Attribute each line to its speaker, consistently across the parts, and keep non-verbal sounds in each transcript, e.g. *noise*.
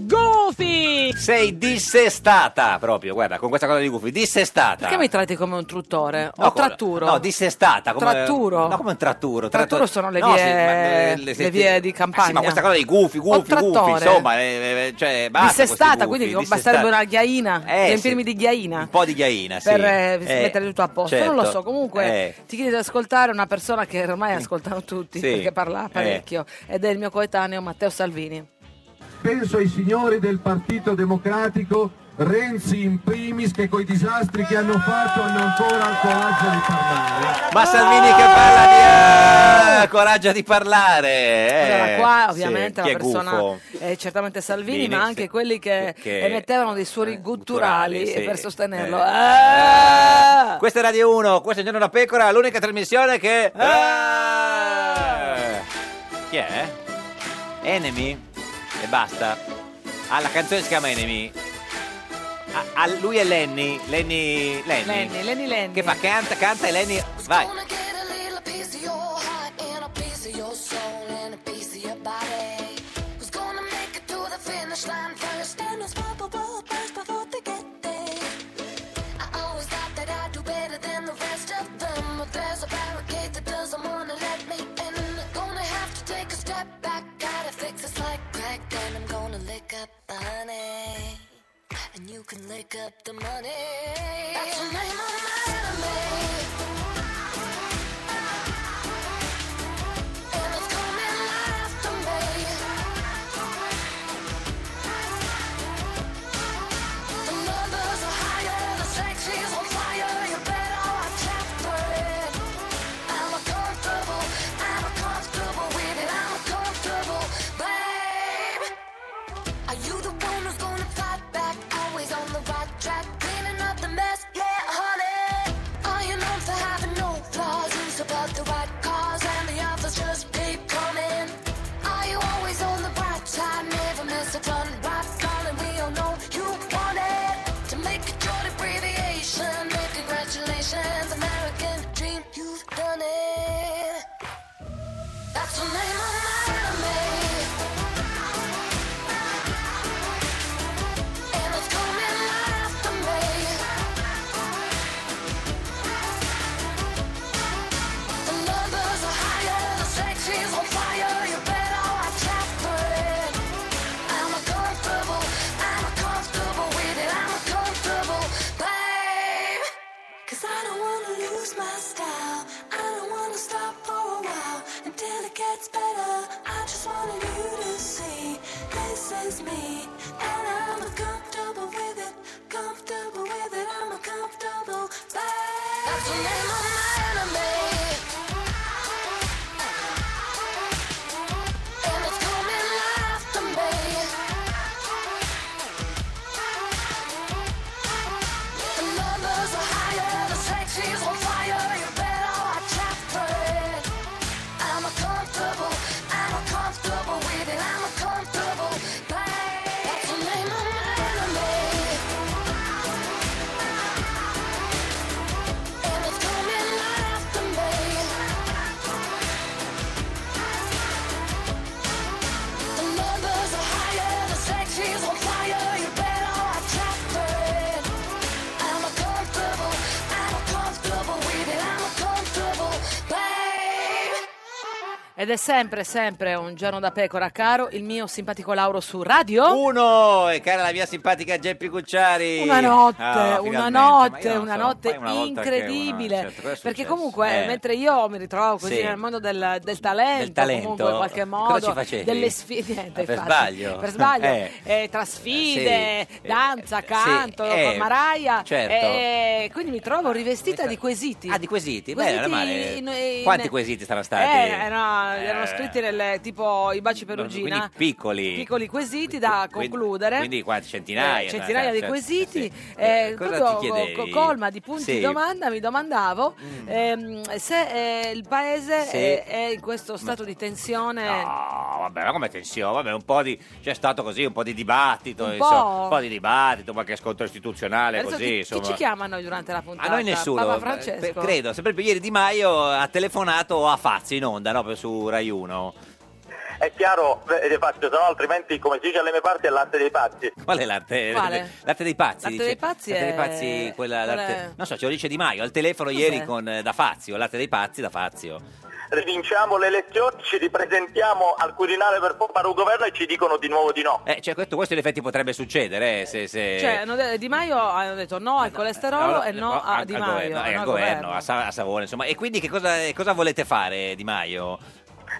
Speaker 1: Goofy!
Speaker 2: Sei dissestata proprio, guarda, con questa cosa di gufi, dissestata.
Speaker 1: Perché mi tratti come un truttore?
Speaker 2: No,
Speaker 1: o
Speaker 2: come-
Speaker 1: tratturo?
Speaker 2: No, dissestata. Come,
Speaker 1: Tratturo?
Speaker 2: No, come un tratturo.
Speaker 1: Tratturo sono le
Speaker 2: No,
Speaker 1: vie-
Speaker 2: sì, ma- eh,
Speaker 1: le vie di campagna.
Speaker 2: Sì, ma questa cosa dei gufi,
Speaker 1: O
Speaker 2: gufi, gufi,
Speaker 1: trattore.
Speaker 2: insomma, eh, eh, cioè, basta questi
Speaker 1: dissestata,
Speaker 2: gufi,
Speaker 1: quindi
Speaker 2: dissestata.
Speaker 1: basterebbe una ghiaina,
Speaker 2: Eh,
Speaker 1: riempirmi
Speaker 2: sì.
Speaker 1: di ghiaina.
Speaker 2: Un po' di ghiaina, sì.
Speaker 1: Per eh,
Speaker 2: Eh,
Speaker 1: mettere tutto a posto,
Speaker 2: certo.
Speaker 1: non lo so. Comunque,
Speaker 2: Eh. Mm.
Speaker 1: ti chiedo di ascoltare una persona che ormai ascoltano tutti
Speaker 2: Sì. Eh.
Speaker 1: perché parla parecchio, ed è il mio coetaneo Matteo Salvini.
Speaker 3: Penso ai signori del Partito Democratico, Renzi in primis, che coi disastri che hanno fatto hanno ancora il coraggio di parlare.
Speaker 2: Ma Salvini che parla di eh, coraggio di parlare. eh.
Speaker 1: Ah! Allora, qua
Speaker 2: Sì,
Speaker 1: ovviamente
Speaker 2: chi
Speaker 1: la
Speaker 2: è
Speaker 1: persona
Speaker 2: gufo?
Speaker 1: è certamente Salvini,
Speaker 2: Salvini,
Speaker 1: ma
Speaker 2: sì.
Speaker 1: anche quelli che
Speaker 2: Che-
Speaker 1: emettevano dei suoni gutturali
Speaker 2: sì.
Speaker 1: per sostenerlo.
Speaker 2: Eh.
Speaker 1: Ah!
Speaker 2: Questa è Radio 1, questo è Il Giorno da Pecora, l'unica trasmissione che... Eh. Chi è? Enemy? E basta. Ah, la canzone si chiama Enemy. Ah, ah, lui è Lenny. Lenny... Lenny.
Speaker 1: Lenny, Lenny, Lenny.
Speaker 2: Che fa? Canta, canta e Lenny... Vai.
Speaker 4: Gonna get a little piece of your heart and a piece of your soul and a piece of your body. Who's gonna make it to the finish line first and who's probable first before they get there? I always thought that I'd do better than the rest of them, but there's a barricade that doesn't wanna let me in. Gonna have to take a step back, gotta fix this like crack, and I'm gonna lick up the honey. And you can lick up the money. That's the name of my enemy. And it's coming right after me. The numbers are higher, the sex is on fire. You better watch out for it. I'm uncomfortable, I'm uncomfortable with it. I'm uncomfortable, babe. Are you the one who's gonna fight back? Always on the right track, cleaning up the mess, yeah, honey. Are you known for having no flaws? You support the right cause, and the offers just keep coming. Are you always on the bright side? Never miss a fun ride, darling. We all know you want it. To make it your abbreviation, and congratulations, American dream, you've done it. That's the name of my enemy. And it's coming right after me. The numbers are higher, the sex is on fire. You better watch out for it. I'm uncomfortable, I'm uncomfortable with it. I'm uncomfortable, babe. 'Cause I don't wanna lose my style. I don't wanna stop for a while until it gets better. I just wanted you to see this is me, and I'm uncomfortable with it. Comfortable with it. I'm uncomfortable, babe. That's the name of my enemy. And it's coming right after me. The numbers are higher, the sex is on fire. You better watch out for it. I'm uncomfortable, I'm uncomfortable with it. I'm uncomfortable, babe. That's the name of my enemy. And it's coming right after me. The numbers are higher, the sex is on fire. You better watch out for it. I'm uncomfortable, I'm uncomfortable with it. I'm uncomfortable, babe.
Speaker 1: Ed è sempre, sempre un giorno da pecora, caro il mio simpatico Lauro su radio.
Speaker 2: Uno, e cara la mia simpatica Geppi Cucciari.
Speaker 1: Una notte, una
Speaker 2: Ah, finalmente. Ma io
Speaker 1: notte,
Speaker 2: non
Speaker 1: una
Speaker 2: so,
Speaker 1: notte
Speaker 2: fai una volta che-
Speaker 1: incredibile.
Speaker 2: una- certo, cosa è
Speaker 1: perché
Speaker 2: successo?
Speaker 1: comunque,
Speaker 2: Eh.
Speaker 1: mentre io mi ritrovo così
Speaker 2: Sì.
Speaker 1: nel mondo del, del talento,
Speaker 2: Del talento?
Speaker 1: comunque in qualche
Speaker 2: Cosa
Speaker 1: modo,
Speaker 2: ci facevi?
Speaker 1: delle sfide, niente,
Speaker 2: Ah, per
Speaker 1: infatti.
Speaker 2: sbaglio.
Speaker 1: Per sbaglio.
Speaker 2: *laughs* Eh.
Speaker 1: Eh, tra sfide,
Speaker 2: Sì.
Speaker 1: danza,
Speaker 2: Eh,
Speaker 1: canto,
Speaker 2: sì, eh,
Speaker 1: con Maraia.
Speaker 2: certo.
Speaker 1: eh, quindi mi trovo rivestita di quesiti.
Speaker 2: Ah, di quesiti? Beh, non è male.
Speaker 1: in- in-
Speaker 2: Quanti quesiti saranno stati?
Speaker 1: Eh, no, eh, erano scritti nelle, tipo i baci perugina.
Speaker 2: Quindi piccoli.
Speaker 1: Piccoli quesiti da
Speaker 2: Quindi-
Speaker 1: concludere.
Speaker 2: Quindi qua centinaia.
Speaker 1: Eh, centinaia di
Speaker 2: cioè,
Speaker 1: quesiti,
Speaker 2: sì.
Speaker 1: eh,
Speaker 2: Cosa
Speaker 1: proprio
Speaker 2: ti
Speaker 1: co-
Speaker 2: chiedevi?
Speaker 1: co- colma di punti
Speaker 2: Sì. Mm.
Speaker 1: di domanda, mi domandavo ehm, se eh, il paese
Speaker 2: Sì.
Speaker 1: eh, è, in questo stato di tensione.
Speaker 2: No, vabbè, ma come tensione? Vabbè, un po' di. C'è stato così un po' di dibattito,
Speaker 1: Un
Speaker 2: insomma,
Speaker 1: po'.
Speaker 2: un po' di dibattito, qualche scontro istituzionale,
Speaker 1: Adesso
Speaker 2: così,
Speaker 1: chi, chi
Speaker 2: insomma.
Speaker 1: ci chiamano durante la puntata?
Speaker 2: A noi nessuno,
Speaker 1: Papa
Speaker 2: eh,
Speaker 1: Francesco?
Speaker 2: credo. Sempre più ieri Di Maio ha telefonato a Fazzi in onda, no? Su Rai 1.
Speaker 5: È chiaro, eh, faccio, se no altrimenti come si dice alle mie parti è latte dei pazzi.
Speaker 2: Qual è l'arte?
Speaker 5: Quale?
Speaker 2: L'arte dei pazzi.
Speaker 5: L'arte
Speaker 2: dice.
Speaker 5: dei pazzi
Speaker 2: L'arte dei
Speaker 5: è-
Speaker 2: pazzi, quella-
Speaker 5: qual
Speaker 2: l'arte-
Speaker 5: è?
Speaker 2: Non so, ce lo dice Di Maio al telefono
Speaker 5: Cos'è?
Speaker 2: ieri con eh, da Fazio, l'arte dei pazzi da Fazio.
Speaker 5: Vinciamo le elezioni, ci ripresentiamo al Quirinale per formare un governo e ci dicono di nuovo di no.
Speaker 2: Eh, cioè, questo, questo in effetti potrebbe succedere, eh, se, se...
Speaker 1: Cioè, hanno de- Di Maio hanno detto no al colesterolo
Speaker 2: Eh, No,
Speaker 1: e no,
Speaker 2: no,
Speaker 1: a
Speaker 2: al-
Speaker 1: Di
Speaker 2: al
Speaker 1: Maio.
Speaker 2: governo, eh,
Speaker 1: no
Speaker 2: al
Speaker 1: al
Speaker 2: governo, a, Sa- a Savona, insomma. E quindi che cosa, eh, cosa volete fare, Di Maio?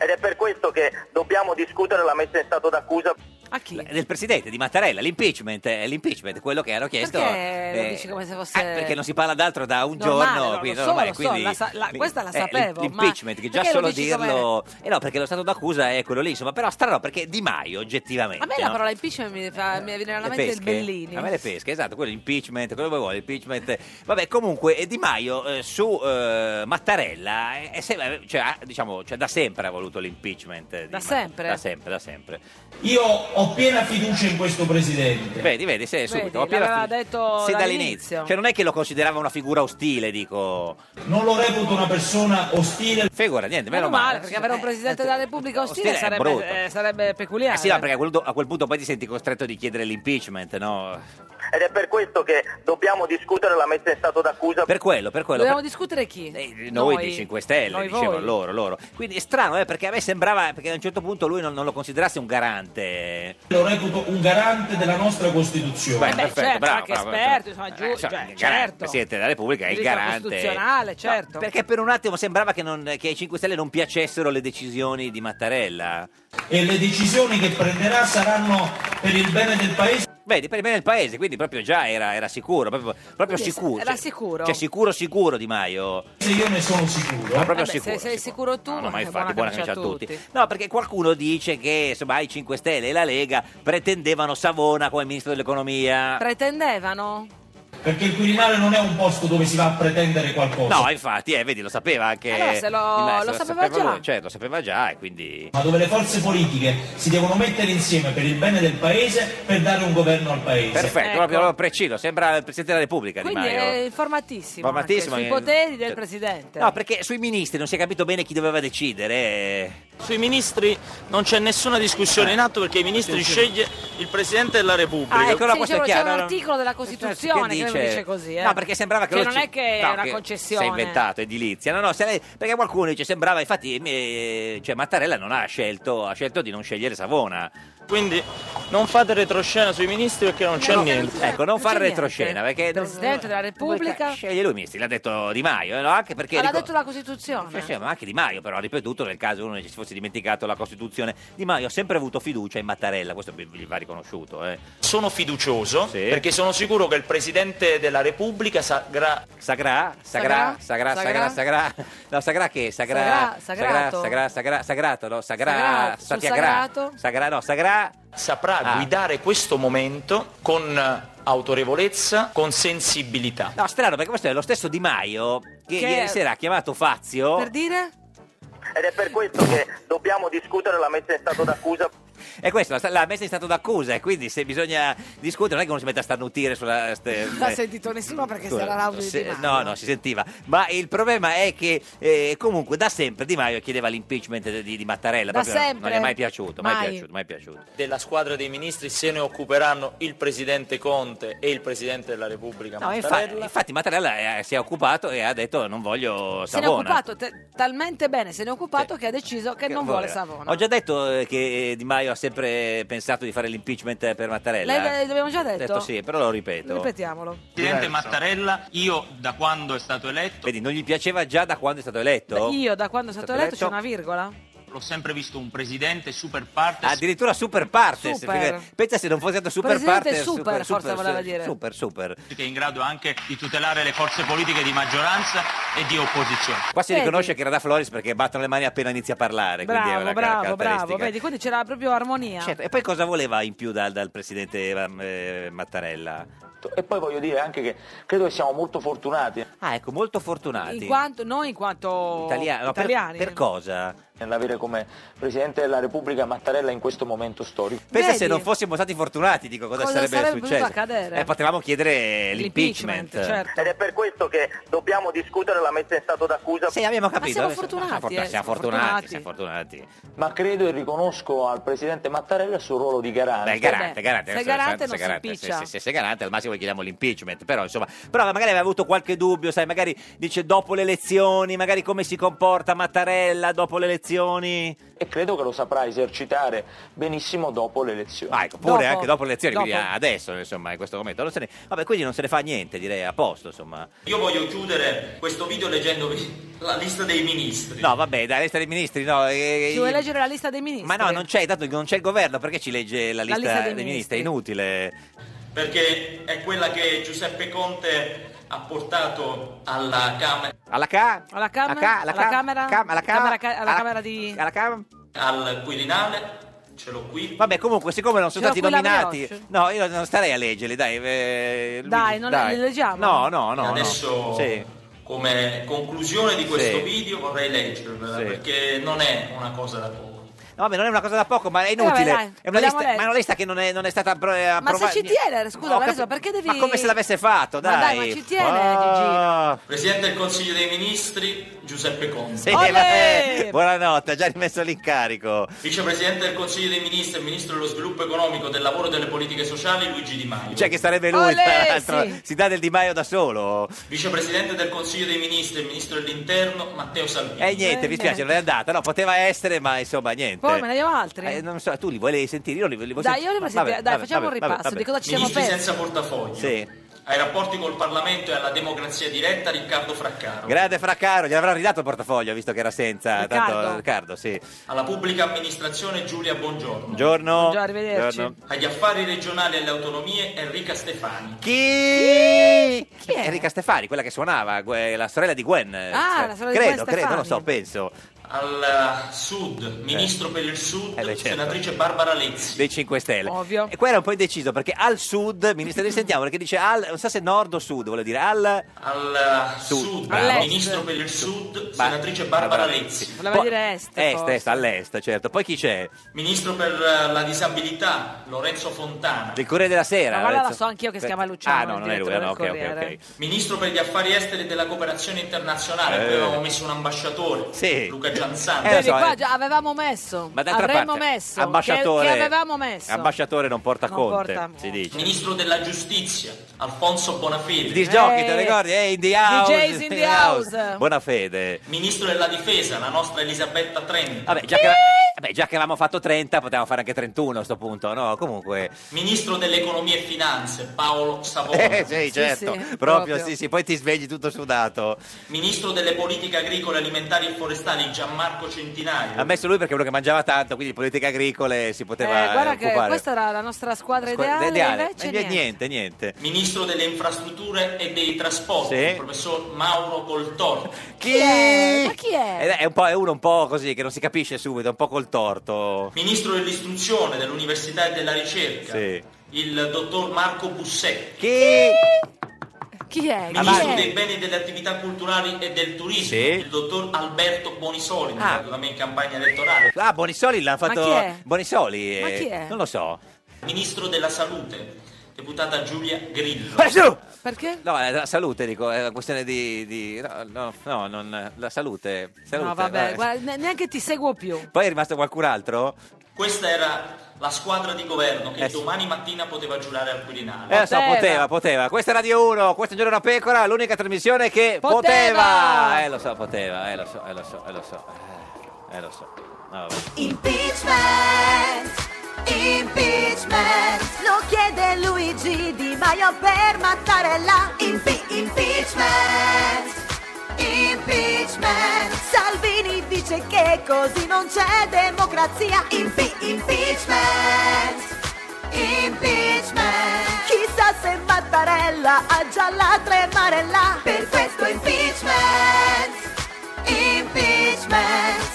Speaker 5: Ed è per questo che dobbiamo discutere la messa in stato d'accusa.
Speaker 1: A chi?
Speaker 2: Del presidente, di Mattarella, l'impeachment, eh, l'impeachment, quello che hanno chiesto.
Speaker 1: Perché lo
Speaker 2: eh,
Speaker 1: dici come se fosse...
Speaker 2: perché non si parla d'altro da un
Speaker 1: Normale,
Speaker 2: giorno.
Speaker 1: no, lo
Speaker 2: quindi,
Speaker 1: so,
Speaker 2: ormai,
Speaker 1: lo so,
Speaker 2: quindi-
Speaker 1: la sa- la- questa la
Speaker 2: eh,
Speaker 1: sapevo, ma
Speaker 2: L'impeachment, che già
Speaker 1: perché lo
Speaker 2: solo
Speaker 1: dici come-
Speaker 2: dirlo. Eh no, perché lo stato d'accusa è quello lì, insomma. Però strano, perché Di Maio, oggettivamente.
Speaker 1: A me
Speaker 2: no?
Speaker 1: la parola impeachment mi, fa, mi viene alla
Speaker 2: Le
Speaker 1: mente il
Speaker 2: pesche?
Speaker 1: Bellini.
Speaker 2: A me le pesche, esatto, quello impeachment, quello che vuoi, impeachment. Vabbè, comunque eh, Di Maio eh, su eh, Mattarella eh, è sempre- cioè, ha- diciamo, cioè, da sempre ha voluto l'impeachment. eh, di
Speaker 1: Da
Speaker 2: Matt-
Speaker 1: sempre?
Speaker 2: Da sempre, da sempre.
Speaker 6: Io ho piena fiducia in questo presidente.
Speaker 2: Vedi, vedi, se subito. ho
Speaker 1: Vedi,
Speaker 2: appena
Speaker 1: l'aveva
Speaker 2: finito.
Speaker 1: detto
Speaker 2: Se
Speaker 1: dall'inizio.
Speaker 2: dall'inizio. Cioè non è che lo considerava una figura ostile, dico.
Speaker 6: Non lo reputo una persona ostile.
Speaker 2: Figura, niente, meno
Speaker 1: Meno male,
Speaker 2: male. eh,
Speaker 1: perché avere un presidente della Repubblica ostile,
Speaker 2: ostile è brutto.
Speaker 1: sarebbe, eh, sarebbe peculiare.
Speaker 2: Eh sì, no, perché a quel, a quel punto poi ti senti costretto di chiedere l'impeachment, no?
Speaker 5: Ed è per questo che dobbiamo discutere la messa in stato d'accusa.
Speaker 2: Per quello, per quello.
Speaker 1: Dobbiamo
Speaker 2: per- Eh,
Speaker 1: discutere chi?
Speaker 2: Noi, dei 5 Stelle,
Speaker 1: Noi
Speaker 2: dicevano
Speaker 1: voi.
Speaker 2: loro, loro. Quindi è strano, eh, perché a me sembrava, perché a un certo punto lui non, non lo considerasse un garante.
Speaker 6: Lo reputo un garante della nostra Costituzione.
Speaker 2: Eh Beh, Eh beh, perfetto, certo, bravo, anche bravo, esperto,
Speaker 1: insomma,
Speaker 2: Eh, insomma, il garante, il Presidente della Repubblica è il
Speaker 1: Diritto
Speaker 2: garante.
Speaker 1: certo. costituzionale, certo.
Speaker 2: Perché per un attimo sembrava che, non- che ai 5 Stelle non piacessero le decisioni di Mattarella.
Speaker 6: E le decisioni che prenderà saranno per il bene del paese.
Speaker 2: Vedi, per il bene del paese, quindi proprio già era, era sicuro, proprio, proprio
Speaker 1: Quindi
Speaker 2: sicuro.
Speaker 1: Era
Speaker 2: cioè-
Speaker 1: sicuro.
Speaker 2: Cioè sicuro sicuro Di Maio.
Speaker 6: Se io ne sono sicuro.
Speaker 2: Ma proprio
Speaker 1: Vabbè,
Speaker 2: sicuro.
Speaker 1: Eh se sei sicuro tu,
Speaker 2: No, no, ma
Speaker 1: eh,
Speaker 2: infatti, buona camicia a tutti.
Speaker 1: tutti.
Speaker 2: No, perché qualcuno dice che insomma i 5 Stelle e la Lega pretendevano Savona come ministro dell'economia.
Speaker 1: Pretendevano?
Speaker 6: Perché il Quirinale non è un posto dove si va a pretendere qualcosa.
Speaker 2: No, infatti, eh, vedi, lo sapeva anche.
Speaker 1: Allora, se lo-
Speaker 2: il maestro,
Speaker 1: lo sapeva già.
Speaker 2: lui, cioè, lo sapeva già, e quindi.
Speaker 6: Ma dove le forze politiche si devono mettere insieme per il bene del paese per dare un governo al paese.
Speaker 2: Perfetto, proprio proprio preciso, sembra il Presidente della Repubblica
Speaker 1: Ecco. Quindi
Speaker 2: Di Maio.
Speaker 1: è informatissimo,
Speaker 2: oh. Informatissimo,
Speaker 1: anche
Speaker 2: eh,
Speaker 1: sui poteri del
Speaker 2: certo.
Speaker 1: presidente.
Speaker 2: No, perché sui ministri non si è capito bene chi doveva decidere. eh.
Speaker 7: Sui ministri non c'è nessuna discussione in atto perché i ministri sceglie il Presidente della Repubblica.
Speaker 2: Ah, ecco, allora
Speaker 1: Sì,
Speaker 2: questo
Speaker 1: c'è,
Speaker 2: è
Speaker 1: c'è un
Speaker 2: chiaro, no? Eh,
Speaker 1: articolo della Costituzione che,
Speaker 2: Che
Speaker 1: dice... dice così. eh.
Speaker 2: No, perché sembrava che
Speaker 1: Cioè,
Speaker 2: lui
Speaker 1: non è
Speaker 2: ci-
Speaker 1: che
Speaker 2: no,
Speaker 1: è una
Speaker 2: che
Speaker 1: concessione.
Speaker 2: Si è inventato, edilizia. No, no, se lei- perché qualcuno dice sembrava, infatti, eh, cioè Mattarella non ha scelto, ha scelto di non scegliere Savona.
Speaker 7: Quindi non fate retroscena sui ministri perché non c'è niente.
Speaker 2: Ecco, non fare
Speaker 1: niente.
Speaker 2: retroscena, perché
Speaker 1: Presidente della Repubblica.
Speaker 2: sceglie lui i ministri, l'ha detto Di Maio, eh, no? anche perché
Speaker 1: Ma Ah, l'ha
Speaker 2: dico-
Speaker 1: detto la Costituzione.
Speaker 2: Sì, sì, ma anche Di Maio, però, ha ripetuto nel caso uno ci fosse dimenticato la Costituzione. Di Maio ha sempre avuto fiducia in Mattarella, questo vi- gli va riconosciuto. Eh.
Speaker 7: Sono fiducioso perché sono sicuro che il Presidente della Repubblica sagrà...
Speaker 2: Sagrà? Sagrà? Sagrà, sagrà, sagrà. No, sagrà che?
Speaker 7: Sagrà,
Speaker 2: Sagrà, sagrà,
Speaker 7: sagrato.
Speaker 2: sagrà, sagrà, sagrato, no? Sagrà,
Speaker 7: Sagrà,
Speaker 2: sa-
Speaker 7: sul
Speaker 2: tiagrà.
Speaker 7: sagrato.
Speaker 2: Sagrà, no, sagrà.
Speaker 7: Saprà
Speaker 2: Ah.
Speaker 7: guidare questo momento con eh, autorevolezza, con sensibilità.
Speaker 2: No, strano, perché questo è Eh, lo stesso Di Maio che,
Speaker 7: Che-
Speaker 2: ieri sera ha chiamato Fazio.
Speaker 1: Per dire?
Speaker 5: Ed è per questo che dobbiamo discutere la messa in stato d'accusa.
Speaker 2: E questo l'ha- l'ha messa in stato d'accusa, e quindi se bisogna discutere, non è che uno si mette a starnutire sulla. ste-
Speaker 1: Non l'ha sentito nessuno perché
Speaker 2: Eh. Scusa,
Speaker 1: sarà l'audio
Speaker 2: se-
Speaker 1: di Di Maio.
Speaker 2: No, no, si sentiva. Ma il problema è che eh, comunque da sempre Di Maio chiedeva l'impeachment di, di Mattarella.
Speaker 7: Da
Speaker 2: proprio non-
Speaker 7: sempre?
Speaker 2: Non gli è mai piaciuto, mai,
Speaker 7: Mai.
Speaker 2: piaciuto, mai piaciuto.
Speaker 7: Della squadra dei ministri se ne occuperanno il Presidente Conte e il Presidente della Repubblica
Speaker 2: No, infa-
Speaker 7: Mattarella.
Speaker 2: infatti, Mattarella eh, si è occupato e ha detto non voglio
Speaker 1: Se ne è
Speaker 2: Savona.
Speaker 1: occupato te- talmente bene, se ne è occupato che ha deciso che, non vuole Savona.
Speaker 2: Ho già detto eh, che Di Maio ha sempre pensato di fare l'impeachment per Mattarella.
Speaker 1: L'hai- l'abbiamo già
Speaker 2: Ho
Speaker 1: detto?
Speaker 2: Eh, detto sì, però lo ripeto.
Speaker 1: Ripetiamolo.
Speaker 7: Presidente Mattarella, io da quando è stato eletto...
Speaker 2: Vedi, non gli piaceva già da quando è stato eletto?
Speaker 1: Io da quando sono stato
Speaker 2: Stato
Speaker 1: eletto c'è
Speaker 2: eletto?
Speaker 1: una virgola.
Speaker 6: L'ho sempre visto un presidente super partes.
Speaker 2: Addirittura super partes.
Speaker 6: Super.
Speaker 2: perché- Pensa se non fosse stato super
Speaker 6: Presidente
Speaker 2: partes.
Speaker 6: super, forse voleva dire.
Speaker 2: Super, super.
Speaker 6: che è in grado anche di tutelare le forze politiche di maggioranza e di opposizione.
Speaker 2: Qua si
Speaker 1: Vedi.
Speaker 2: riconosce che era da Floris perché battono le mani appena inizia a parlare. quindi è
Speaker 1: Bravo,
Speaker 2: una
Speaker 1: bravo, bravo.
Speaker 2: caratteristica.
Speaker 1: Vedi, quindi c'era proprio armonia.
Speaker 2: Certo, E poi cosa voleva in più dal, dal presidente eh, Mattarella?
Speaker 7: E poi voglio dire anche che credo che siamo molto fortunati.
Speaker 2: Ah, ecco, molto fortunati.
Speaker 1: In quanto, noi in quanto
Speaker 2: Italia- no, per-
Speaker 1: italiani.
Speaker 2: per cosa?
Speaker 7: Nell'avere come Presidente della Repubblica Mattarella in questo momento storico.
Speaker 2: Pensa
Speaker 1: Vedi?
Speaker 2: se non fossimo stati fortunati, dico cosa,
Speaker 1: Cosa sarebbe potuto
Speaker 2: successo.
Speaker 1: accadere?
Speaker 2: Eh, potevamo chiedere l'impeachment.
Speaker 6: certo.
Speaker 5: Ed è per questo che dobbiamo discutere la messa in stato d'accusa.
Speaker 2: Sì, abbiamo capito.
Speaker 5: siamo
Speaker 2: adesso-
Speaker 5: fortunati,
Speaker 2: siamo,
Speaker 5: eh,
Speaker 2: siamo
Speaker 5: siamo
Speaker 2: fortunati,
Speaker 5: fortunati.
Speaker 2: siamo fortunati.
Speaker 7: Ma credo e riconosco al Presidente Mattarella il suo ruolo di garante.
Speaker 2: Beh, garante, garante.
Speaker 7: se
Speaker 2: adesso,
Speaker 7: garante
Speaker 2: se- se-
Speaker 7: non si
Speaker 2: garante,
Speaker 7: impiccia.
Speaker 2: Se, se- se garante, al massimo gli chiediamo l'impeachment. Però, insomma, però magari aveva avuto qualche dubbio, sai, magari dice dopo le elezioni, magari come si comporta Mattarella dopo le elezioni.
Speaker 7: E credo che lo saprà esercitare benissimo dopo le elezioni.
Speaker 2: Ah, ecco, pure anche dopo le elezioni, quindi adesso, insomma, in questo momento. Non se ne- vabbè, quindi non se ne fa niente, direi a posto, insomma.
Speaker 6: Io voglio chiudere questo video leggendovi la lista dei ministri.
Speaker 2: No, vabbè, dai, lista dei ministri, no. eh,
Speaker 1: Ci vuoi leggere la lista dei ministri?
Speaker 2: Ma no, non c'è, tanto non c'è il governo, perché ci legge la
Speaker 1: La
Speaker 2: lista,
Speaker 1: lista dei
Speaker 2: dei ministri?
Speaker 1: ministri.
Speaker 2: È inutile.
Speaker 6: Perché è quella che Giuseppe Conte ha portato alla Camera.
Speaker 2: Alla Ca?
Speaker 1: Alla Camera?
Speaker 6: Alla ca- alla
Speaker 1: alla
Speaker 6: ca-
Speaker 1: Camera?
Speaker 6: cam- alla ca-
Speaker 1: Camera ca- alla
Speaker 6: alla-
Speaker 1: Camera di...
Speaker 2: Alla Camera?
Speaker 6: Al Quirinale, ce l'ho qui.
Speaker 2: Vabbè, comunque, siccome non sono
Speaker 1: C'era
Speaker 2: stati
Speaker 1: quella
Speaker 2: nominati,
Speaker 1: brioche.
Speaker 2: no, io non starei a leggerli, dai. eh, Luigi,
Speaker 1: Dai, non le- le leggiamo?
Speaker 2: No, no, no.
Speaker 6: Adesso,
Speaker 2: no. Sì.
Speaker 6: come conclusione di questo
Speaker 2: Sì.
Speaker 6: video, vorrei leggervela perché non è una cosa da poco.
Speaker 2: No, vabbè, non è una cosa da poco, ma è inutile.
Speaker 1: Eh, vabbè, dai,
Speaker 2: è una
Speaker 1: vogliamo
Speaker 2: lista,
Speaker 1: leggere.
Speaker 2: ma è una lista che non è, non è stata appro-
Speaker 1: Ma
Speaker 2: approvata.
Speaker 1: se ci tiene, scusa,
Speaker 2: Ho
Speaker 1: Lorenzo,
Speaker 2: capi-
Speaker 1: perché devi...
Speaker 2: Ma come se l'avesse fatto,
Speaker 1: Ma dai,
Speaker 2: dai.
Speaker 1: ma ci tiene,
Speaker 2: Ah.
Speaker 6: Presidente del Consiglio dei Ministri, Giuseppe Conte.
Speaker 2: Sì, vabbè. Buonanotte, ha già rimesso l'incarico.
Speaker 6: Vicepresidente del Consiglio dei Ministri e Ministro dello Sviluppo Economico, del Lavoro e delle Politiche Sociali, Luigi Di Maio.
Speaker 2: Cioè, che sarebbe lui, tra
Speaker 6: Olè,
Speaker 2: l'altro.
Speaker 6: sì.
Speaker 2: Si dà del Di Maio da solo.
Speaker 6: Vicepresidente del Consiglio dei Ministri e Ministro dell'Interno, Matteo Salvini.
Speaker 2: E Eh, niente, mi spiace, non è andata. No, poteva essere, ma insomma, niente.
Speaker 1: Eh, Poi me ne abbiamo altri.
Speaker 2: Eh, non so, tu li vuoi sentire? Io li, li vuoi
Speaker 1: Dai,
Speaker 2: sentire?
Speaker 1: io li
Speaker 2: Ma
Speaker 1: voglio sentire. Dai, facciamo un ripasso di cosa ci siamo
Speaker 6: Ministri
Speaker 1: persi.
Speaker 6: senza portafoglio.
Speaker 2: Sì.
Speaker 6: Ai rapporti col Parlamento e alla democrazia diretta, Riccardo Fraccaro.
Speaker 2: Grande Fraccaro, gli avrà ridato il portafoglio visto che era senza.
Speaker 6: Riccardo.
Speaker 2: Tanto, Riccardo, sì.
Speaker 6: Alla pubblica amministrazione, Giulia Buongiorno.
Speaker 2: Buongiorno. Buongiorno, arrivederci. Buongiorno.
Speaker 6: Agli affari regionali e alle autonomie, Enrica Stefani.
Speaker 2: Chi? Enrica Stefani, quella che suonava, Gue- la sorella di Gwen. Cioè,
Speaker 6: Ah, la sorella di
Speaker 2: credo,
Speaker 6: Gwen
Speaker 2: credo, non lo
Speaker 6: Stefani.
Speaker 2: so, penso.
Speaker 6: Al eh, Sud, Ministro per il Sud,
Speaker 2: Eh, beh, certo.
Speaker 6: senatrice Barbara Lezzi.
Speaker 2: Dei 5 Stelle. E qua era un po' indeciso perché al sud, ministro, risentiamo perché dice al, non so se nord o sud, vuole dire al.
Speaker 6: Al eh, Sud,
Speaker 2: bravo.
Speaker 6: Ministro per il Sud, senatrice Barbara Lezzi.
Speaker 1: Voleva dire est,
Speaker 2: Eh, Est,
Speaker 1: forse.
Speaker 2: est, all'est, certo. Poi chi c'è?
Speaker 6: Ministro per eh, la disabilità, Lorenzo Fontana.
Speaker 2: Del Corriere della Sera.
Speaker 1: Ma guarda, la
Speaker 2: Lorenzo.
Speaker 1: so anch'io che si
Speaker 2: Beh,
Speaker 1: chiama Luciano,
Speaker 2: Ah, no,
Speaker 1: il
Speaker 2: non è lui,
Speaker 1: direttore
Speaker 2: no, ok,
Speaker 1: del
Speaker 2: ok, ok.
Speaker 1: Corriere.
Speaker 6: Ministro per gli affari esteri e della cooperazione internazionale,
Speaker 2: Eh.
Speaker 6: poi avevamo messo un ambasciatore,
Speaker 2: Sì.
Speaker 6: Luca Gianzani.
Speaker 2: Eh, lo
Speaker 1: Vedi,
Speaker 2: so,
Speaker 1: qua
Speaker 2: eh.
Speaker 1: già avevamo messo,
Speaker 2: Ma d'altra
Speaker 1: avremmo
Speaker 2: parte,
Speaker 1: messo,
Speaker 2: ambasciatore-
Speaker 1: che, che avevamo messo. Eh,
Speaker 2: Ambasciatore non porta
Speaker 1: Non
Speaker 2: Conte,
Speaker 1: porta-
Speaker 2: si dice.
Speaker 6: Ministro della giustizia, Alfonso Bonafede.
Speaker 2: Il disc jockey, te lo ricordi? Eh, in the house.
Speaker 6: DJs in the house.
Speaker 2: Buona fede.
Speaker 6: Ministro della difesa, la nostra Elisabetta Trent.
Speaker 2: Vabbè già, che, vabbè, già che avevamo fatto 30, potevamo fare anche 31 a sto punto, no?
Speaker 1: *laughs*
Speaker 2: Comunque...
Speaker 6: Ministro dell'economia e finanze, Paolo Savona.
Speaker 2: *laughs* Eh, sì, certo, proprio, sì, sì, poi ti svegli tutto sudato.
Speaker 6: Ministro delle politiche agricole, alimentari e forestali, Gianmarco Centinaio.
Speaker 2: Ha messo lui perché è uno che mangiava tanto, quindi politiche agricole si
Speaker 1: Eh,
Speaker 2: poteva
Speaker 1: guarda che
Speaker 2: occupare.
Speaker 1: questa era la nostra squadra ideale,
Speaker 2: Ideale.
Speaker 1: invece
Speaker 2: Eh,
Speaker 1: niente.
Speaker 2: niente, niente.
Speaker 6: Ministro delle infrastrutture e dei trasporti,
Speaker 2: Sì.
Speaker 6: il professor Mauro Coltorti.
Speaker 2: Chi? è? Ma
Speaker 1: chi è?
Speaker 2: Ed È, un po', è uno un po' così, che non si capisce subito, un po' col torto.
Speaker 6: Ministro dell'istruzione, dell'università e della ricerca,
Speaker 2: Sì.
Speaker 6: il dottor Marco Bussetti.
Speaker 2: Chi?
Speaker 1: Chi è? Chi
Speaker 6: Ministro
Speaker 1: è?
Speaker 6: dei beni e delle attività culturali e del turismo,
Speaker 2: Sì.
Speaker 6: il dottor Alberto Bonisoli,
Speaker 2: Ah.
Speaker 6: andato da me in campagna elettorale.
Speaker 2: Ah, Bonisoli l'ha fatto...
Speaker 6: chi è?
Speaker 2: Bonisoli,
Speaker 6: Ma
Speaker 2: eh,
Speaker 6: chi è?
Speaker 2: Non lo so.
Speaker 6: Ministro della salute, deputata Giulia Grillo.
Speaker 2: Vai su!
Speaker 1: Perché?
Speaker 2: No, è la salute, dico, è una questione di... di- no, no, no, non, la salute. salute,
Speaker 1: No, vabbè,
Speaker 2: no.
Speaker 1: guarda, ne- neanche ti seguo più.
Speaker 2: Poi è rimasto qualcun altro?
Speaker 6: Questa era la squadra di governo che
Speaker 2: Eh sì.
Speaker 6: domani mattina poteva giurare al Quirinale.
Speaker 2: Eh, lo so, poteva, poteva. Questa è Radio 1, questo è Un Giorno una Pecora, l'unica trasmissione che poteva!
Speaker 4: Poteva!
Speaker 2: Eh, lo so, poteva, eh, lo so, eh, lo so, eh, lo so. Eh, lo so. No, vabbè.
Speaker 4: Impeachment, impeachment, lo chiede Luigi Di Maio per Mattarella. Impe- impeachment, impeachment.
Speaker 8: Impeachment. Salvini dice che così non c'è democrazia. Impe- impeachment. Impeachment. Chissà se Mattarella ha già la tremarella. Per questo impeachment. Impeachment.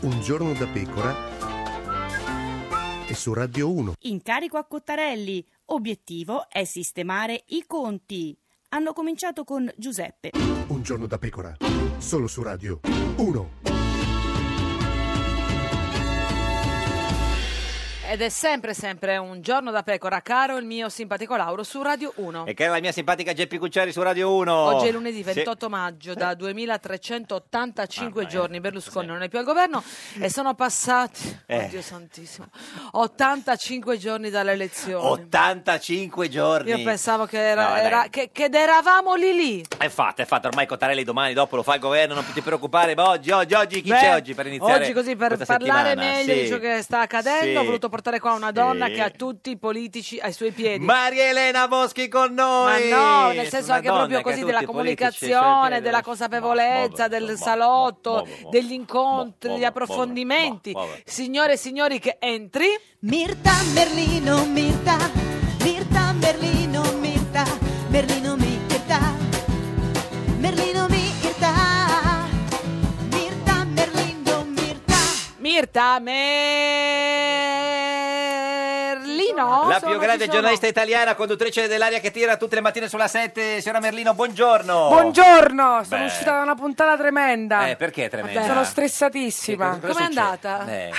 Speaker 9: Un giorno da pecora e su Radio 1.
Speaker 10: Incarico a Cottarelli. Obiettivo è sistemare i conti. Hanno cominciato con Giuseppe.
Speaker 9: Un giorno da pecora. Solo su Radio 1.
Speaker 1: Ed è sempre, sempre un giorno da pecora, caro il mio simpatico Lauro su Radio 1.
Speaker 2: E che era la mia simpatica Geppi Cucciari su Radio 1.
Speaker 1: Oggi è lunedì 28
Speaker 2: Sì.
Speaker 1: maggio, da 2385
Speaker 2: Mamma mia.
Speaker 1: giorni Berlusconi non è più al governo e sono passati,
Speaker 2: Eh.
Speaker 1: oddio santissimo, 85 giorni dalle elezioni.
Speaker 2: 85 giorni.
Speaker 1: Io pensavo che, era-
Speaker 2: No, dai.
Speaker 1: era- che, che eravamo lì lì.
Speaker 2: È fatta, è fatta. Ormai Cotarelli domani dopo lo fa il governo, non ti preoccupare. Ma oggi, oggi, oggi, chi c'è
Speaker 1: Beh,
Speaker 2: oggi per iniziare?
Speaker 1: Oggi così per
Speaker 2: questa
Speaker 1: parlare
Speaker 2: settimana?
Speaker 1: meglio
Speaker 2: Sì.
Speaker 1: di ciò che sta accadendo
Speaker 2: Sì.
Speaker 1: ho voluto portare qua una donna
Speaker 2: Sì.
Speaker 1: che ha tutti i politici ai suoi piedi.
Speaker 2: Maria Elena Boschi con noi.
Speaker 1: Ma no, nel senso
Speaker 2: Una
Speaker 1: anche
Speaker 2: donna
Speaker 1: proprio
Speaker 2: che ha
Speaker 1: così
Speaker 2: tutti
Speaker 1: della
Speaker 2: i politici ai suoi
Speaker 1: comunicazione,
Speaker 2: piedi.
Speaker 1: della consapevolezza, del salotto, degli incontri, degli approfondimenti. Signore e signori che entri.
Speaker 8: Mirta Merlino, Mirta, Mirta Merlino, Mirta, Merlino Mirta, Merlino Mirta, Mirta Merlino Mirta.
Speaker 1: Mirta Merlino.
Speaker 2: La
Speaker 1: Sono-
Speaker 2: più grande
Speaker 1: ci sono?
Speaker 2: giornalista italiana, conduttrice dell'aria che tira tutte le mattine sulla 7, signora Merlino, buongiorno.
Speaker 11: Buongiorno, sono
Speaker 2: Beh.
Speaker 11: uscita da una puntata tremenda.
Speaker 2: Eh, perché è tremenda?
Speaker 11: Sono
Speaker 2: Sì,
Speaker 11: stressatissima.
Speaker 2: cosa- cosa succede? Eh,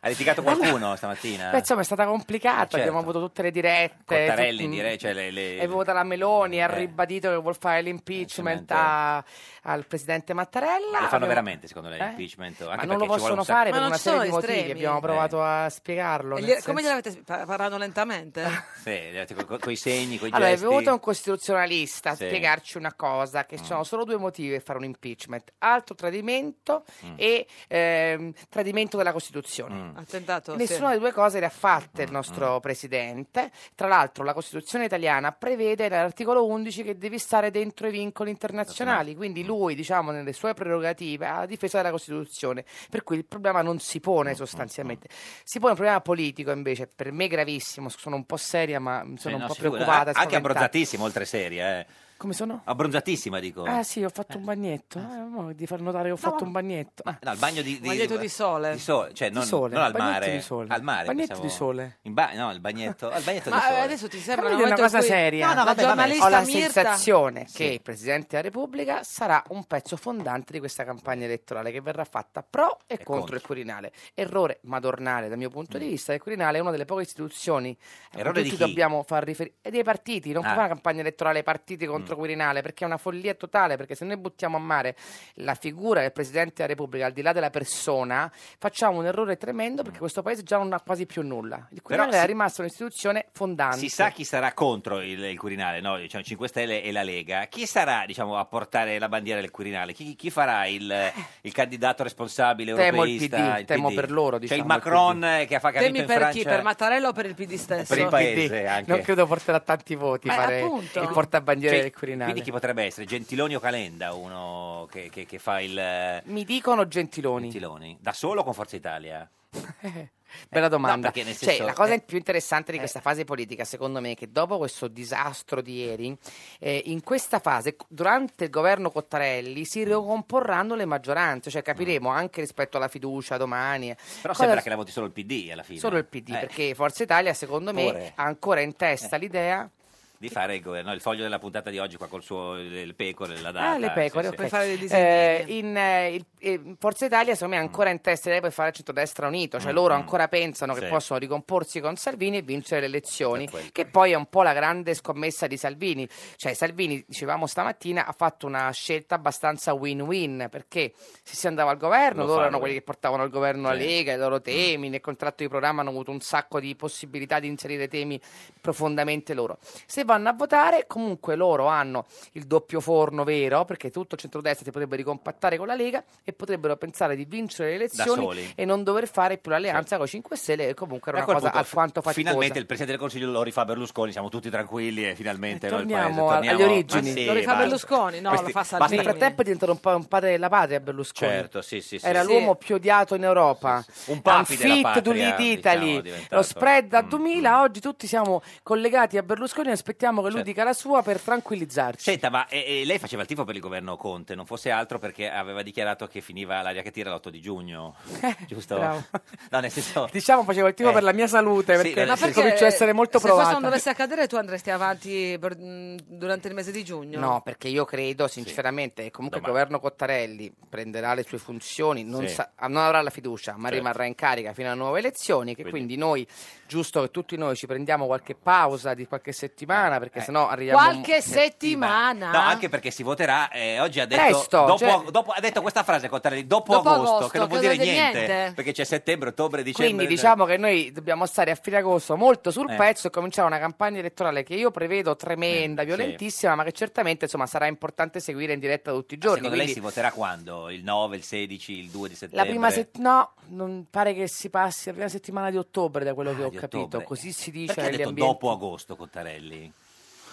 Speaker 2: ha litigato qualcuno stamattina?
Speaker 1: cioè,
Speaker 11: Beh, insomma, è stata complicata.
Speaker 2: certo.
Speaker 11: Abbiamo avuto tutte le dirette.
Speaker 2: Cottarelli
Speaker 1: eh,
Speaker 11: tut-
Speaker 2: direi, cioè le, le-
Speaker 11: È votata la Meloni, ha
Speaker 2: Eh.
Speaker 11: ribadito che vuol fare l'impeachment a- al presidente Mattarella.
Speaker 2: lo fanno
Speaker 11: Abbiamo-
Speaker 2: veramente secondo lei
Speaker 11: Eh?
Speaker 2: l'impeachment?
Speaker 11: Ma
Speaker 2: Anche
Speaker 11: non lo
Speaker 2: perché ci vuole
Speaker 11: possono
Speaker 2: un Eh. sacco-
Speaker 11: fare
Speaker 1: Ma
Speaker 11: per
Speaker 1: non
Speaker 11: una
Speaker 1: ci sono
Speaker 11: serie di motivi.
Speaker 1: estremi.
Speaker 11: Abbiamo provato a spiegarlo.
Speaker 1: E gli-
Speaker 11: nel
Speaker 1: Come
Speaker 11: senso-
Speaker 1: gliel'avete parlando lentamente? *laughs*
Speaker 2: Sì, eh, con, i segni, con i
Speaker 11: Allora, è
Speaker 2: gesti.
Speaker 11: venuto un costituzionalista a
Speaker 2: Sì. Mm.
Speaker 11: spiegarci una cosa, che sono solo due motivi per fare un impeachment, alto tradimento
Speaker 2: Mm.
Speaker 11: e ehm, tradimento della Costituzione.
Speaker 2: Esatto,
Speaker 1: Attentato. sì.
Speaker 11: Nessuna delle due cose le ha fatte il nostro presidente. Tra l'altro, la Costituzione italiana prevede nell'articolo 11 che devi stare dentro i vincoli internazionali. Quindi, lui, diciamo, nelle sue prerogative ha la difesa della Costituzione. Per cui il problema non si
Speaker 2: Mm,
Speaker 11: pone sostanzialmente. Si pone un problema politico, invece, per me gravissimo. Sono un po' seria, ma sono
Speaker 2: Sì,
Speaker 11: un
Speaker 2: no,
Speaker 11: po'
Speaker 2: si figura.
Speaker 11: preoccupata.
Speaker 2: Ah,
Speaker 11: spaventata.
Speaker 2: Anche abbronzatissima, oltre seria. eh.
Speaker 11: Come sono?
Speaker 2: Abbronzatissima, dico.
Speaker 11: Ah, sì, ho fatto un bagnetto. Eh, mo di far notare che ho fatto un bagnetto.
Speaker 2: No, il bagno di,
Speaker 11: Bagnetto di sole.
Speaker 2: di sole, cioè non,
Speaker 11: sole,
Speaker 2: non al
Speaker 11: bagnetto
Speaker 2: mare.
Speaker 11: di sole.
Speaker 2: Al mare.
Speaker 11: Bagnetto
Speaker 2: pensavo.
Speaker 11: di sole. Ah,
Speaker 2: In ba- no, il bagnetto,
Speaker 11: *laughs*
Speaker 2: al bagnetto
Speaker 1: Ma
Speaker 2: di sole.
Speaker 1: eh, adesso ti sembra
Speaker 11: Fammi dire
Speaker 1: momento
Speaker 11: una cosa
Speaker 1: in cui-
Speaker 11: seria.
Speaker 1: No, no, la giornalista
Speaker 11: Ho la
Speaker 1: Mirta-
Speaker 11: sensazione che il Presidente della Repubblica sarà un pezzo fondante di questa campagna elettorale che verrà fatta pro e, contro,
Speaker 2: contro.
Speaker 11: il Quirinale. Errore madornale dal mio punto
Speaker 1: Mm.
Speaker 11: di vista, il Quirinale è una delle poche istituzioni a
Speaker 2: Errore
Speaker 11: cui
Speaker 2: di
Speaker 11: tutti
Speaker 2: chi?
Speaker 11: dobbiamo far riferimento. Dei partiti, non può
Speaker 2: Ah. Mm.
Speaker 11: fare una campagna elettorale ai partiti contro Quirinale perché è una follia totale, perché se noi buttiamo a mare la figura del Presidente della Repubblica al di là della persona, facciamo un errore tremendo perché questo Paese già non ha quasi più nulla. Il Quirinale
Speaker 2: Mm. si-
Speaker 11: è rimasto un'istituzione fondante.
Speaker 2: Si sa chi sarà contro il, il Quirinale, no? Diciamo 5 Stelle e la Lega. Chi sarà diciamo, a portare la bandiera del Quirinale? Chi, chi farà il, il candidato responsabile
Speaker 11: Temo il
Speaker 2: europeista?
Speaker 11: PD, temo per loro,
Speaker 2: C'è
Speaker 11: diciamo,
Speaker 2: il
Speaker 11: il
Speaker 2: Macron eh, che fa capito
Speaker 1: Temi
Speaker 2: in
Speaker 1: per
Speaker 2: Francia.
Speaker 1: chi? Per Mattarella o per il PD stesso?
Speaker 2: Per il
Speaker 11: Eh,
Speaker 2: paese anche.
Speaker 11: Non credo porterà tanti voti
Speaker 1: Eh,
Speaker 11: fare
Speaker 1: appunto.
Speaker 11: il portabandiere
Speaker 2: Cioè,
Speaker 11: del Quirinale.
Speaker 2: Quindi chi potrebbe essere? Gentiloni o Calenda, uno che, che- che fa il... eh,
Speaker 11: Mi dicono Gentiloni.
Speaker 2: Gentiloni. Da solo o con Forza Italia?
Speaker 11: *laughs*
Speaker 2: Eh,
Speaker 11: Bella
Speaker 2: no,
Speaker 11: domanda.
Speaker 2: perché nel
Speaker 11: Cioè,
Speaker 2: senso-
Speaker 11: la cosa
Speaker 2: eh.
Speaker 11: più interessante di questa fase politica, secondo me, è che dopo questo disastro di ieri, eh, in questa fase, durante il governo Cottarelli, si ricomporranno le maggioranze. Cioè, capiremo anche rispetto alla fiducia domani.
Speaker 2: Mm. Però
Speaker 11: Cosa-
Speaker 2: sembra che la voti solo il PD alla fine.
Speaker 11: Solo il PD,
Speaker 2: Eh,
Speaker 11: perché Forza Italia, secondo me,
Speaker 2: Pure.
Speaker 11: ha ancora in testa l'idea
Speaker 2: Di fare il governo. Il foglio della puntata di oggi qua col suo... il pecore, la data.
Speaker 11: Ah, le pecore,
Speaker 2: sì,
Speaker 11: ok.
Speaker 2: sì.
Speaker 11: Eh, in, eh, il- eh, Forza Italia, secondo me, è ancora in testa l'idea per fare il centrodestra unito, cioè loro ancora pensano che
Speaker 2: Mm, Sì.
Speaker 11: possono ricomporsi con Salvini e vincere le elezioni, che poi è un po' la grande scommessa di Salvini. Cioè, Salvini, dicevamo stamattina, ha fatto una scelta abbastanza win-win, perché se si andava al governo,
Speaker 12: Lo
Speaker 11: loro
Speaker 12: fa
Speaker 11: erano
Speaker 12: lui.
Speaker 11: quelli che portavano al governo la
Speaker 12: Sì.
Speaker 11: Lega, i
Speaker 2: Mm.
Speaker 11: loro temi, nel contratto di programma hanno avuto un sacco di possibilità di inserire temi profondamente loro. Se vanno a votare, comunque loro hanno il doppio forno vero, perché tutto il centrodestra si potrebbe ricompattare con la Lega e potrebbero pensare di vincere le elezioni
Speaker 2: soli.
Speaker 11: e non dover fare più l'alleanza con i 5 Stelle, che comunque era
Speaker 2: A
Speaker 11: Eh, una
Speaker 2: quel
Speaker 11: cosa
Speaker 2: punto,
Speaker 11: alquanto faticosa.
Speaker 2: Finalmente il Presidente del Consiglio lo rifà Berlusconi, siamo tutti tranquilli e finalmente no, il
Speaker 11: torniamo
Speaker 2: paese-
Speaker 11: a-
Speaker 2: torniamo-
Speaker 11: agli origini.
Speaker 2: Ma sì,
Speaker 11: Lo rifà
Speaker 2: ma-
Speaker 11: Berlusconi?
Speaker 1: No,
Speaker 2: questi-
Speaker 1: lo fa
Speaker 2: basta-
Speaker 11: Nel frattempo è diventato un, po' un padre della patria Berlusconi.
Speaker 2: Certo, sì, sì, sì.
Speaker 11: Era
Speaker 2: Sì.
Speaker 11: l'uomo più odiato in Europa.
Speaker 2: Un papi
Speaker 11: Un
Speaker 2: della
Speaker 11: fit
Speaker 2: patria,
Speaker 11: to lead
Speaker 2: diciamo,
Speaker 11: Italy.
Speaker 2: è diventato. Mm,
Speaker 11: Lo spread da 2000, oggi tutti siamo collegati a Berlusconi e aspettiamo che lui
Speaker 2: Certo.
Speaker 11: dica la sua per tranquillizzarci.
Speaker 2: Senta, ma eh, eh, lei faceva il tifo per il governo Conte, non fosse altro perché aveva dichiarato che finiva l'aria che tira l'8
Speaker 11: *laughs*
Speaker 2: di giugno, giusto?
Speaker 11: bravo.
Speaker 2: *laughs* No,
Speaker 11: *laughs*
Speaker 2: nel senso...
Speaker 11: Diciamo facevo il tipo
Speaker 2: Eh.
Speaker 11: per la mia salute
Speaker 2: Sì,
Speaker 11: perché,
Speaker 2: nel Ma senso-
Speaker 11: comincio a essere molto
Speaker 1: se
Speaker 11: provata.
Speaker 1: questo non dovesse accadere tu andresti avanti per- mh, durante il mese di giugno
Speaker 11: No, perché io credo sinceramente che comunque il governo Cottarelli prenderà le sue funzioni, non,
Speaker 1: Sì.
Speaker 11: sa- ah, non avrà la fiducia, ma
Speaker 1: Certo.
Speaker 11: rimarrà in carica fino a nuove elezioni, che
Speaker 1: Quindi-
Speaker 11: quindi, noi, giusto che tutti noi ci prendiamo qualche pausa di qualche settimana, perché sennò arriviamo...
Speaker 1: Eh, qualche settimana
Speaker 2: No, anche perché si voterà, eh, oggi ha detto,
Speaker 11: Ah. Presto,
Speaker 2: dopo,
Speaker 11: cioè-
Speaker 2: dopo- ha detto questa frase Cottarelli, dopo,
Speaker 11: Dopo
Speaker 2: agosto,
Speaker 11: agosto,
Speaker 2: che non vuol
Speaker 11: che
Speaker 2: dire
Speaker 11: non vuol dire
Speaker 2: niente,
Speaker 11: niente.
Speaker 2: perché c'è settembre, ottobre, dicembre...
Speaker 11: Quindi diciamo che noi dobbiamo stare a fine agosto molto sul
Speaker 2: Eh.
Speaker 11: pezzo e cominciare una campagna elettorale che io prevedo tremenda,
Speaker 1: Eh,
Speaker 11: violentissima, ma che certamente insomma sarà importante seguire in diretta tutti
Speaker 1: Ah,
Speaker 11: i
Speaker 2: Ma
Speaker 11: giorni.
Speaker 2: Secondo lei
Speaker 11: quindi-
Speaker 2: si voterà quando? Il 9, il 16, il 2 di
Speaker 11: La
Speaker 2: settembre?
Speaker 11: prima settimana, no, non pare che si passi la prima settimana di ottobre, da quello che ho
Speaker 2: Ah, di
Speaker 11: capito.
Speaker 2: ottobre.
Speaker 11: Così si dice
Speaker 2: Perché ha
Speaker 11: negli
Speaker 2: detto
Speaker 11: ambienti.
Speaker 2: dopo agosto Cottarelli?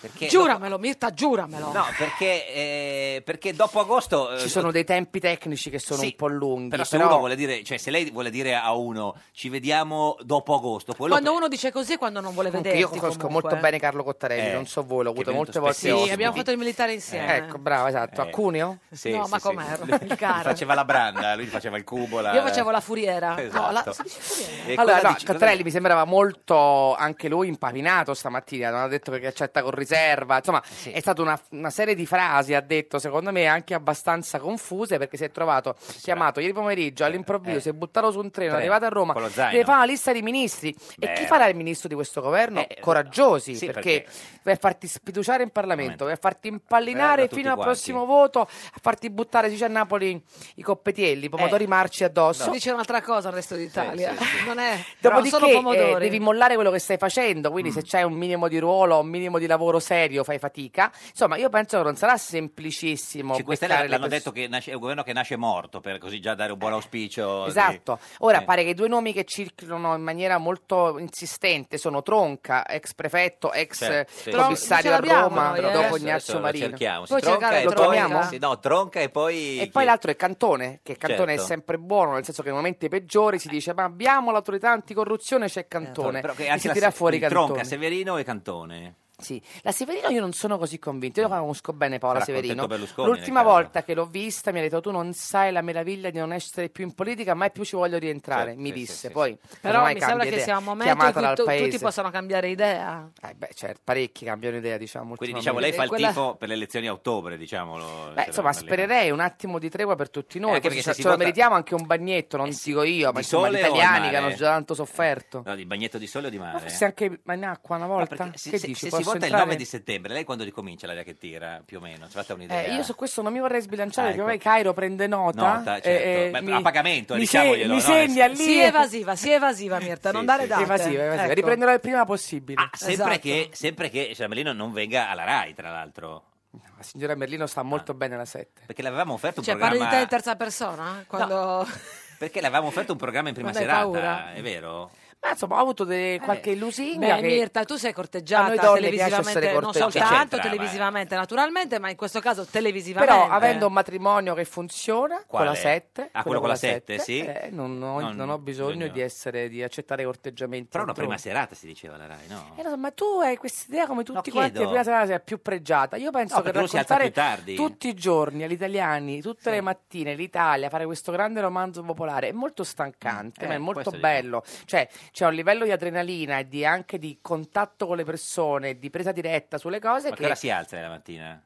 Speaker 2: Perché
Speaker 1: giuramelo Mirta giuramelo
Speaker 2: No, perché, eh, perché dopo agosto... eh,
Speaker 11: Ci sono dei tempi tecnici che sono
Speaker 2: Sì,
Speaker 11: un po' lunghi.
Speaker 2: Però se uno vuole dire, cioè se lei vuole dire a uno ci vediamo dopo agosto, quello
Speaker 1: quando uno dice così è quando non vuole
Speaker 11: Comunque
Speaker 1: vederti
Speaker 11: io conosco
Speaker 1: comunque.
Speaker 11: molto bene Carlo Cottarelli,
Speaker 2: Eh,
Speaker 11: non so voi, l'ho
Speaker 2: che è
Speaker 11: avuto
Speaker 2: venuto
Speaker 11: molte volte.
Speaker 1: sì abbiamo fatto il militare insieme
Speaker 11: Ecco, bravo, esatto. A
Speaker 2: Eh.
Speaker 11: Cuneo?
Speaker 2: Sì,
Speaker 1: no
Speaker 2: sì,
Speaker 1: ma
Speaker 2: sì.
Speaker 1: com'era
Speaker 2: Lui-
Speaker 1: il cara
Speaker 2: Lui *laughs* faceva la branda, lui faceva il cubo. La...
Speaker 1: io facevo la furiera no
Speaker 2: Esatto.
Speaker 1: la si dice furiera
Speaker 2: E
Speaker 11: allora,
Speaker 2: cosa
Speaker 11: no,
Speaker 2: dici- cosa-
Speaker 11: Cottarelli mi sembrava molto anche lui impapinato stamattina. Non ha detto che accetta con riserva. Insomma,
Speaker 2: Eh
Speaker 11: è stata una, una serie di frasi, ha detto, secondo me, anche abbastanza confuse perché si è trovato chiamato ieri pomeriggio all'improvviso. Si è buttato su un treno, è
Speaker 2: Treno,
Speaker 11: arrivato a Roma,
Speaker 2: Eh, con lo zaino.
Speaker 11: deve fare una lista di ministri. E
Speaker 2: Beh. Eh,
Speaker 11: chi farà il ministro di questo governo? Coraggiosi,
Speaker 2: sì,
Speaker 11: perché, per farti sfiduciare in Parlamento, per farti
Speaker 2: Verranno
Speaker 11: impallinare
Speaker 2: tutti
Speaker 11: fino al
Speaker 2: quanti.
Speaker 11: prossimo voto, a farti buttare, si dice a Napoli, i coppetielli, i
Speaker 2: Eh.
Speaker 11: pomodori marci addosso.
Speaker 1: si dice un'altra cosa al resto d'Italia non è non sono
Speaker 11: Dopodiché eh,
Speaker 1: pomodori
Speaker 11: devi mollare quello che stai facendo, quindi
Speaker 2: Mm.
Speaker 11: se c'è un minimo di ruolo, un minimo di lavoro serio, fai fatica. Insomma, io penso che non sarà semplicissimo.
Speaker 2: 5 Stelle
Speaker 11: beccare le
Speaker 2: l'hanno
Speaker 11: persone.
Speaker 2: detto che nasce- è un governo che nasce morto, per così già dare un buon auspicio. di-
Speaker 11: Esatto, ora
Speaker 2: Eh.
Speaker 11: pare che i due nomi che circolano in maniera molto insistente sono Tronca, ex prefetto, ex
Speaker 2: Certo, sì.
Speaker 11: eh,
Speaker 2: Tron-
Speaker 11: commissario a
Speaker 2: non ce l'abbiamo
Speaker 11: Roma,
Speaker 2: noi, eh.
Speaker 11: dopo
Speaker 2: Adesso- adesso
Speaker 11: Ignazio
Speaker 2: lo
Speaker 11: Marino.
Speaker 2: cerchiamo, sì, Tronca e
Speaker 11: lo
Speaker 2: poi-
Speaker 11: troviamo?
Speaker 2: sì, no, Tronca e poi...
Speaker 11: E poi l'altro è Cantone, che Cantone
Speaker 2: Certo.
Speaker 11: è sempre buono, nel senso che nei momenti peggiori si dice ma abbiamo l'autorità anticorruzione,
Speaker 2: Eh,
Speaker 11: c'è Cantone,
Speaker 2: Però che
Speaker 11: e
Speaker 2: anche
Speaker 11: si
Speaker 2: la-
Speaker 11: tira fuori
Speaker 2: quindi
Speaker 11: Cantone.
Speaker 2: Tronca, Severino e Cantone.
Speaker 11: Sì, la Severino io non sono così convinto, io la conosco bene Paola
Speaker 2: Sarà
Speaker 11: Severino.
Speaker 2: contento Berlusconi,
Speaker 11: L'ultima
Speaker 2: nel caso.
Speaker 11: volta che l'ho vista mi ha detto tu non sai la meraviglia di non essere più in politica, mai più ci voglio rientrare,
Speaker 2: Certo,
Speaker 11: mi
Speaker 2: sì,
Speaker 11: disse.
Speaker 2: sì, sì,
Speaker 11: Poi
Speaker 1: però
Speaker 11: ormai
Speaker 1: mi sembra
Speaker 11: cambia
Speaker 1: che
Speaker 11: idea.
Speaker 1: sia un momento in
Speaker 11: Chiamatela
Speaker 1: cui
Speaker 11: al
Speaker 1: tu- tutti
Speaker 11: paese.
Speaker 1: possono cambiare idea
Speaker 11: Eh, beh, certo, parecchi cambiano idea, diciamo.
Speaker 2: Quindi diciamo lei fa il
Speaker 11: ultimamente.
Speaker 2: tifo Cioè, per le elezioni a ottobre, diciamolo.
Speaker 11: Beh, insomma, spererei un attimo di tregua per tutti noi.
Speaker 2: Eh, anche
Speaker 11: forse
Speaker 2: perché se
Speaker 11: ce,
Speaker 2: si
Speaker 11: ce lo
Speaker 2: vota-
Speaker 11: meritiamo anche un bagnetto, non dico io, ma
Speaker 2: di
Speaker 11: insomma, gli
Speaker 2: sole o al
Speaker 11: italiani che
Speaker 2: mare? Eh,
Speaker 11: hanno già tanto sofferto.
Speaker 2: No, il bagnetto di sole o di mare?
Speaker 11: Forse anche in acqua una volta.
Speaker 2: Se,
Speaker 11: che
Speaker 2: se-
Speaker 11: dici?
Speaker 2: se si
Speaker 11: posso
Speaker 2: vota il
Speaker 11: entrare?
Speaker 2: 9 di settembre, lei quando ricomincia l'aria che tira, più o meno? Ci fate un'idea?
Speaker 11: Eh, io su questo non mi vorrei sbilanciare,
Speaker 2: Ah,
Speaker 11: perché
Speaker 2: ecco.
Speaker 11: ormai Cairo prende nota.
Speaker 2: Nota,
Speaker 11: eh,
Speaker 2: certo.
Speaker 11: eh,
Speaker 2: Beh,
Speaker 11: mi-
Speaker 2: a pagamento,
Speaker 11: mi,
Speaker 2: diciamoglielo, no?
Speaker 11: mi segna lì.
Speaker 1: Sii evasiva, sii evasiva Mirta, non dare date.
Speaker 11: Evasiva, evasiva.
Speaker 1: Ecco.
Speaker 11: Riprenderò il prima possibile.
Speaker 2: Ah, Sempre
Speaker 11: Esatto.
Speaker 2: che, sempre che Ciamellino non venga alla RAI, tra l'altro. Ah.
Speaker 11: La signora Merlino sta molto bene la 7.
Speaker 2: Perché le avevamo offerto un
Speaker 1: Cioè, parli di te
Speaker 2: programma...
Speaker 1: in terza persona? eh, Quando... *laughs*
Speaker 2: Perché le avevamo offerto un programma in prima
Speaker 1: Quando hai
Speaker 2: serata,
Speaker 1: paura?
Speaker 2: è vero?
Speaker 11: Ma insomma, ho avuto de- qualche lusinga.
Speaker 1: Eh. Beh,
Speaker 11: che...
Speaker 1: Mirta, tu sei
Speaker 11: A
Speaker 1: corteggiata
Speaker 11: noi donne piace
Speaker 1: televisivamente,
Speaker 11: essere
Speaker 1: non
Speaker 11: corteggiate.
Speaker 1: soltanto
Speaker 11: C'entra, ma-
Speaker 1: televisivamente, naturalmente, ma in questo caso televisivamente.
Speaker 11: Però avendo un matrimonio che funziona, con
Speaker 2: Quale?
Speaker 11: la 7,
Speaker 2: Ah, quello con la sette, sì.
Speaker 11: eh, non, ho,
Speaker 2: Non-
Speaker 11: non ho bisogno
Speaker 2: bisogna-
Speaker 11: di, essere, di accettare corteggiamenti.
Speaker 2: Però una
Speaker 11: altrui.
Speaker 2: prima serata si diceva alla RAI, no?
Speaker 11: Eh, no, ma tu hai questa idea come tutti
Speaker 2: chiedo.
Speaker 11: quanti, la prima serata sei più pregiata. Io penso
Speaker 2: No,
Speaker 11: che
Speaker 2: perché uno si alza
Speaker 11: raccontare
Speaker 2: più tardi.
Speaker 11: tutti i giorni agli italiani, tutte le mattine, l'Italia, fare questo grande romanzo popolare è molto stancante,
Speaker 2: Mm,
Speaker 11: ma
Speaker 2: eh,
Speaker 11: è molto
Speaker 2: questo dico.
Speaker 11: bello. Cioè, c'è un livello di adrenalina e di, anche di contatto con le persone, di presa diretta sulle cose
Speaker 2: Ma che
Speaker 11: che
Speaker 2: ora si alza la mattina?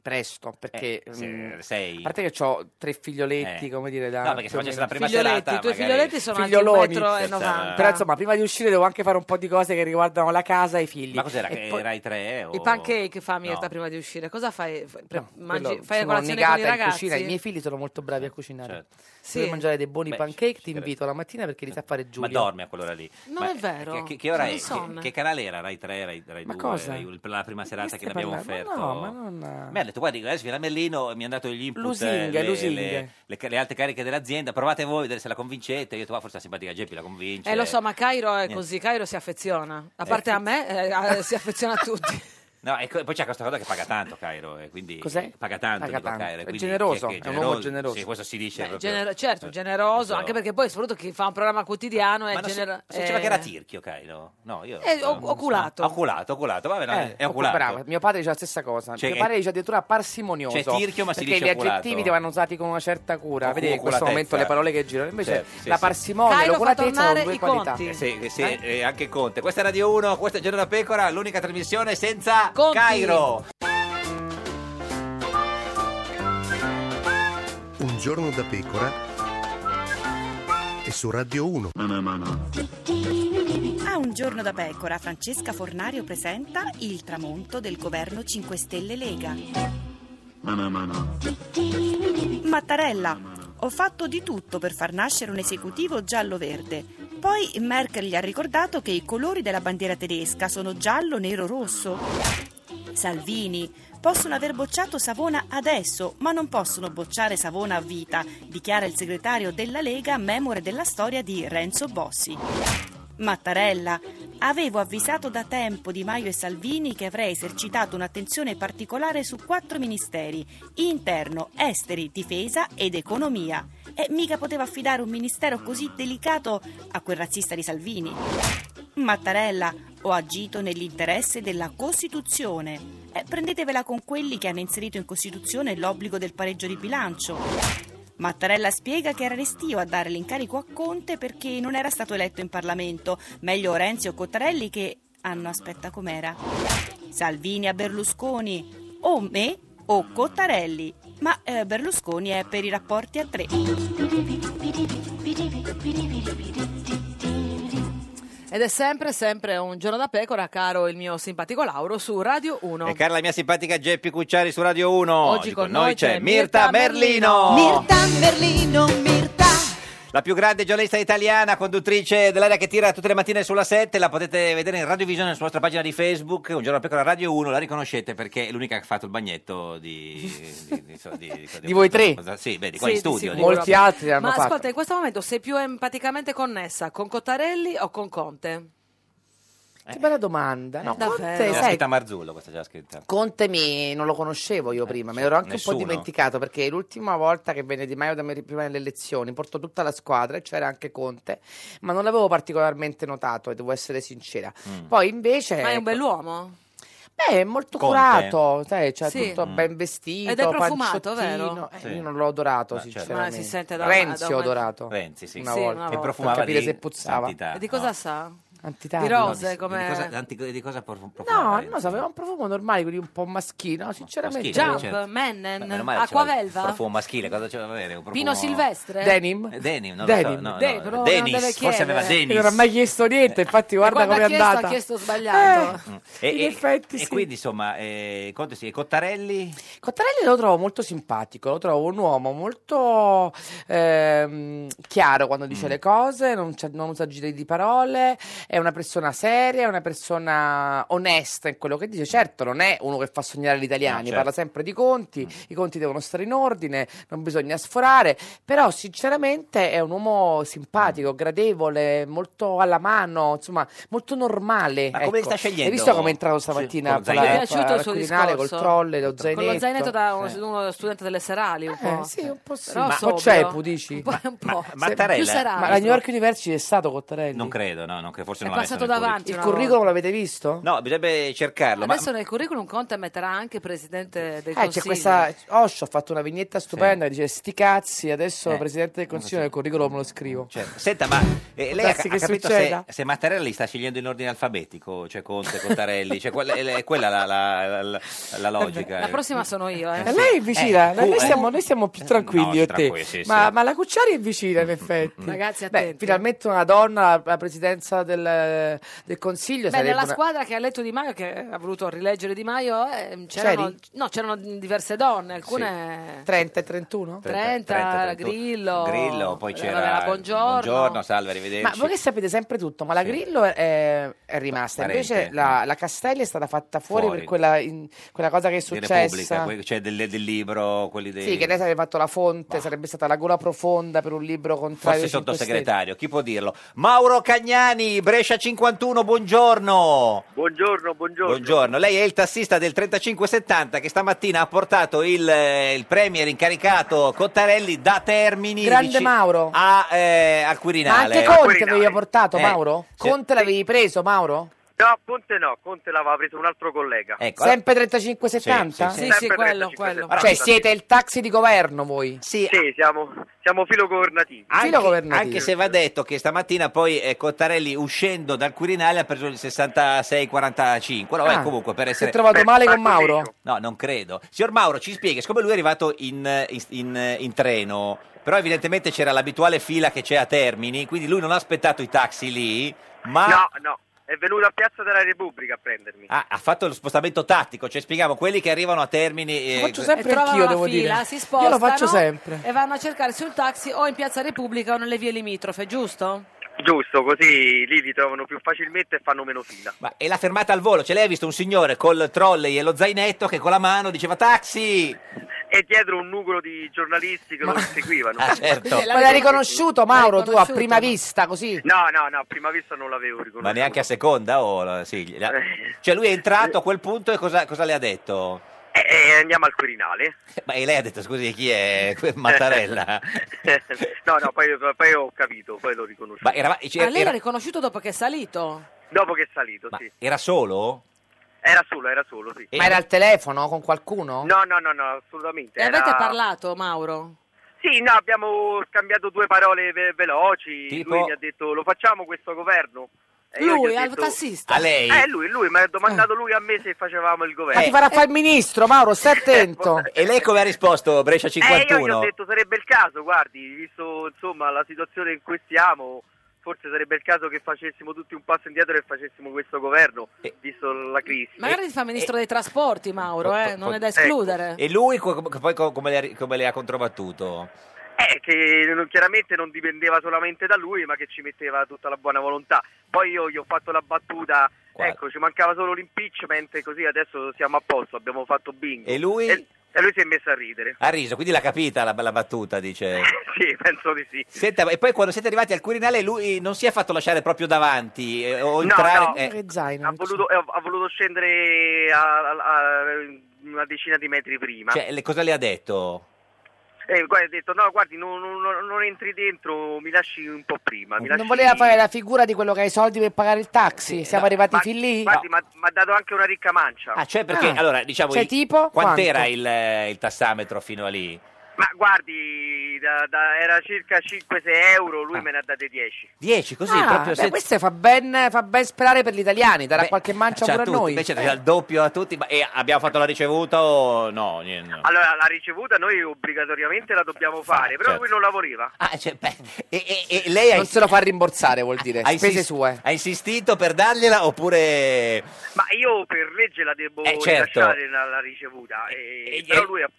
Speaker 11: presto, perché...
Speaker 2: Eh, se-
Speaker 11: mm,
Speaker 2: sei.
Speaker 11: A parte che ho tre figlioletti,
Speaker 2: Eh.
Speaker 11: come dire, da...
Speaker 2: No, perché
Speaker 11: più
Speaker 2: se
Speaker 11: o
Speaker 2: facessi
Speaker 11: meno.
Speaker 2: la prima Figlioletti, serata, i tuoi magari- figlioletti sono alti
Speaker 11: Figlioloni.
Speaker 2: 1,90 m.
Speaker 11: Però insomma, prima di uscire devo anche fare un po' di cose che riguardano la casa e i figli.
Speaker 2: Ma cos'era?
Speaker 11: E
Speaker 2: Che
Speaker 11: poi-
Speaker 2: Rai 3 o...
Speaker 1: I pancake fa Mirta
Speaker 11: No.
Speaker 1: prima di uscire. Cosa fai? F- pre- mangi-
Speaker 11: Quello-
Speaker 1: fai la
Speaker 11: sono
Speaker 1: colazione
Speaker 11: negata
Speaker 1: con i
Speaker 11: in
Speaker 1: ragazzi?
Speaker 11: cucina, I miei figli sono molto bravi a cucinare.
Speaker 1: Sì.
Speaker 11: Per mangiare dei buoni
Speaker 2: Certo. Beh,
Speaker 11: pancake
Speaker 2: ci
Speaker 11: ti invito la mattina perché li sa fare
Speaker 2: Ma
Speaker 11: Giulio.
Speaker 2: dorme
Speaker 1: Eh,
Speaker 2: a quell'ora lì.
Speaker 1: Non
Speaker 2: Ma
Speaker 1: è vero.
Speaker 2: Che, che- che ora
Speaker 1: Non
Speaker 2: è?
Speaker 1: lo so.
Speaker 2: Che, che canale era? Rai 3, Rai, Rai 2?
Speaker 11: cosa?
Speaker 2: Rai uno, per la prima serata che
Speaker 11: stai
Speaker 2: l'abbiamo
Speaker 11: parlando?
Speaker 2: offerto.
Speaker 11: No, ma non-
Speaker 2: Mi ha detto, guardi, adesso viene a Mellino e mi ha dato gli input. eh,
Speaker 11: Lusinghe,
Speaker 2: le,
Speaker 11: lusinghe.
Speaker 2: Le, le- le alte cariche dell'azienda, provate voi, vedete se la convincete. Io ho detto, "Ah, forse la simpatica Geppi la convince.
Speaker 1: Eh, lo so, ma
Speaker 11: cioè,
Speaker 1: Cairo è
Speaker 2: Niente.
Speaker 1: così. Cairo si affeziona. A
Speaker 2: Eh.
Speaker 1: parte a me, eh, a- si affeziona a tutti.
Speaker 2: No, e co- poi c'è questa cosa che paga tanto Cairo, e quindi
Speaker 1: Cos'è?
Speaker 2: paga tanto,
Speaker 11: Paga
Speaker 2: dico,
Speaker 11: tanto.
Speaker 2: Cairo, e
Speaker 11: È
Speaker 2: quindi
Speaker 11: generoso,
Speaker 2: che- che
Speaker 11: è un uomo generoso.
Speaker 2: Sì, questo si dice proprio.
Speaker 11: Eh,
Speaker 1: Genero- certo,
Speaker 11: esatto.
Speaker 1: generoso, anche perché poi soprattutto chi fa un programma quotidiano eh. è
Speaker 2: Ma non si-
Speaker 1: generoso.
Speaker 2: si diceva che
Speaker 11: eh.
Speaker 2: era tirchio Cairo. No, io
Speaker 1: Eh, o-
Speaker 2: no.
Speaker 1: oculato.
Speaker 2: Oculato, oculato, vabbè, no,
Speaker 11: Eh,
Speaker 2: è
Speaker 11: ho-
Speaker 2: oculato.
Speaker 11: bravo, mio padre dice la stessa cosa.
Speaker 2: Cioè,
Speaker 11: mio padre
Speaker 2: è-
Speaker 11: dice addirittura parsimonioso.
Speaker 2: Cioè, tirchio, ma si
Speaker 11: perché
Speaker 2: dice
Speaker 11: gli
Speaker 2: oculato.
Speaker 11: aggettivi devono usati con una certa cura.
Speaker 2: Ocu-
Speaker 11: Vedi in questo
Speaker 2: oculatezza.
Speaker 11: momento le parole che girano. Invece
Speaker 2: Certo, sì,
Speaker 11: la
Speaker 2: sì.
Speaker 11: parsimonia e
Speaker 1: Cairo fa
Speaker 11: l'oculatezza sono
Speaker 1: tornare
Speaker 11: due
Speaker 1: i
Speaker 11: qualità.
Speaker 1: conti.
Speaker 2: Eh, Sì, eh, sì, eh, anche Conte. Questa è Radio 1, questa è Giorno da Pecora, l'unica trasmissione senza
Speaker 1: Conti.
Speaker 2: Cairo.
Speaker 9: Un giorno da pecora e su Radio 1.
Speaker 10: A un giorno da pecora, Francesca Fornario presenta il tramonto del governo 5 Stelle Lega. Mattarella, ho fatto di tutto per far nascere un esecutivo giallo-verde. Poi Merkel gli ha ricordato che i colori della bandiera tedesca sono giallo, nero, rosso. Salvini, possono aver bocciato Savona adesso, ma non possono bocciare Savona a vita, dichiara il segretario della Lega, memore della storia di Renzo Bossi. Mattarella, avevo avvisato da tempo Di Maio e Salvini che avrei esercitato un'attenzione particolare su quattro ministeri, interno, esteri, difesa ed economia. E mica poteva affidare un ministero così delicato a quel razzista di Salvini. Mattarella, ho agito nell'interesse della Costituzione. E prendetevela con quelli che hanno inserito in Costituzione l'obbligo del pareggio di bilancio. Mattarella spiega che era restio a dare l'incarico a Conte perché non era stato eletto in Parlamento, meglio Renzi o Cottarelli che... Ah no, aspetta com'era. Salvini a Berlusconi, o me o Cottarelli, ma eh, Berlusconi è per i rapporti a tre.
Speaker 1: Ed è sempre, sempre un giorno da pecora, caro il mio simpatico Lauro, su Radio 1.
Speaker 2: E cara la mia simpatica Geppi Cucciari su Radio 1.
Speaker 1: Oggi con noi c'è Mirta Merlino.
Speaker 2: Oh. Mirta Merlino, Mirta. La più grande giornalista italiana, conduttrice dell'area che tira tutte le mattine sulla 7, la potete vedere in radiovisione sulla nostra pagina di Facebook, Un giorno da pecora Radio 1, la riconoscete perché è l'unica che ha fatto il bagnetto di... Di, di- di- di-
Speaker 11: Di voi tre?
Speaker 2: Sì, beh, di qua in
Speaker 11: Sì, di
Speaker 2: studio. di-
Speaker 11: sicuro. Molti altri l'hanno
Speaker 1: Ma
Speaker 11: fatto.
Speaker 1: ascolta, in questo momento sei più empaticamente connessa con Cottarelli o con Conte?
Speaker 11: Che bella
Speaker 2: Eh.
Speaker 11: domanda. No,
Speaker 1: Eh, Davvero?
Speaker 11: Conte,
Speaker 2: Era
Speaker 11: sai,
Speaker 2: scritta Marzullo, questa già scritta.
Speaker 11: Conte mi, non lo conoscevo io prima, me l'ero anche un
Speaker 2: Eh, nessuno.
Speaker 11: po' dimenticato perché l'ultima volta che venne Di Maio da me prima delle elezioni portò tutta la squadra e c'era anche Conte, ma non l'avevo particolarmente notato e devo essere sincera.
Speaker 2: Mm.
Speaker 11: Poi invece...
Speaker 1: Ma è un bell'uomo?
Speaker 11: Beh, è molto
Speaker 1: Conte.
Speaker 11: curato, sai, c'è
Speaker 1: Sì.
Speaker 11: tutto
Speaker 1: Mm.
Speaker 11: ben vestito,
Speaker 1: Ed è profumato,
Speaker 11: panciottino.
Speaker 1: vero?
Speaker 11: Eh,
Speaker 1: Sì.
Speaker 11: Io non l'ho odorato,
Speaker 2: Ma certo.
Speaker 11: sinceramente.
Speaker 1: Ma si sente da-
Speaker 11: Renzi
Speaker 1: da
Speaker 11: ho
Speaker 1: un-
Speaker 11: odorato.
Speaker 2: Renzi, sì.
Speaker 11: Una
Speaker 1: Sì,
Speaker 11: volta.
Speaker 1: una
Speaker 2: Che
Speaker 1: volta.
Speaker 2: profumava
Speaker 11: Per capire
Speaker 2: di
Speaker 11: se puzzava.
Speaker 2: santità.
Speaker 1: E di cosa sa?
Speaker 11: Antitaglio.
Speaker 1: Di rose, come...
Speaker 2: Di cosa, anti- di cosa profu- profumava
Speaker 11: No,
Speaker 2: Renzi?
Speaker 11: no, aveva un profumo normale, quindi un po' maschino, sinceramente.
Speaker 2: Maschile,
Speaker 1: Jump,
Speaker 2: certo.
Speaker 1: Mennen,
Speaker 2: Beh, meno male c'era il
Speaker 1: Acquavelva?
Speaker 2: Profumo maschile, cosa c'era da avere? Un profumo-
Speaker 1: Pino Silvestre?
Speaker 11: Denim?
Speaker 2: Eh, Denim, non
Speaker 11: Denim.
Speaker 2: lo so. No,
Speaker 1: De-
Speaker 2: no,
Speaker 1: però Oh, non deve
Speaker 2: Denis, forse
Speaker 1: chiedere.
Speaker 2: aveva Denis.
Speaker 11: Io non ho mai chiesto niente, infatti guarda
Speaker 1: Quando
Speaker 11: com'è
Speaker 1: ha chiesto,
Speaker 11: andata. Eh,
Speaker 1: ha chiesto sbagliato.
Speaker 2: E,
Speaker 11: In
Speaker 2: e-
Speaker 11: effetti
Speaker 2: e
Speaker 11: sì.
Speaker 2: quindi insomma, eh, Conte sì, e Cottarelli?
Speaker 11: Cottarelli lo trovo molto simpatico, lo trovo un uomo molto ehm, chiaro quando dice le cose, non, c'ha- non usa giri di parole, è una persona seria, è una persona onesta in quello che dice. Certo, non è uno che fa sognare gli italiani,
Speaker 12: No, certo.
Speaker 11: parla sempre di conti, i conti devono stare in ordine, non bisogna sforare, però sinceramente è un uomo simpatico, gradevole, molto alla mano, insomma, molto normale.
Speaker 2: Ma come
Speaker 11: ecco.
Speaker 2: sta scegliendo?
Speaker 11: Hai visto come è entrato
Speaker 2: Sì,
Speaker 11: stamattina?
Speaker 2: col
Speaker 11: alla-
Speaker 2: zainetto.
Speaker 1: Mi è piaciuto il suo
Speaker 11: al Quirinale,
Speaker 1: discorso.
Speaker 11: col trolle, lo zainetto.
Speaker 1: Con lo zainetto da uno,
Speaker 11: Sì.
Speaker 1: uno studente delle serali, un po'.
Speaker 11: Eh, sì, un po' sì.
Speaker 1: Però
Speaker 11: Ma-
Speaker 1: sobrio.
Speaker 11: o c'è, Pudici?
Speaker 1: Un po', un po'.
Speaker 2: Mattarella-
Speaker 1: Più serali.
Speaker 11: Ma la New York University è stato Cottarelli?
Speaker 2: Non credo, no, non credo. forse insomma.
Speaker 1: È passato
Speaker 2: adesso nel
Speaker 1: davanti
Speaker 11: Il
Speaker 1: una
Speaker 11: curriculum l'avete visto?
Speaker 2: curriculum. No, bisognerebbe cercarlo.
Speaker 1: Adesso
Speaker 2: ma...
Speaker 1: nel curriculum Conte metterà anche presidente del
Speaker 11: Eh,
Speaker 1: Consiglio.
Speaker 11: c'è questa. Osho ha fatto una vignetta stupenda che dice: Sti cazzi, adesso
Speaker 2: Eh.
Speaker 11: presidente del consiglio nel curriculum lo scrivo.
Speaker 2: Cioè, Senta, ma eh, lei ha,
Speaker 11: Darsi
Speaker 2: ha
Speaker 11: che
Speaker 2: capito se,
Speaker 11: succeda.
Speaker 2: se Mattarella li sta scegliendo in ordine alfabetico, cioè Conte, Contarelli, cioè quella, è è quella la, la- la- la logica.
Speaker 1: La prossima sono io. Eh.
Speaker 11: E lei è vicina,
Speaker 2: Eh,
Speaker 11: noi,
Speaker 2: eh.
Speaker 11: siamo, noi siamo più tranquilli
Speaker 2: No,
Speaker 11: io e te.
Speaker 2: tranquilli, sì, sì.
Speaker 11: ma, ma la Cucciari è vicina, in effetti.
Speaker 1: *laughs* Ragazzi,
Speaker 11: Beh, finalmente una donna alla- alla presidenza del, del consiglio.
Speaker 1: Beh,
Speaker 11: Cioè, sarebbe
Speaker 1: nella
Speaker 11: una-
Speaker 1: squadra che ha letto Di Maio, che ha voluto rileggere Di Maio, ehm, c'erano,
Speaker 11: C'eri?
Speaker 1: no, c'erano diverse donne, alcune...
Speaker 11: 30 e 31?
Speaker 1: 30,
Speaker 2: 30,
Speaker 1: la
Speaker 2: 31.
Speaker 1: Grillo,
Speaker 2: Grillo, poi
Speaker 1: la-
Speaker 2: c'era.
Speaker 1: la Buongiorno.
Speaker 2: salve,
Speaker 11: Ma
Speaker 2: arrivederci.
Speaker 11: voi che sapete sempre tutto, ma la Grillo è, è rimasta,
Speaker 2: Parente.
Speaker 11: invece la, la Castelli è stata fatta fuori,
Speaker 2: Fuori.
Speaker 11: per quella, in- quella cosa che è
Speaker 2: Di
Speaker 11: successa.
Speaker 2: Repubblica, que- cioè del, del libro, quelli dei.
Speaker 11: Sì, che lei sarebbe fatto la fonte, sarebbe stata la gola profonda per un libro contrario.
Speaker 2: Forse
Speaker 11: ai Cinque
Speaker 2: sottosegretario, chi può dirlo? Mauro Cagnani, Brescia 51, buongiorno.
Speaker 12: Buongiorno, buongiorno.
Speaker 2: Buongiorno, lei è il tassista del 3570 che stamattina ha portato il, eh, il premier incaricato Cottarelli da Termini
Speaker 11: Stelle. Grande
Speaker 2: vici-
Speaker 11: Mauro.
Speaker 2: a, eh, al
Speaker 11: Ma
Speaker 2: Quirinale.
Speaker 11: anche Conte avevi portato,
Speaker 2: Eh,
Speaker 11: Mauro?
Speaker 2: sì.
Speaker 11: Conte l'avevi preso, Mauro?
Speaker 12: No, Conte no, Conte l'aveva preso un altro collega.
Speaker 2: Ecco,
Speaker 11: Sempre 3570?
Speaker 12: Sì, sì, sì. Sì, sì, quello, quello.
Speaker 11: Cioè, siete il taxi di governo voi?
Speaker 2: Sì,
Speaker 12: siamo, siamo filogovernativi.
Speaker 2: Anche, anche se va detto che stamattina poi eh, Cottarelli uscendo dal Quirinale ha preso il 66-45. No,
Speaker 11: Ah,
Speaker 2: eh, comunque per
Speaker 11: si è
Speaker 2: essere...
Speaker 11: trovato Per male con Marco Mauro? Vito.
Speaker 2: No, non credo. Signor Mauro, ci spieghi, siccome lui è arrivato in, in- in- in treno, però evidentemente c'era l'abituale fila che c'è a Termini, quindi lui non ha aspettato i taxi lì, ma...
Speaker 12: No, no, è venuto a Piazza della Repubblica a prendermi.
Speaker 2: Ah, ha fatto lo spostamento tattico, cioè spieghiamo quelli che arrivano a termini. eh,
Speaker 11: Lo faccio
Speaker 2: que-
Speaker 11: sempre
Speaker 1: e trovano
Speaker 11: anch'io,
Speaker 1: la
Speaker 11: devo
Speaker 1: fila,
Speaker 11: dire.
Speaker 1: si
Speaker 11: Io lo
Speaker 1: spostano
Speaker 11: faccio sempre.
Speaker 1: e vanno a cercare sul taxi o in Piazza Repubblica o nelle vie limitrofe, giusto?
Speaker 12: Giusto, così lì li trovano più facilmente e fanno meno fila.
Speaker 2: Ma e la fermata al volo, cioè lei ha visto un signore col trolley e lo zainetto che con la mano diceva taxi!
Speaker 12: E dietro un nugolo di giornalisti che lo seguivano.
Speaker 2: Ah, certo.
Speaker 11: Ma l'hai riconosciuto, Mauro, tu a prima vista, così?
Speaker 12: No, no, no, a prima vista non Eh. l'avevo riconosciuto.
Speaker 2: Ma neanche a seconda o la- sì, gli- la- Cioè lui è entrato a quel punto e cosa, cosa le ha detto? Eh,
Speaker 12: E andiamo al Quirinale.
Speaker 2: Ma e lei ha detto scusi chi è Que- Mattarella?
Speaker 12: *laughs* no, no, poi, poi ho capito, poi l'ho riconosciuto.
Speaker 2: Ma era- c-
Speaker 1: Ma lei l'ha
Speaker 2: era-
Speaker 1: riconosciuto dopo che è salito?
Speaker 12: Dopo che è salito, sì.
Speaker 2: Era solo?
Speaker 12: Era solo, era solo, sì.
Speaker 11: Ma era al telefono con qualcuno?
Speaker 12: No, no, no, no, assolutamente.
Speaker 1: E
Speaker 12: era-
Speaker 1: avete parlato, Mauro?
Speaker 12: Sì, no, abbiamo scambiato due parole ve- veloci.
Speaker 2: Tipo?
Speaker 12: Lui mi ha detto lo facciamo questo governo. E io
Speaker 1: Lui,
Speaker 12: gli ho
Speaker 1: al
Speaker 12: detto-
Speaker 1: tassista? Eh.
Speaker 2: A lei?
Speaker 12: Eh, lui, lui mi ha domandato lui a me se facevamo il governo. Eh,
Speaker 11: Ma ti farà fare il ministro, Mauro, stai attento.
Speaker 2: E lei come ha risposto Brescia
Speaker 12: Eh, io gli
Speaker 2: 51?
Speaker 12: ho detto sarebbe il caso, guardi, visto insomma la situazione in cui stiamo, forse sarebbe il caso che facessimo tutti un passo indietro e facessimo questo governo,
Speaker 2: Eh.
Speaker 12: visto la crisi.
Speaker 1: Magari ti fa ministro dei trasporti, Mauro, eh? non è da
Speaker 12: ecco.
Speaker 1: escludere.
Speaker 2: E lui co- co- poi co- come le, ha ri- come le ha controbattuto?
Speaker 12: Eh, che non- chiaramente non dipendeva solamente da lui, ma che ci metteva tutta la buona volontà. Poi io gli ho fatto la battuta, ecco, ci mancava solo l'impeachment, così adesso siamo a posto, abbiamo fatto bingo.
Speaker 2: E lui? Eh.
Speaker 12: E, e lui si è messo a ridere.
Speaker 2: Ha riso, quindi l'ha capita la, la battuta, dice.
Speaker 12: *laughs* Sì, penso di sì.
Speaker 2: Senta, e poi quando siete arrivati al Quirinale lui non si è fatto lasciare proprio davanti eh, o entrare...
Speaker 12: no.
Speaker 2: eh.
Speaker 12: Ha voluto, eh, ha voluto scendere a, a- a una decina di metri prima.
Speaker 2: Cioè, le- cosa le ha detto?
Speaker 12: E poi ha detto, no, guardi, non, non- non entri dentro, mi lasci un po' prima. Mi
Speaker 11: Non
Speaker 12: lasci-
Speaker 11: voleva fare la figura di quello che ha i soldi per pagare il taxi? Siamo arrivati
Speaker 12: Ma-
Speaker 11: fin lì?
Speaker 12: Guardi, ma- mi ha dato anche una ricca mancia.
Speaker 2: Ah, cioè perché, allora, diciamo...
Speaker 11: Cioè,
Speaker 2: il-
Speaker 11: tipo,
Speaker 2: Quant'era
Speaker 11: quanto?
Speaker 2: il, eh, il tassametro fino a lì?
Speaker 12: Ma guardi, da- da- era circa 5-6 euro,
Speaker 2: Ah.
Speaker 12: lui me ne ha date 10.
Speaker 2: 10, così,
Speaker 11: Ah,
Speaker 2: proprio...
Speaker 11: beh,
Speaker 2: senza-
Speaker 11: questo fa ben, fa ben sperare per gli italiani, darà
Speaker 2: Beh,
Speaker 11: qualche mancia
Speaker 2: cioè, a
Speaker 11: pure a
Speaker 2: tutti,
Speaker 11: noi.
Speaker 2: Invece
Speaker 11: Eh.
Speaker 2: il doppio a tutti, ma e abbiamo fatto la ricevuta o no? Niente. no.
Speaker 12: Allora, la ricevuta noi obbligatoriamente la dobbiamo fare, però
Speaker 2: certo.
Speaker 12: lui non la voleva.
Speaker 2: Ah, cioè, beh, e, e- e lei ha
Speaker 11: Non se lo fa rimborsare, vuol dire,
Speaker 2: ha
Speaker 11: spese
Speaker 2: insis-
Speaker 11: sue.
Speaker 2: ha insistito per dargliela oppure...
Speaker 12: Ma io per legge la devo
Speaker 2: Eh, certo. Eh,
Speaker 12: rilasciare la, la ricevuta, e- però lui ha-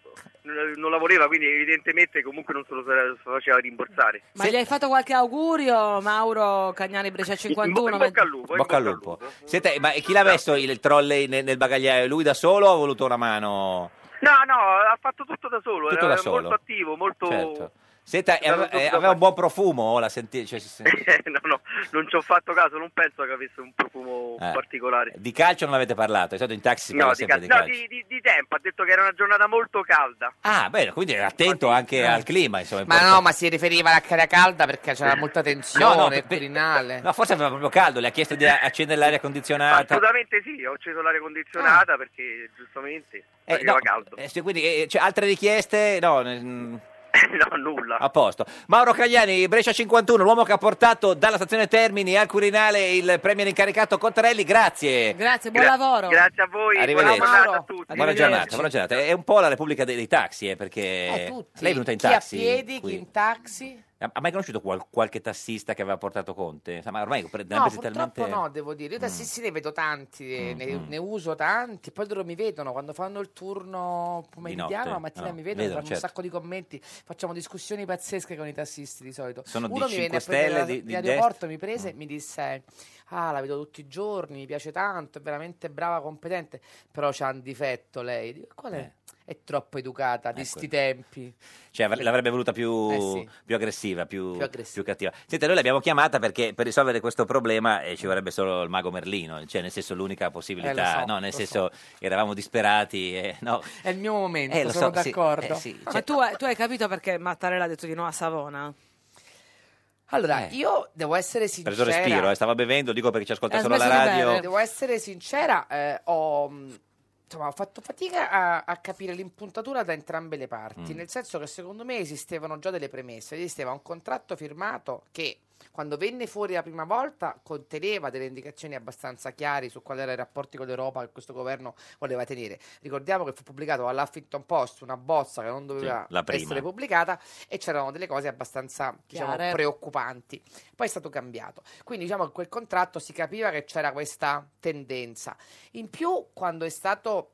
Speaker 12: n- non la voleva, quindi evidentemente comunque non se lo se lo faceva rimborsare.
Speaker 1: Ma gli hai fatto qualche augurio, Mauro Cagnani Brescia 51?
Speaker 2: Bocca al lupo. Senta, ma chi l'ha messo il trolley nel, nel bagagliaio? Lui da solo o ha voluto una mano?
Speaker 12: No, no, ha fatto tutto da solo,
Speaker 2: Tutto
Speaker 12: era
Speaker 2: da solo.
Speaker 12: molto attivo, molto... *laughs*
Speaker 2: Certo. Senta, eh,
Speaker 12: Dato tutto
Speaker 2: eh,
Speaker 12: da
Speaker 2: aveva un buon profumo la senti- cioè, si sente-
Speaker 12: *laughs* no, no, non ci ho fatto caso, non penso che avesse un profumo
Speaker 2: Eh.
Speaker 12: particolare.
Speaker 2: Di calcio non avete parlato, è stato in taxi si
Speaker 12: No,
Speaker 2: parla
Speaker 12: di, cal-
Speaker 2: sempre di
Speaker 12: no,
Speaker 2: calcio.
Speaker 12: di- di- di tempo, ha detto che era una giornata molto calda.
Speaker 2: Ah, bene, quindi era attento anche al clima, insomma. è
Speaker 11: eh. Ma no,
Speaker 2: importante.
Speaker 11: ma si riferiva alla cara calda perché c'era molta tensione,
Speaker 2: No, no,
Speaker 11: il
Speaker 2: per-
Speaker 11: Quirinale.
Speaker 2: No, forse aveva proprio caldo, le ha chiesto di accendere l'aria condizionata.
Speaker 12: Assolutamente sì, ho acceso l'aria condizionata perché giustamente
Speaker 2: Eh,
Speaker 12: faceva
Speaker 2: no,
Speaker 12: caldo.
Speaker 2: eh, sì, quindi eh, c'è altre richieste? No, ne- mm,
Speaker 13: Eh,
Speaker 12: no, nulla.
Speaker 2: a posto. Mauro Cagliani, Brescia 51, l'uomo che ha portato dalla stazione Termini al Quirinale il premier incaricato Contarelli, grazie.
Speaker 1: Grazie, buon
Speaker 2: Gra-
Speaker 1: lavoro.
Speaker 12: Grazie a voi,
Speaker 2: Arrivederci.
Speaker 12: buona giornata a tutti.
Speaker 2: Buona giornata, buona giornata. È un po' la Repubblica dei, dei taxi, eh, perché
Speaker 11: tutti.
Speaker 2: lei è venuta in
Speaker 11: chi
Speaker 2: taxi.
Speaker 11: a piedi,
Speaker 2: qui.
Speaker 11: chi in taxi.
Speaker 2: Ha ha mai conosciuto qual- qualche tassista che aveva portato Conte? Insomma, ormai pre- ne ha
Speaker 11: No,
Speaker 2: presi
Speaker 11: purtroppo
Speaker 2: talmente- Mm.
Speaker 11: no, devo dire. Io tassisti ne vedo tanti, eh, ne, ne uso tanti, poi loro mi vedono quando fanno il turno
Speaker 2: Di notte,
Speaker 11: pomeridiano, la mattina
Speaker 2: no,
Speaker 11: mi vedono,
Speaker 2: vedono,
Speaker 11: fanno
Speaker 2: certo.
Speaker 11: un sacco di commenti, facciamo discussioni pazzesche con i tassisti di solito.
Speaker 2: Sono di
Speaker 11: Uno mi venne
Speaker 2: 5
Speaker 11: a prendere
Speaker 2: stelle,
Speaker 11: da-
Speaker 2: di- Mm. di
Speaker 11: aeroporto, mi prese e mi disse "Ah, la vedo tutti i giorni, mi piace tanto, è veramente brava, competente, però c'ha un difetto lei". Dico, "Qual
Speaker 2: Eh.
Speaker 11: è?" È troppo educata di sti tempi.
Speaker 2: Cioè, avre- l'avrebbe voluta più,
Speaker 11: Eh sì.
Speaker 2: più aggressiva, più,
Speaker 11: Più aggressiva.
Speaker 2: più cattiva. Senta, noi l'abbiamo chiamata perché per risolvere questo problema eh, ci vorrebbe solo il mago Merlino, cioè nel senso l'unica possibilità,
Speaker 11: Eh, lo so,
Speaker 2: no? Nel
Speaker 11: lo
Speaker 2: senso eravamo disperati, eh, no?
Speaker 11: È il mio momento,
Speaker 2: Eh, lo
Speaker 11: sono
Speaker 2: so, sì,
Speaker 11: d'accordo.
Speaker 2: eh, sì,
Speaker 1: Ma tu, hai- tu hai capito perché Mattarella ha detto di no a Savona?
Speaker 11: Allora, io devo essere sincera.
Speaker 2: Preso respiro, eh, stava bevendo, dico perché ci ascolta
Speaker 11: Eh,
Speaker 2: solo la
Speaker 11: smesso di
Speaker 2: radio.
Speaker 11: bere. Devo essere sincera, eh, ho, mh, insomma, ho fatto fatica a, a capire l'impuntatura da entrambe le parti,
Speaker 13: Mm.
Speaker 11: nel senso che secondo me esistevano già delle premesse, esisteva un contratto firmato che quando venne fuori la prima volta conteneva delle indicazioni abbastanza chiare su quali erano i rapporti con l'Europa che questo governo voleva tenere. Ricordiamo che fu pubblicato all'Huffington Post una bozza che non doveva
Speaker 2: la prima.
Speaker 11: essere pubblicata e c'erano delle cose abbastanza diciamo,
Speaker 1: Chiare.
Speaker 11: preoccupanti. Poi è stato cambiato. Quindi diciamo che in quel contratto si capiva che c'era questa tendenza. In più, quando è stato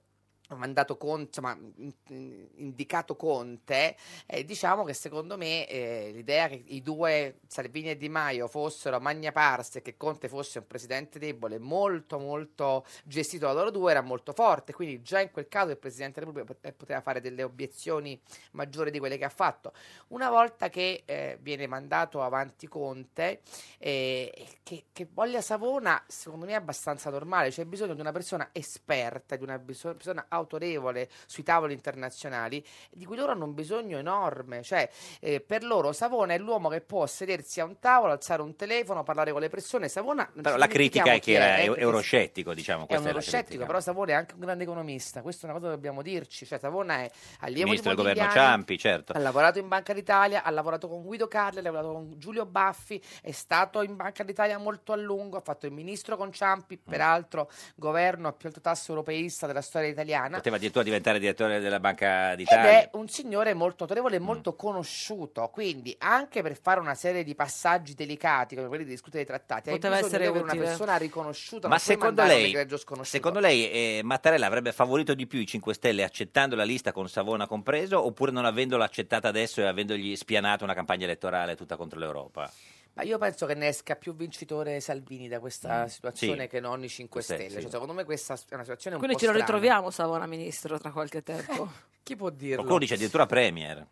Speaker 11: mandato Conte, insomma, in- in- indicato Conte, eh, diciamo che secondo me eh, l'idea che i due Salvini e Di Maio fossero magna parse e che Conte fosse un presidente debole molto molto gestito da loro due era molto forte, quindi già in quel caso il presidente della Repubblica pot- poteva fare delle obiezioni maggiori di quelle che ha fatto. Una volta che eh, viene mandato avanti Conte, eh, che, che voglia Savona, secondo me è abbastanza normale. C'è bisogno di una persona esperta, di una biso- persona autorevole sui tavoli internazionali, di cui loro hanno un bisogno enorme. Cioè, eh, per loro Savona è l'uomo che può sedersi a un tavolo, alzare un telefono, parlare con le persone. Savona non
Speaker 2: Però
Speaker 11: ci
Speaker 2: la critica
Speaker 11: dimentichiamo
Speaker 2: è
Speaker 11: chi
Speaker 2: che era
Speaker 11: eh,
Speaker 2: eu-
Speaker 11: perché
Speaker 2: euroscettico, diciamo.
Speaker 11: è
Speaker 2: questa
Speaker 11: un
Speaker 2: la
Speaker 11: euroscettico,
Speaker 2: critica.
Speaker 11: però Savona è anche un grande economista. Questa è una cosa che dobbiamo dirci. Cioè, Savona è allievo
Speaker 2: Ministro
Speaker 11: di
Speaker 2: del governo
Speaker 11: Modigliani,
Speaker 2: Ciampi, certo.
Speaker 11: ha lavorato in Banca d'Italia, ha lavorato con Guido Carli, ha lavorato con Giulio Baffi, è stato in Banca d'Italia molto a lungo, ha fatto il ministro con Ciampi,
Speaker 2: Mm.
Speaker 11: peraltro governo a più alto tasso europeista della storia italiana.
Speaker 2: Poteva addirittura diventare direttore della Banca
Speaker 11: Ed
Speaker 2: d'Italia.
Speaker 11: è un signore molto autorevole e
Speaker 2: Mm.
Speaker 11: molto conosciuto, quindi anche per fare una serie di passaggi delicati come quelli di discutere i trattati, hai
Speaker 1: Poteva
Speaker 11: bisogno di
Speaker 1: essere
Speaker 11: avere una
Speaker 1: utile.
Speaker 11: persona riconosciuta,
Speaker 2: Ma
Speaker 11: non puoi
Speaker 2: secondo
Speaker 11: mandare un
Speaker 2: lei,
Speaker 11: egregio sconosciuto.
Speaker 2: secondo lei eh, Mattarella avrebbe favorito di più i 5 Stelle accettando la lista con Savona compreso oppure non avendola accettata adesso e avendogli spianato una campagna elettorale tutta contro l'Europa?
Speaker 11: Ma io penso che ne esca più vincitore Salvini da questa situazione
Speaker 2: Mm. sì.
Speaker 11: che non i 5
Speaker 2: Sì,
Speaker 11: Stelle.
Speaker 2: sì.
Speaker 11: Cioè, secondo me questa è una situazione un
Speaker 1: Quindi
Speaker 11: po'
Speaker 1: ce lo
Speaker 11: strana.
Speaker 1: ritroviamo Savona ministro tra qualche tempo.
Speaker 11: Chi può
Speaker 2: Qualcuno
Speaker 11: *laughs* dirlo?
Speaker 2: dice addirittura Premier.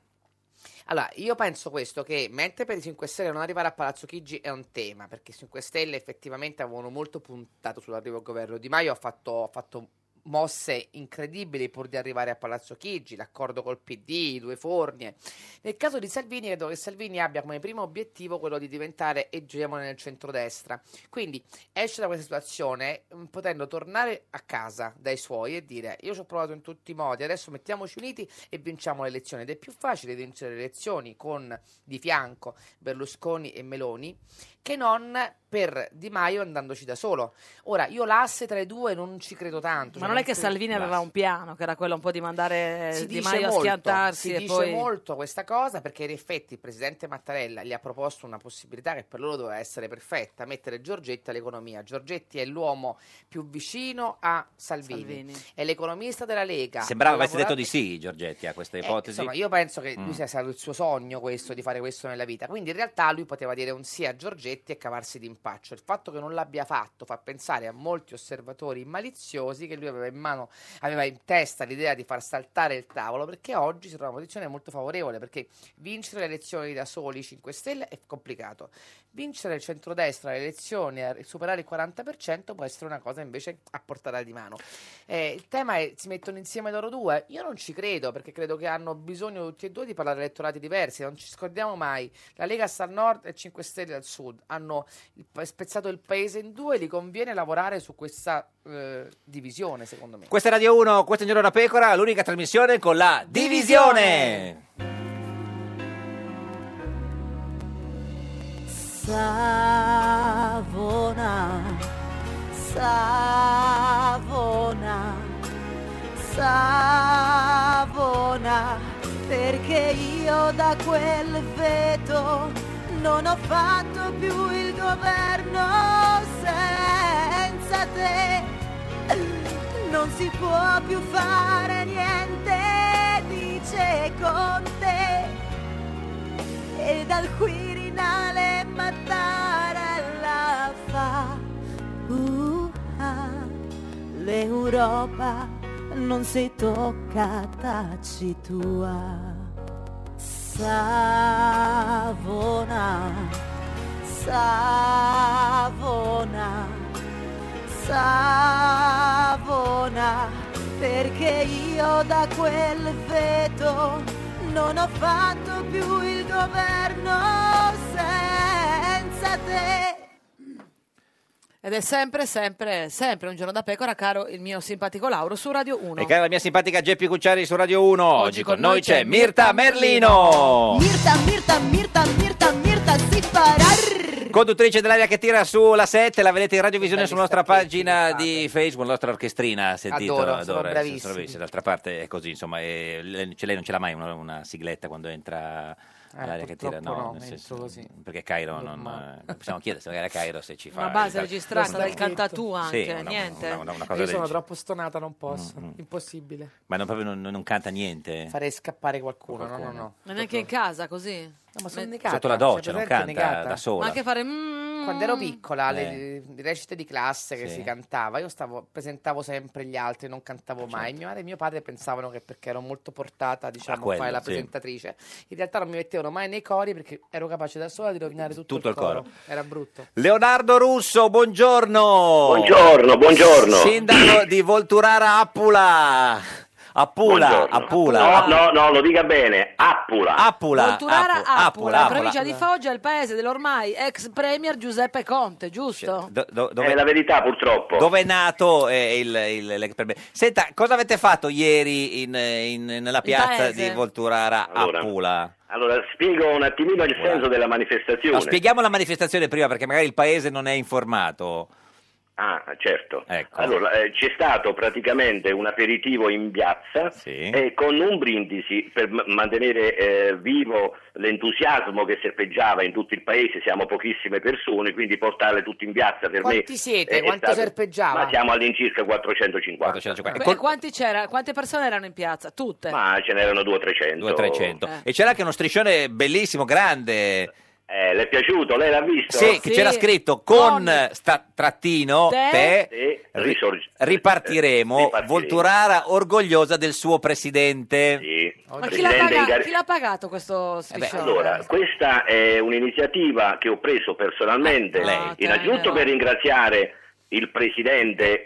Speaker 11: Allora, io penso questo, che mentre per i 5 Stelle non arrivare a Palazzo Chigi è un tema, perché i 5 Stelle effettivamente avevano molto puntato sull'arrivo al governo. Di Maio ha fatto, ha fatto mosse incredibili pur di arrivare a Palazzo Chigi, l'accordo col PD, i due fornie. Nel caso di Salvini, credo che Salvini abbia come primo obiettivo quello di diventare egemone nel centrodestra. Quindi esce da questa situazione mm, potendo tornare a casa dai suoi e dire io ci ho provato in tutti i modi, adesso mettiamoci uniti e vinciamo le elezioni. Ed è più facile vincere le elezioni con di fianco Berlusconi e Meloni che non per Di Maio andandoci da solo. Ora, io l'asse tra i due non ci credo tanto.
Speaker 1: Ma
Speaker 11: cioè,
Speaker 1: non è che
Speaker 11: credo-
Speaker 1: Salvini aveva un piano, che era quello un po' di mandare
Speaker 11: si
Speaker 1: Eh, Di
Speaker 11: dice
Speaker 1: Maio
Speaker 11: molto,
Speaker 1: a schiantarsi
Speaker 11: si
Speaker 1: e
Speaker 11: dice
Speaker 1: poi...
Speaker 11: molto questa cosa perché in effetti il presidente Mattarella gli ha proposto una possibilità che per loro doveva essere perfetta, mettere Giorgetti all'economia. Giorgetti è l'uomo più vicino a Salvini,
Speaker 1: Salvini.
Speaker 11: è l'economista della Lega.
Speaker 2: Sembrava
Speaker 11: ha
Speaker 2: avesse detto
Speaker 11: lavorato-
Speaker 2: di sì Giorgetti a questa
Speaker 11: eh,
Speaker 2: ipotesi.
Speaker 11: insomma, io penso che
Speaker 2: Mm.
Speaker 11: lui sia stato il suo sogno questo di fare questo nella vita. Quindi in realtà lui poteva dire un sì a Giorgetti e cavarsi d'impaccio. Il fatto che non l'abbia fatto fa pensare a molti osservatori maliziosi che lui aveva aveva in mano, aveva in testa l'idea di far saltare il tavolo, perché oggi si trova in una posizione molto favorevole, perché vincere le elezioni da soli 5 Stelle è complicato. Vincere il centrodestra le elezioni e superare il 40% può essere una cosa invece a portata di mano. Eh, il tema è si mettono insieme loro due? Io non ci credo, perché credo che hanno bisogno tutti e due di parlare a elettorati diversi, non ci scordiamo mai. La Lega sta al nord e 5 Stelle al sud, hanno il pa- spezzato il paese in due, gli conviene lavorare su questa eh, divisione, secondo me.
Speaker 2: Questa è Radio 1, questo è Un Giorno da Pecora, l'unica trasmissione con la divisione.
Speaker 8: Savona, Savona, Savona, perché io da quel veto non ho fatto più il governo senza te. Non si può più fare niente, dice con te e dal Quirinale Mattarella fa uh, ah, l'Europa non si tocca taci tua Savona Savona Savona perché io da quel veto non ho fatto più il governo senza te
Speaker 1: Ed è sempre, sempre, sempre un giorno da pecora, caro il mio simpatico Lauro su Radio 1.
Speaker 2: E cara la mia simpatica Geppi Cucciari su Radio 1. Oggi, con, noi c'è Mirta Merlino.
Speaker 8: Mirta, Mirta, Mirta, Mirta, Mirta, si farà
Speaker 2: Conduttrice dell'aria che tira sulla 7, la vedete in radiovisione sulla nostra pagina di Facebook, la nostra orchestrina, sentito,
Speaker 11: Adoro, sono
Speaker 2: eh,
Speaker 11: bravissimi.
Speaker 2: D'altra parte è così, insomma, e le- cioè, lei non ce l'ha mai una, una sigletta quando entra all'aria che tira,
Speaker 11: Eh, purtroppo no,
Speaker 2: nel
Speaker 11: penso
Speaker 2: senso-
Speaker 11: così.
Speaker 2: perché Cairo non eh, possiamo chiedere magari a Cairo se ci fa
Speaker 1: Una base
Speaker 2: il-
Speaker 1: Ah, registrata
Speaker 2: una-
Speaker 1: del cantatù anche,
Speaker 2: sì, una-
Speaker 1: niente.
Speaker 2: una- una- una cosa
Speaker 11: Io
Speaker 2: Mm, del
Speaker 11: sono
Speaker 2: genere.
Speaker 11: troppo stonata, non posso. Impossibile.
Speaker 2: ma non, proprio non, non canta niente
Speaker 11: Farei scappare qualcuno, no, no, no.
Speaker 1: Ma neanche in casa così?
Speaker 11: ma sono
Speaker 1: Me-
Speaker 11: negata.
Speaker 2: Sotto la
Speaker 11: cioè,
Speaker 2: doccia, non
Speaker 11: presente
Speaker 2: canta
Speaker 11: negata.
Speaker 2: da sola.
Speaker 1: Ma anche fare... mm,
Speaker 11: Quando ero piccola,
Speaker 2: Eh.
Speaker 11: le, le recite di classe che
Speaker 2: Sì.
Speaker 11: si cantava, io stavo, presentavo sempre gli altri, non cantavo
Speaker 2: Eh, certo.
Speaker 11: mai. Mia madre e mio padre pensavano che perché ero molto portata, diciamo, a
Speaker 2: quello,
Speaker 11: fare la
Speaker 2: sì.
Speaker 11: presentatrice. In realtà non mi mettevano mai nei cori perché ero capace da sola di rovinare tutto,
Speaker 2: Tutto il coro.
Speaker 11: Era brutto.
Speaker 2: Leonardo Russo, buongiorno.
Speaker 13: Buongiorno, buongiorno.
Speaker 2: Sindaco di Volturara Appula. Appula,
Speaker 13: Buongiorno.
Speaker 2: Appula.
Speaker 13: No, no, no, lo dica bene. Appula.
Speaker 2: Appula.
Speaker 1: Volturara
Speaker 2: Appu-
Speaker 1: Appula,
Speaker 2: Appula, Appula.
Speaker 1: provincia di Foggia, il paese dell'ormai ex premier Giuseppe Conte, giusto?
Speaker 2: Do- do- dove,
Speaker 13: È la verità, purtroppo.
Speaker 2: Dove è nato eh, il, il- l'ex premier. Senta, cosa avete fatto ieri in- in- nella piazza
Speaker 13: paese.
Speaker 2: di Volturara
Speaker 13: Allora.
Speaker 2: Appula?
Speaker 13: Allora, spiego un attimino il senso della manifestazione.
Speaker 2: No, spieghiamo la manifestazione prima perché magari il paese non è informato. Ecco.
Speaker 13: Ah, certo. Allora, eh, c'è stato praticamente un aperitivo in piazza e con un brindisi per m- mantenere eh, vivo l'entusiasmo che serpeggiava in tutto il paese, siamo pochissime persone, quindi portarle tutti in piazza per me...
Speaker 11: Quanti siete?
Speaker 13: è- è
Speaker 11: Quanto
Speaker 13: stato-
Speaker 11: serpeggiava?
Speaker 13: Ma siamo all'incirca 450.
Speaker 1: E quanti c'era? Quante persone erano in piazza? Tutte.
Speaker 13: Ma ce n'erano 200.
Speaker 2: 200.
Speaker 1: Eh.
Speaker 2: E c'era anche uno striscione bellissimo, grande.
Speaker 13: Eh, le è piaciuto? Lei l'ha visto?
Speaker 2: Sì, che c'era scritto con, sta- trattino
Speaker 13: Te-
Speaker 2: te,
Speaker 13: Sì,
Speaker 2: ri-
Speaker 13: risorg- eh,
Speaker 2: ripartiremo, Volturara orgogliosa del suo presidente.
Speaker 1: Ma chi l'ha,
Speaker 13: Presidente
Speaker 1: paga-
Speaker 13: Ingar-
Speaker 1: chi l'ha pagato questo striscione?
Speaker 13: Allora, questa è un'iniziativa che ho preso
Speaker 2: Ah,
Speaker 13: personalmente, innanzitutto per ringraziare il Presidente,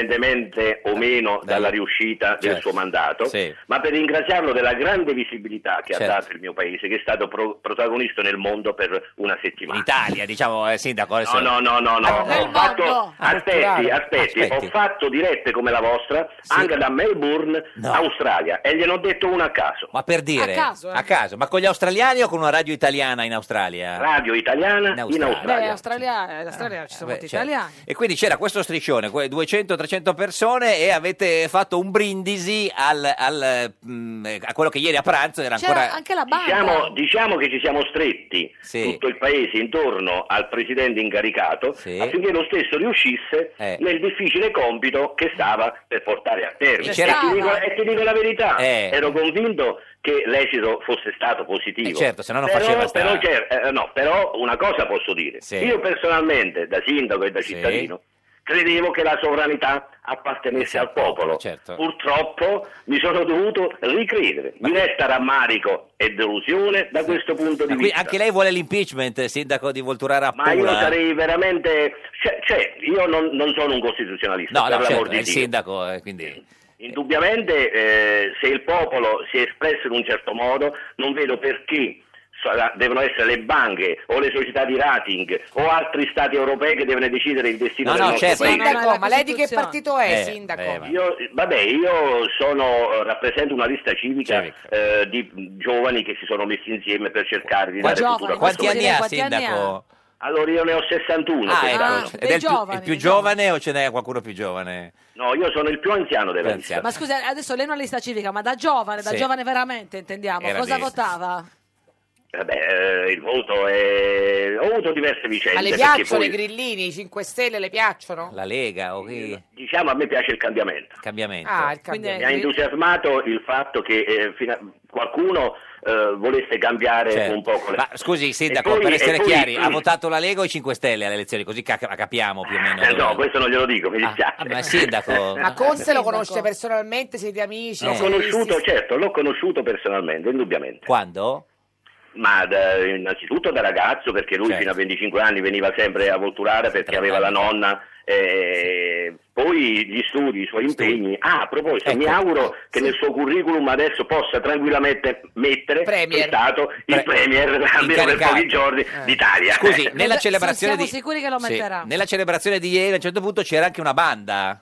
Speaker 13: indipendentemente o meno dalla riuscita
Speaker 2: certo.
Speaker 13: del suo mandato, ma per ringraziarlo della grande visibilità che
Speaker 2: Certo.
Speaker 13: ha dato il mio Paese, che è stato pro- protagonista nel mondo per una settimana.
Speaker 2: Italia, diciamo, eh, sindaco. adesso-
Speaker 13: No, no, no, no,
Speaker 2: Ah,
Speaker 13: no. Ho fatto, aspetti, aspetti,
Speaker 2: Aspetti.
Speaker 13: ho fatto dirette come la vostra anche da Melbourne, Australia, e gliene ho detto una a caso.
Speaker 2: Ma per dire,
Speaker 13: A caso, eh.
Speaker 2: a caso, ma con gli australiani o con una radio italiana in Australia?
Speaker 13: Radio italiana in
Speaker 1: Beh, Australia, Australia ci sono
Speaker 2: Beh,
Speaker 1: molti
Speaker 2: cioè,
Speaker 1: italiani.
Speaker 2: E quindi c'era questo striscione, que- 200-300 persone e avete fatto un brindisi al- al, mm, a quello che ieri a pranzo era
Speaker 1: C'era
Speaker 2: ancora...
Speaker 1: anche la banda.
Speaker 13: Diciamo, diciamo che ci siamo stretti tutto il paese intorno al presidente incaricato affinché lo stesso riuscisse
Speaker 2: Eh.
Speaker 13: nel difficile compito che stava per portare a termine.
Speaker 2: E
Speaker 13: E,
Speaker 2: eh, c'era-
Speaker 13: ti dico, e ti dico la verità,
Speaker 2: Eh.
Speaker 13: Ah, ero convinto che l'esito fosse stato positivo.
Speaker 2: Eh certo, se no non
Speaker 13: Però-
Speaker 2: faceva sta-
Speaker 13: però, c'era- eh, no, però una cosa posso dire, io personalmente da sindaco e da cittadino credevo che la sovranità appartenesse
Speaker 2: Esatto,
Speaker 13: al popolo.
Speaker 2: certo.
Speaker 13: Purtroppo mi sono dovuto ricredere. Mi resta rammarico e delusione da questo punto di
Speaker 2: Ma qui
Speaker 13: vista.
Speaker 2: anche lei vuole l'impeachment, sindaco di Volturara a
Speaker 13: Ma io
Speaker 2: Pula?
Speaker 13: sarei veramente... Cioè, cioè, io non, non sono un costituzionalista,
Speaker 2: No,
Speaker 13: per
Speaker 2: no,
Speaker 13: l'amor
Speaker 2: certo,
Speaker 13: di
Speaker 2: è il
Speaker 13: Dio.
Speaker 2: sindaco, eh, quindi...
Speaker 13: Indubbiamente eh, se il popolo si è espresso in un certo modo, non vedo perché sarà- devono essere le banche o le società di rating o altri stati europei che devono decidere il destino
Speaker 2: No,
Speaker 13: del
Speaker 2: no,
Speaker 13: nostro
Speaker 2: certo.
Speaker 13: paese.
Speaker 11: Sindaco, ma lei di che
Speaker 13: Costituzione.
Speaker 11: partito è,
Speaker 13: Eh,
Speaker 11: sindaco?
Speaker 13: eh, vabbè. io, vabbè, io sono, rappresento una lista civica eh, di giovani che si sono messi insieme per cercare di
Speaker 2: Quanti-
Speaker 13: dare futuro a
Speaker 2: quanti
Speaker 13: questo
Speaker 2: anni ha,
Speaker 13: paese.
Speaker 2: Quanti anni ha? sindaco?
Speaker 13: Allora io ne ho 61.
Speaker 2: Ah, ecco.
Speaker 13: pertanto.
Speaker 2: Ed è il più, il più giovane o ce n'è qualcuno più giovane?
Speaker 13: No, io sono il più anziano della lista.
Speaker 1: Ma scusa, adesso lei è una lista civica, ma da giovane, da
Speaker 13: Sì.
Speaker 1: giovane veramente, intendiamo,
Speaker 13: Era
Speaker 1: cosa
Speaker 13: di-
Speaker 1: votava?
Speaker 13: Vabbè, eh, il voto è... Ho avuto diverse vicende.
Speaker 11: le
Speaker 13: perché
Speaker 11: piacciono
Speaker 13: poi-
Speaker 11: i grillini, i 5 Stelle le piacciono?
Speaker 2: La Lega o
Speaker 13: Diciamo a me piace il cambiamento.
Speaker 2: Cambiamento.
Speaker 11: Ah, il
Speaker 1: Quindi-
Speaker 13: Mi ha entusiasmato il fatto che eh, fino a- qualcuno eh, volesse cambiare
Speaker 2: Certo.
Speaker 13: un po' quelle...
Speaker 2: Ma scusi, sindaco,
Speaker 13: E poi-
Speaker 2: per
Speaker 13: e
Speaker 2: essere
Speaker 13: poi-
Speaker 2: chiari, ha
Speaker 13: mm.
Speaker 2: votato la Lega o i 5 Stelle alle elezioni? Così ca- capiamo più o meno.
Speaker 13: Eh,
Speaker 2: dove-
Speaker 13: no, questo non glielo dico, mi dispiace.
Speaker 2: ah, ma sindaco...
Speaker 11: Ma Conte lo conosce personalmente, siete amici?
Speaker 2: Eh.
Speaker 13: L'ho
Speaker 11: siete
Speaker 13: conosciuto, certo, l'ho conosciuto personalmente, indubbiamente.
Speaker 2: Quando?
Speaker 13: Ma da- innanzitutto da ragazzo, perché lui fino a
Speaker 2: Certo.
Speaker 13: 25 anni veniva sempre a Volturara perché aveva la nonna. eh, Poi gli studi, i suoi impegni. Ah, a proposito,
Speaker 2: Ecco.
Speaker 13: mi auguro che nel suo curriculum adesso possa tranquillamente mettere che è stato il Premier, *laughs* almeno per
Speaker 2: Incaricato. Eh.
Speaker 13: pochi giorni, d'Italia. Eh.
Speaker 2: Scusi, nella
Speaker 1: Cosa-
Speaker 2: celebrazione
Speaker 1: siamo
Speaker 2: di...
Speaker 1: sicuri che lo
Speaker 2: Sì,
Speaker 1: metterà?
Speaker 2: Nella celebrazione di ieri a un certo punto c'era anche una banda.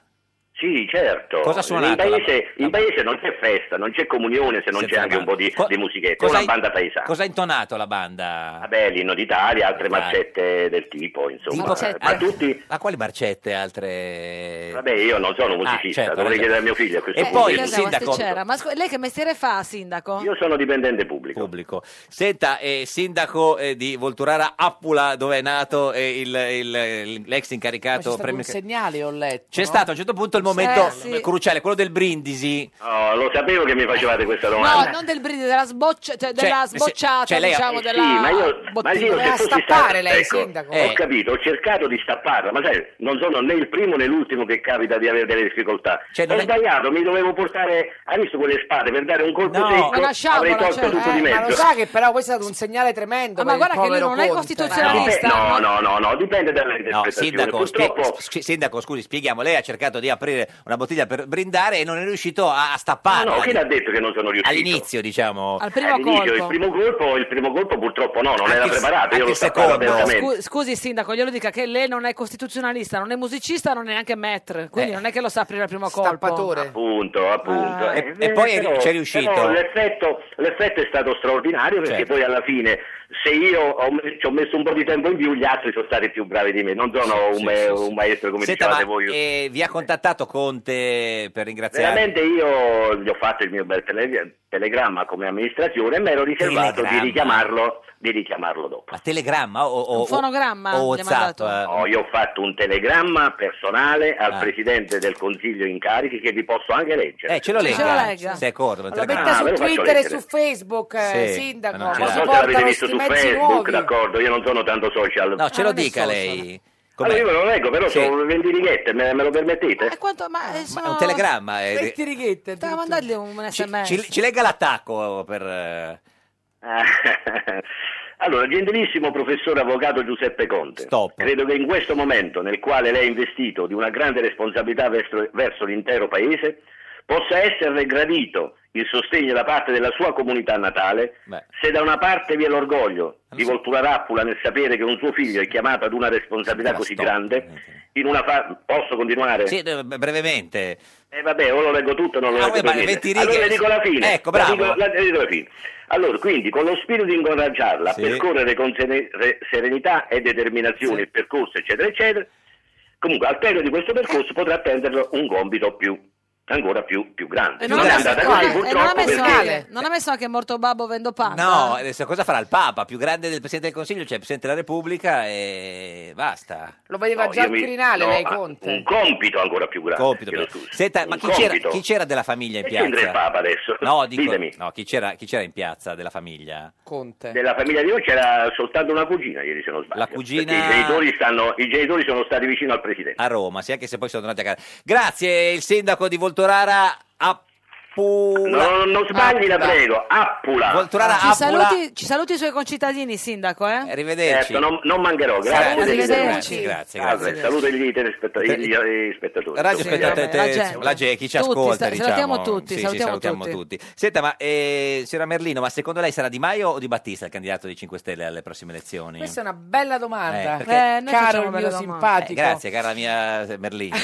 Speaker 13: Sì, certo.
Speaker 2: Cosa ha
Speaker 13: in
Speaker 2: suonato? la-
Speaker 13: paese, in paese non c'è festa, non c'è comunione se non c'è anche un po' di, di musichetta,
Speaker 2: cosa
Speaker 13: una
Speaker 2: hai-
Speaker 13: banda paesana.
Speaker 2: Cosa ha intonato la banda?
Speaker 13: Vabbè, l'inno d'Italia, altre marcette del tipo, insomma.
Speaker 2: Tipo- cioè, eh,
Speaker 13: Ma tutti...
Speaker 2: Ma quali marcette altre?
Speaker 13: Vabbè, io non sono musicista,
Speaker 2: Ah, certo,
Speaker 13: dovrei
Speaker 2: certo.
Speaker 13: chiedere a mio figlio a questo
Speaker 2: E
Speaker 13: punto.
Speaker 2: poi,
Speaker 1: Chiedevo, Eh, se c'era. Ma scu- lei che mestiere fa, sindaco?
Speaker 13: Io sono dipendente pubblico.
Speaker 2: Pubblico. Senta, eh, sindaco eh, di Volturara Appula, dove è nato eh, il- il- l'ex
Speaker 11: Ma c'è
Speaker 2: incaricato
Speaker 11: stato
Speaker 2: premio...
Speaker 11: un segnale, ho letto.
Speaker 2: C'è
Speaker 11: no?
Speaker 2: stato a un certo punto il momento
Speaker 11: Eh, sì.
Speaker 2: cruciale, quello del brindisi.
Speaker 13: Oh, lo sapevo che mi facevate questa
Speaker 1: No, non del brido, della, sboccia, cioè, della
Speaker 2: se-
Speaker 1: sbocciata,
Speaker 2: cioè, lei ha-
Speaker 1: diciamo,
Speaker 2: eh,
Speaker 1: della
Speaker 13: sì, ma io, ma
Speaker 1: bottiglia.
Speaker 13: io se fossi stato- ecco,
Speaker 2: Eh.
Speaker 13: Ho capito, ho cercato di stapparla, ma sai, non sono né il primo né l'ultimo che capita di avere delle difficoltà.
Speaker 2: Cioè, non
Speaker 13: ho
Speaker 2: è-
Speaker 13: sbagliato, mi dovevo portare, hai visto quelle spade per dare un colpo
Speaker 2: No.
Speaker 13: secco,
Speaker 11: Una sciabola,
Speaker 13: avrei tolto
Speaker 11: cioè,
Speaker 13: tutto
Speaker 11: eh,
Speaker 13: di
Speaker 11: ma
Speaker 13: mezzo.
Speaker 11: lo sa che però questo è stato un segnale tremendo.
Speaker 1: Ah, ma
Speaker 11: per il
Speaker 1: guarda che lui
Speaker 11: povero
Speaker 1: non è
Speaker 11: Conte.
Speaker 1: costituzionalista.
Speaker 13: No, no, no, no, dipende
Speaker 2: No,
Speaker 13: dall'interpretazione.
Speaker 2: sindaco, spie-
Speaker 13: Purtroppo eh,
Speaker 2: sc- sindaco, scusi, spieghiamo. Lei ha cercato di aprire una bottiglia per brindare e non è riuscito a, a stapparla.
Speaker 13: No, no, chi l'ha detto che non sono riuscito?
Speaker 2: All'inizio, diciamo.
Speaker 1: Al primo
Speaker 13: All'inizio,
Speaker 1: colpo.
Speaker 13: Il primo colpo, il primo colpo purtroppo no, non
Speaker 2: Anche
Speaker 13: era
Speaker 2: il-
Speaker 13: preparato,
Speaker 2: anche
Speaker 13: io lo
Speaker 2: il
Speaker 13: sapevo
Speaker 2: secondo.
Speaker 13: apertamente.
Speaker 1: Scu- scusi, sindaco, glielo dica che lei non è costituzionalista, non è musicista, non è neanche maître,
Speaker 2: Eh,
Speaker 1: quindi non è che lo sa aprire al primo colpo.
Speaker 13: Appunto, appunto.
Speaker 2: e-
Speaker 13: Eh,
Speaker 2: e poi è-
Speaker 13: però-
Speaker 2: c'è riuscito.
Speaker 13: però l'effetto, l'effetto è stato straordinario perché
Speaker 2: Certo.
Speaker 13: poi alla fine se io ho me- ci ho messo un po' di tempo in più, gli altri sono stati più bravi di me. Non sono un,
Speaker 2: Sì,
Speaker 13: me-
Speaker 2: sì,
Speaker 13: un
Speaker 2: sì.
Speaker 13: maestro come
Speaker 2: Senta,
Speaker 13: dicevate
Speaker 2: ma,
Speaker 13: voi.
Speaker 2: eh, vi ha contattato Conte per ringraziare?
Speaker 13: Veramente io gli ho fatto il mio bel tele- telegramma come amministrazione e mi ero riservato di
Speaker 2: Telegramma?
Speaker 13: richiamarlo, di richiamarlo dopo.
Speaker 2: Ma telegramma o, o-
Speaker 1: Un fonogramma
Speaker 2: o
Speaker 1: gli ha
Speaker 2: WhatsApp?
Speaker 1: mandato.
Speaker 2: eh?
Speaker 13: No, io ho fatto un telegramma personale al Presidente del Consiglio in carichi che vi posso anche leggere.
Speaker 2: Eh, ce lo legga. Se è corto, un
Speaker 13: Lo
Speaker 2: telegramma.
Speaker 13: metta Ah, su ve lo faccio
Speaker 11: Twitter e
Speaker 13: leggere.
Speaker 11: su Facebook, eh,
Speaker 2: Eh. Sì,
Speaker 11: sindaco.
Speaker 2: ma
Speaker 11: Ma
Speaker 2: non ce l'ha.
Speaker 11: si
Speaker 13: Ma forse l'avete
Speaker 11: portano
Speaker 13: visto
Speaker 11: sti
Speaker 13: su
Speaker 11: mezzi
Speaker 13: Facebook,
Speaker 11: nuovi. Ah,
Speaker 13: d'accordo, io non sono tanto social.
Speaker 2: No, ce lo dica lei. Com'è?
Speaker 13: Allora io ve lo leggo, però
Speaker 2: Sì.
Speaker 13: sono 20 righette, me, me lo permettete?
Speaker 1: E quanto, ma, eh, sono...
Speaker 2: Ma è un telegramma. eh,
Speaker 1: righette. Dai, mandargli un sms.
Speaker 2: ci, ci legga l'attacco per... eh,
Speaker 13: *laughs* Allora, gentilissimo professor avvocato Giuseppe Conte, credo che in questo momento nel quale lei è investito di una grande responsabilità verso, verso l'intero Paese, possa esserle gradito il sostegno da parte della sua comunità natale, se da una parte vi è
Speaker 2: Eh,
Speaker 13: l'orgoglio di Volturarappula nel sapere che un suo figlio è chiamato ad una responsabilità così grande, in una fa- posso continuare?
Speaker 2: Sì, eh, brevemente.
Speaker 13: Eh vabbè, o lo leggo tutto o non lo
Speaker 2: Ah,
Speaker 13: leggo
Speaker 2: vabbè,
Speaker 13: per
Speaker 2: ma
Speaker 13: niente.
Speaker 2: 20 righe-
Speaker 13: Allora le dico la fine.
Speaker 2: Ecco,
Speaker 13: La
Speaker 2: bravo.
Speaker 13: dico- la- eh, le dico la fine. Allora, quindi, con lo spirito di incoraggiarla a percorrere con sene- re- serenità e determinazione il percorso, eccetera, eccetera, comunque al termine di questo percorso potrà attenderlo un compito più ancora più, più grande.
Speaker 1: E non,
Speaker 13: è
Speaker 1: ha messo
Speaker 13: andata
Speaker 1: quale? E
Speaker 13: così,
Speaker 1: Eh, non ha
Speaker 13: purtroppo,
Speaker 1: messo
Speaker 13: perché-
Speaker 1: quale? Non ha messo anche morto babbo vendo panda?
Speaker 2: No, adesso cosa farà il Papa? Più grande del Presidente del Consiglio, cioè il Presidente della Repubblica e basta.
Speaker 11: Lo vedeva
Speaker 13: No,
Speaker 11: già
Speaker 13: io
Speaker 11: al
Speaker 13: mi-
Speaker 11: Quirinale,
Speaker 13: no,
Speaker 11: lei
Speaker 13: ah,
Speaker 11: Conte.
Speaker 13: Un compito ancora più grande.
Speaker 2: Compito, certo.
Speaker 13: chiedo
Speaker 2: però.
Speaker 13: scusa.
Speaker 2: Senta, ma
Speaker 13: Un
Speaker 2: chi c'era,
Speaker 13: compito.
Speaker 2: chi c'era della famiglia in
Speaker 13: E
Speaker 2: piazza?
Speaker 13: c'entra il Papa adesso?
Speaker 2: No, dico,
Speaker 13: Ditemi.
Speaker 2: no, chi c'era, chi c'era in piazza della famiglia?
Speaker 11: Conte.
Speaker 13: Nella famiglia di noi c'era soltanto una cugina ieri, se non sbaglio. La
Speaker 2: cugina-
Speaker 13: I genitori, stanno, I genitori sono stati vicino al presidente.
Speaker 2: A Roma, sì, anche se poi sono tornati a casa. Grazie, il sindaco di Voltorara Appula.
Speaker 13: No, no, non sbagli, la prego. Appula.
Speaker 2: Voltorara
Speaker 1: Ci
Speaker 2: Appula.
Speaker 1: saluti, ci saluti i suoi concittadini, sindaco, eh?
Speaker 2: Arrivederci.
Speaker 13: Certo, non, non mancherò, grazie.
Speaker 1: Salute,
Speaker 13: delle-
Speaker 1: arrivederci.
Speaker 2: Grazie, grazie,
Speaker 13: Ah,
Speaker 2: grazie.
Speaker 13: Saluto gli, telespetta- gli- gli spettatori.
Speaker 2: Radio
Speaker 13: Sì,
Speaker 2: ascoltate,
Speaker 13: vabbè,
Speaker 2: te-
Speaker 13: la gente.
Speaker 2: insomma, la G, chi ci
Speaker 1: Tutti,
Speaker 2: ascolta,
Speaker 1: sta-
Speaker 2: diciamo.
Speaker 1: salutiamo tutti,
Speaker 2: Sì, sì,
Speaker 1: salutiamo tutti.
Speaker 2: Senta, ma eh, signora Merlino, ma secondo lei sarà Di Maio o Di Battista il candidato dei 5 Stelle alle prossime elezioni?
Speaker 11: Questa è una bella domanda,
Speaker 2: Eh, perché-
Speaker 1: Eh, noi
Speaker 11: caro
Speaker 1: facciamo
Speaker 11: il
Speaker 1: belle
Speaker 11: mio
Speaker 1: domande.
Speaker 11: simpatico.
Speaker 2: Eh, grazie, cara mia Merlino.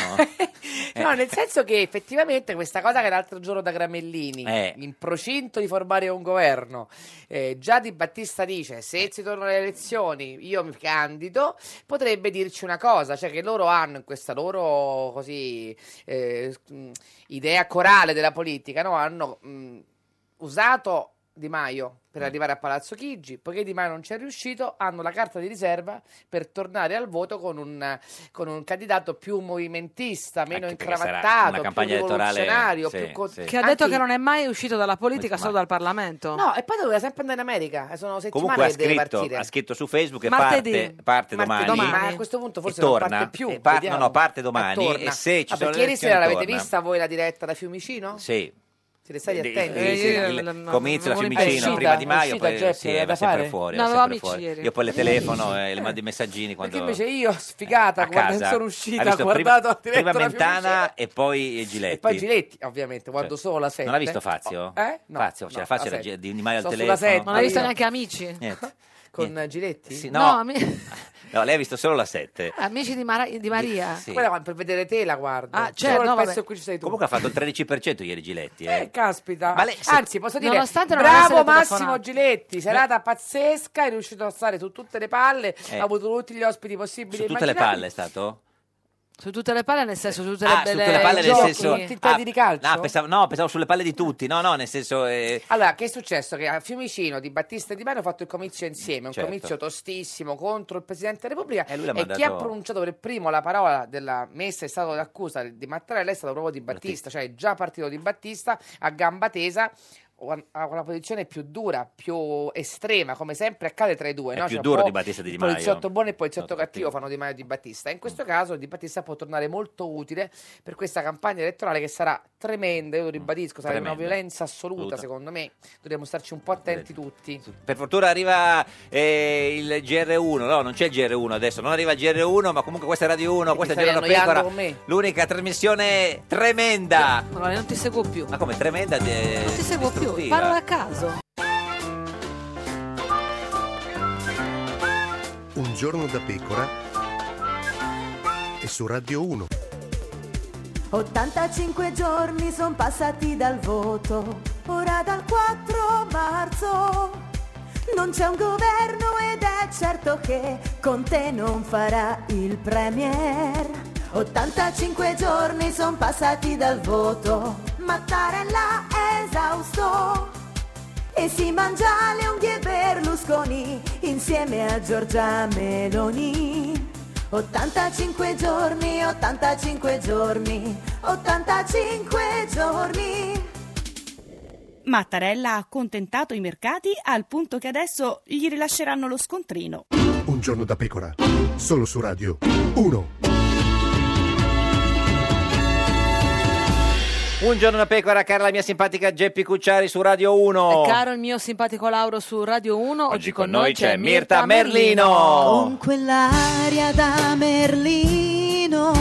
Speaker 2: Eh.
Speaker 11: No, nel senso che effettivamente questa cosa che l'altro giorno da Gramellini,
Speaker 2: Eh.
Speaker 11: in procinto di formare un governo, eh, già Di Battista dice
Speaker 2: Eh.
Speaker 11: se si tornano le elezioni io mi candido, potrebbe dirci una cosa, cioè che loro hanno in questa loro così, eh, mh, idea corale della politica, no? hanno mh, usato Di Maio per
Speaker 2: Mm.
Speaker 11: arrivare a Palazzo Chigi, poiché Di Maio non ci è riuscito, hanno la carta di riserva per tornare al voto con un, con un candidato più movimentista, meno
Speaker 2: Anche perché sarà una
Speaker 11: incravattato, più
Speaker 2: campagna elettorale,
Speaker 11: rivoluzionario,
Speaker 2: sì,
Speaker 11: più co-
Speaker 2: sì.
Speaker 1: Che ha detto
Speaker 11: anche-
Speaker 1: che non è mai uscito dalla politica, solo dal Parlamento.
Speaker 11: No, e poi doveva sempre andare in America, eh, sono settimane
Speaker 2: Comunque ha
Speaker 11: che deve
Speaker 2: scritto,
Speaker 11: partire.
Speaker 2: ha scritto su Facebook che
Speaker 11: Martedì.
Speaker 2: parte, parte
Speaker 11: Martedì,
Speaker 2: domani.
Speaker 11: Ma a questo punto
Speaker 2: e
Speaker 11: forse
Speaker 2: torna,
Speaker 11: non parte più.
Speaker 2: e par-
Speaker 11: vediamo.
Speaker 2: no, no, parte
Speaker 11: Ma
Speaker 2: domani,
Speaker 11: torna.
Speaker 2: e se ci
Speaker 11: Ah,
Speaker 2: sono
Speaker 11: perché
Speaker 2: le
Speaker 11: ieri sera
Speaker 2: elezioni,
Speaker 11: l'avete
Speaker 2: torna.
Speaker 11: vista voi la diretta da Fiumicino?
Speaker 2: Sì.
Speaker 11: Siete stati
Speaker 2: Di-
Speaker 11: attenti?
Speaker 2: sì, sì, eh, il comizio da Fiumicino, prima Di Maio, poi sì, era sempre fuori.
Speaker 11: No, avevamo
Speaker 2: era sempre
Speaker 11: amici
Speaker 2: fuori.
Speaker 11: ieri.
Speaker 2: Io poi le telefono e le mando i messaggini quando...
Speaker 11: Perché invece io, sfigata,
Speaker 2: a
Speaker 11: quando
Speaker 2: casa.
Speaker 11: sono
Speaker 2: Hai
Speaker 11: uscita, ho
Speaker 2: visto
Speaker 11: guardato la
Speaker 2: prima,
Speaker 11: diretta
Speaker 2: prima
Speaker 11: da Fiumicino.
Speaker 2: Mentana e poi Giletti.
Speaker 11: E poi Giletti, ovviamente, guardo
Speaker 2: Cioè,
Speaker 11: solo la 7.
Speaker 2: Non l'ha visto Fazio?
Speaker 11: Eh? No,
Speaker 2: Fazio, c'era
Speaker 11: no,
Speaker 2: Fazio
Speaker 11: la
Speaker 2: era
Speaker 11: sette.
Speaker 2: Di Di Maio al
Speaker 11: Sto sulla
Speaker 2: telefono.
Speaker 11: sette,
Speaker 1: Non hai visto
Speaker 11: io.
Speaker 1: neanche amici?
Speaker 2: Niente.
Speaker 11: Con eh, Giletti?
Speaker 2: Sì, no.
Speaker 1: ami-
Speaker 2: No, lei ha visto solo la 7.
Speaker 1: amici di, Mara- di Maria.
Speaker 2: Sì.
Speaker 11: Quella per vedere te la guardo.
Speaker 1: Ah, certo,
Speaker 11: Solo
Speaker 1: no,
Speaker 11: il
Speaker 1: vabbè.
Speaker 11: pezzo in cui cioè, ci sei tu.
Speaker 2: Comunque ha fatto il 13% ieri Giletti. Eh.
Speaker 11: Eh, caspita. Anzi, posso dire,
Speaker 1: Nonostante non avesse
Speaker 11: bravo
Speaker 1: le
Speaker 11: Massimo
Speaker 1: telefonate.
Speaker 11: Giletti, serata pazzesca, è riuscito a stare su tutte le palle,
Speaker 2: Eh.
Speaker 11: ha avuto tutti gli ospiti possibili
Speaker 2: Su
Speaker 11: e
Speaker 2: tutte le
Speaker 11: immaginabili.
Speaker 2: palle è stato?
Speaker 1: Su tutte le palle, nel senso, su tutte
Speaker 2: ah,
Speaker 1: le
Speaker 2: su
Speaker 1: belle
Speaker 2: tutte le palle nel
Speaker 1: giochi.
Speaker 2: senso...
Speaker 11: partite di calcio?
Speaker 2: No pensavo, no, pensavo sulle palle di tutti. No, no, nel senso... eh,
Speaker 11: Allora, che è successo? Che a Fiumicino Di Battista e Di Maio hanno fatto il comizio insieme, un
Speaker 2: Certo.
Speaker 11: comizio tostissimo contro il Presidente della Repubblica
Speaker 2: lui l'ha
Speaker 11: e chi ha
Speaker 2: mandato-
Speaker 11: pronunciato per primo la parola della messa è stato d'accusa di Mattarella è stato proprio Di Battista, cioè è già partito Di Battista a gamba tesa o- ha una posizione più dura, più estrema, come sempre accade tra i due.
Speaker 2: È
Speaker 11: no?
Speaker 2: più
Speaker 11: C'è un
Speaker 2: duro
Speaker 11: po'
Speaker 2: Di Battista di Di
Speaker 11: Il poliziotto
Speaker 2: Maio.
Speaker 11: buono e il poliziotto
Speaker 2: Esatto,
Speaker 11: cattivo fanno Di Maio e Di Battista. In questo caso Di Battista può tornare molto utile per questa campagna elettorale che sarà tremenda, io lo ribadisco, sarà una
Speaker 2: Mm, tremenda.
Speaker 11: violenza assoluta,
Speaker 2: Assoluta.
Speaker 11: secondo me. Dobbiamo starci un po' attenti tutti.
Speaker 2: Per fortuna arriva eh, il GR1, no, non c'è il GR1 adesso, non arriva il GR1, ma comunque questa è Radio 1, questa è
Speaker 11: stai
Speaker 2: Giorno da
Speaker 11: annoiando
Speaker 2: Pecora,
Speaker 11: con me.
Speaker 2: l'unica trasmissione tremenda.
Speaker 1: Ma non ti seguo più.
Speaker 2: Ma come tremenda? non
Speaker 1: Ti seguo più, parlo a caso.
Speaker 9: Un giorno da pecora e su Radio 1.
Speaker 8: 85 giorni son passati dal voto, ora dal 4 marzo. Non c'è un governo ed è certo che con te non farà il premier. 85 giorni son passati dal voto, Mattarella è esausto. E si mangia le unghie Berlusconi insieme a Giorgia Meloni. 85 giorni, 85 giorni, 85 giorni.
Speaker 10: Mattarella ha accontentato i mercati al punto che adesso gli rilasceranno lo scontrino.
Speaker 9: Un giorno da pecora, solo su Radio 1.
Speaker 2: Un giorno da pecora, cara la mia simpatica Geppi Cucciari su Radio 1.
Speaker 1: E Eh, caro il mio simpatico Lauro su Radio 1, oggi,
Speaker 2: con noi c'è Mirta Merlino,
Speaker 8: Con quell'aria da Merlino.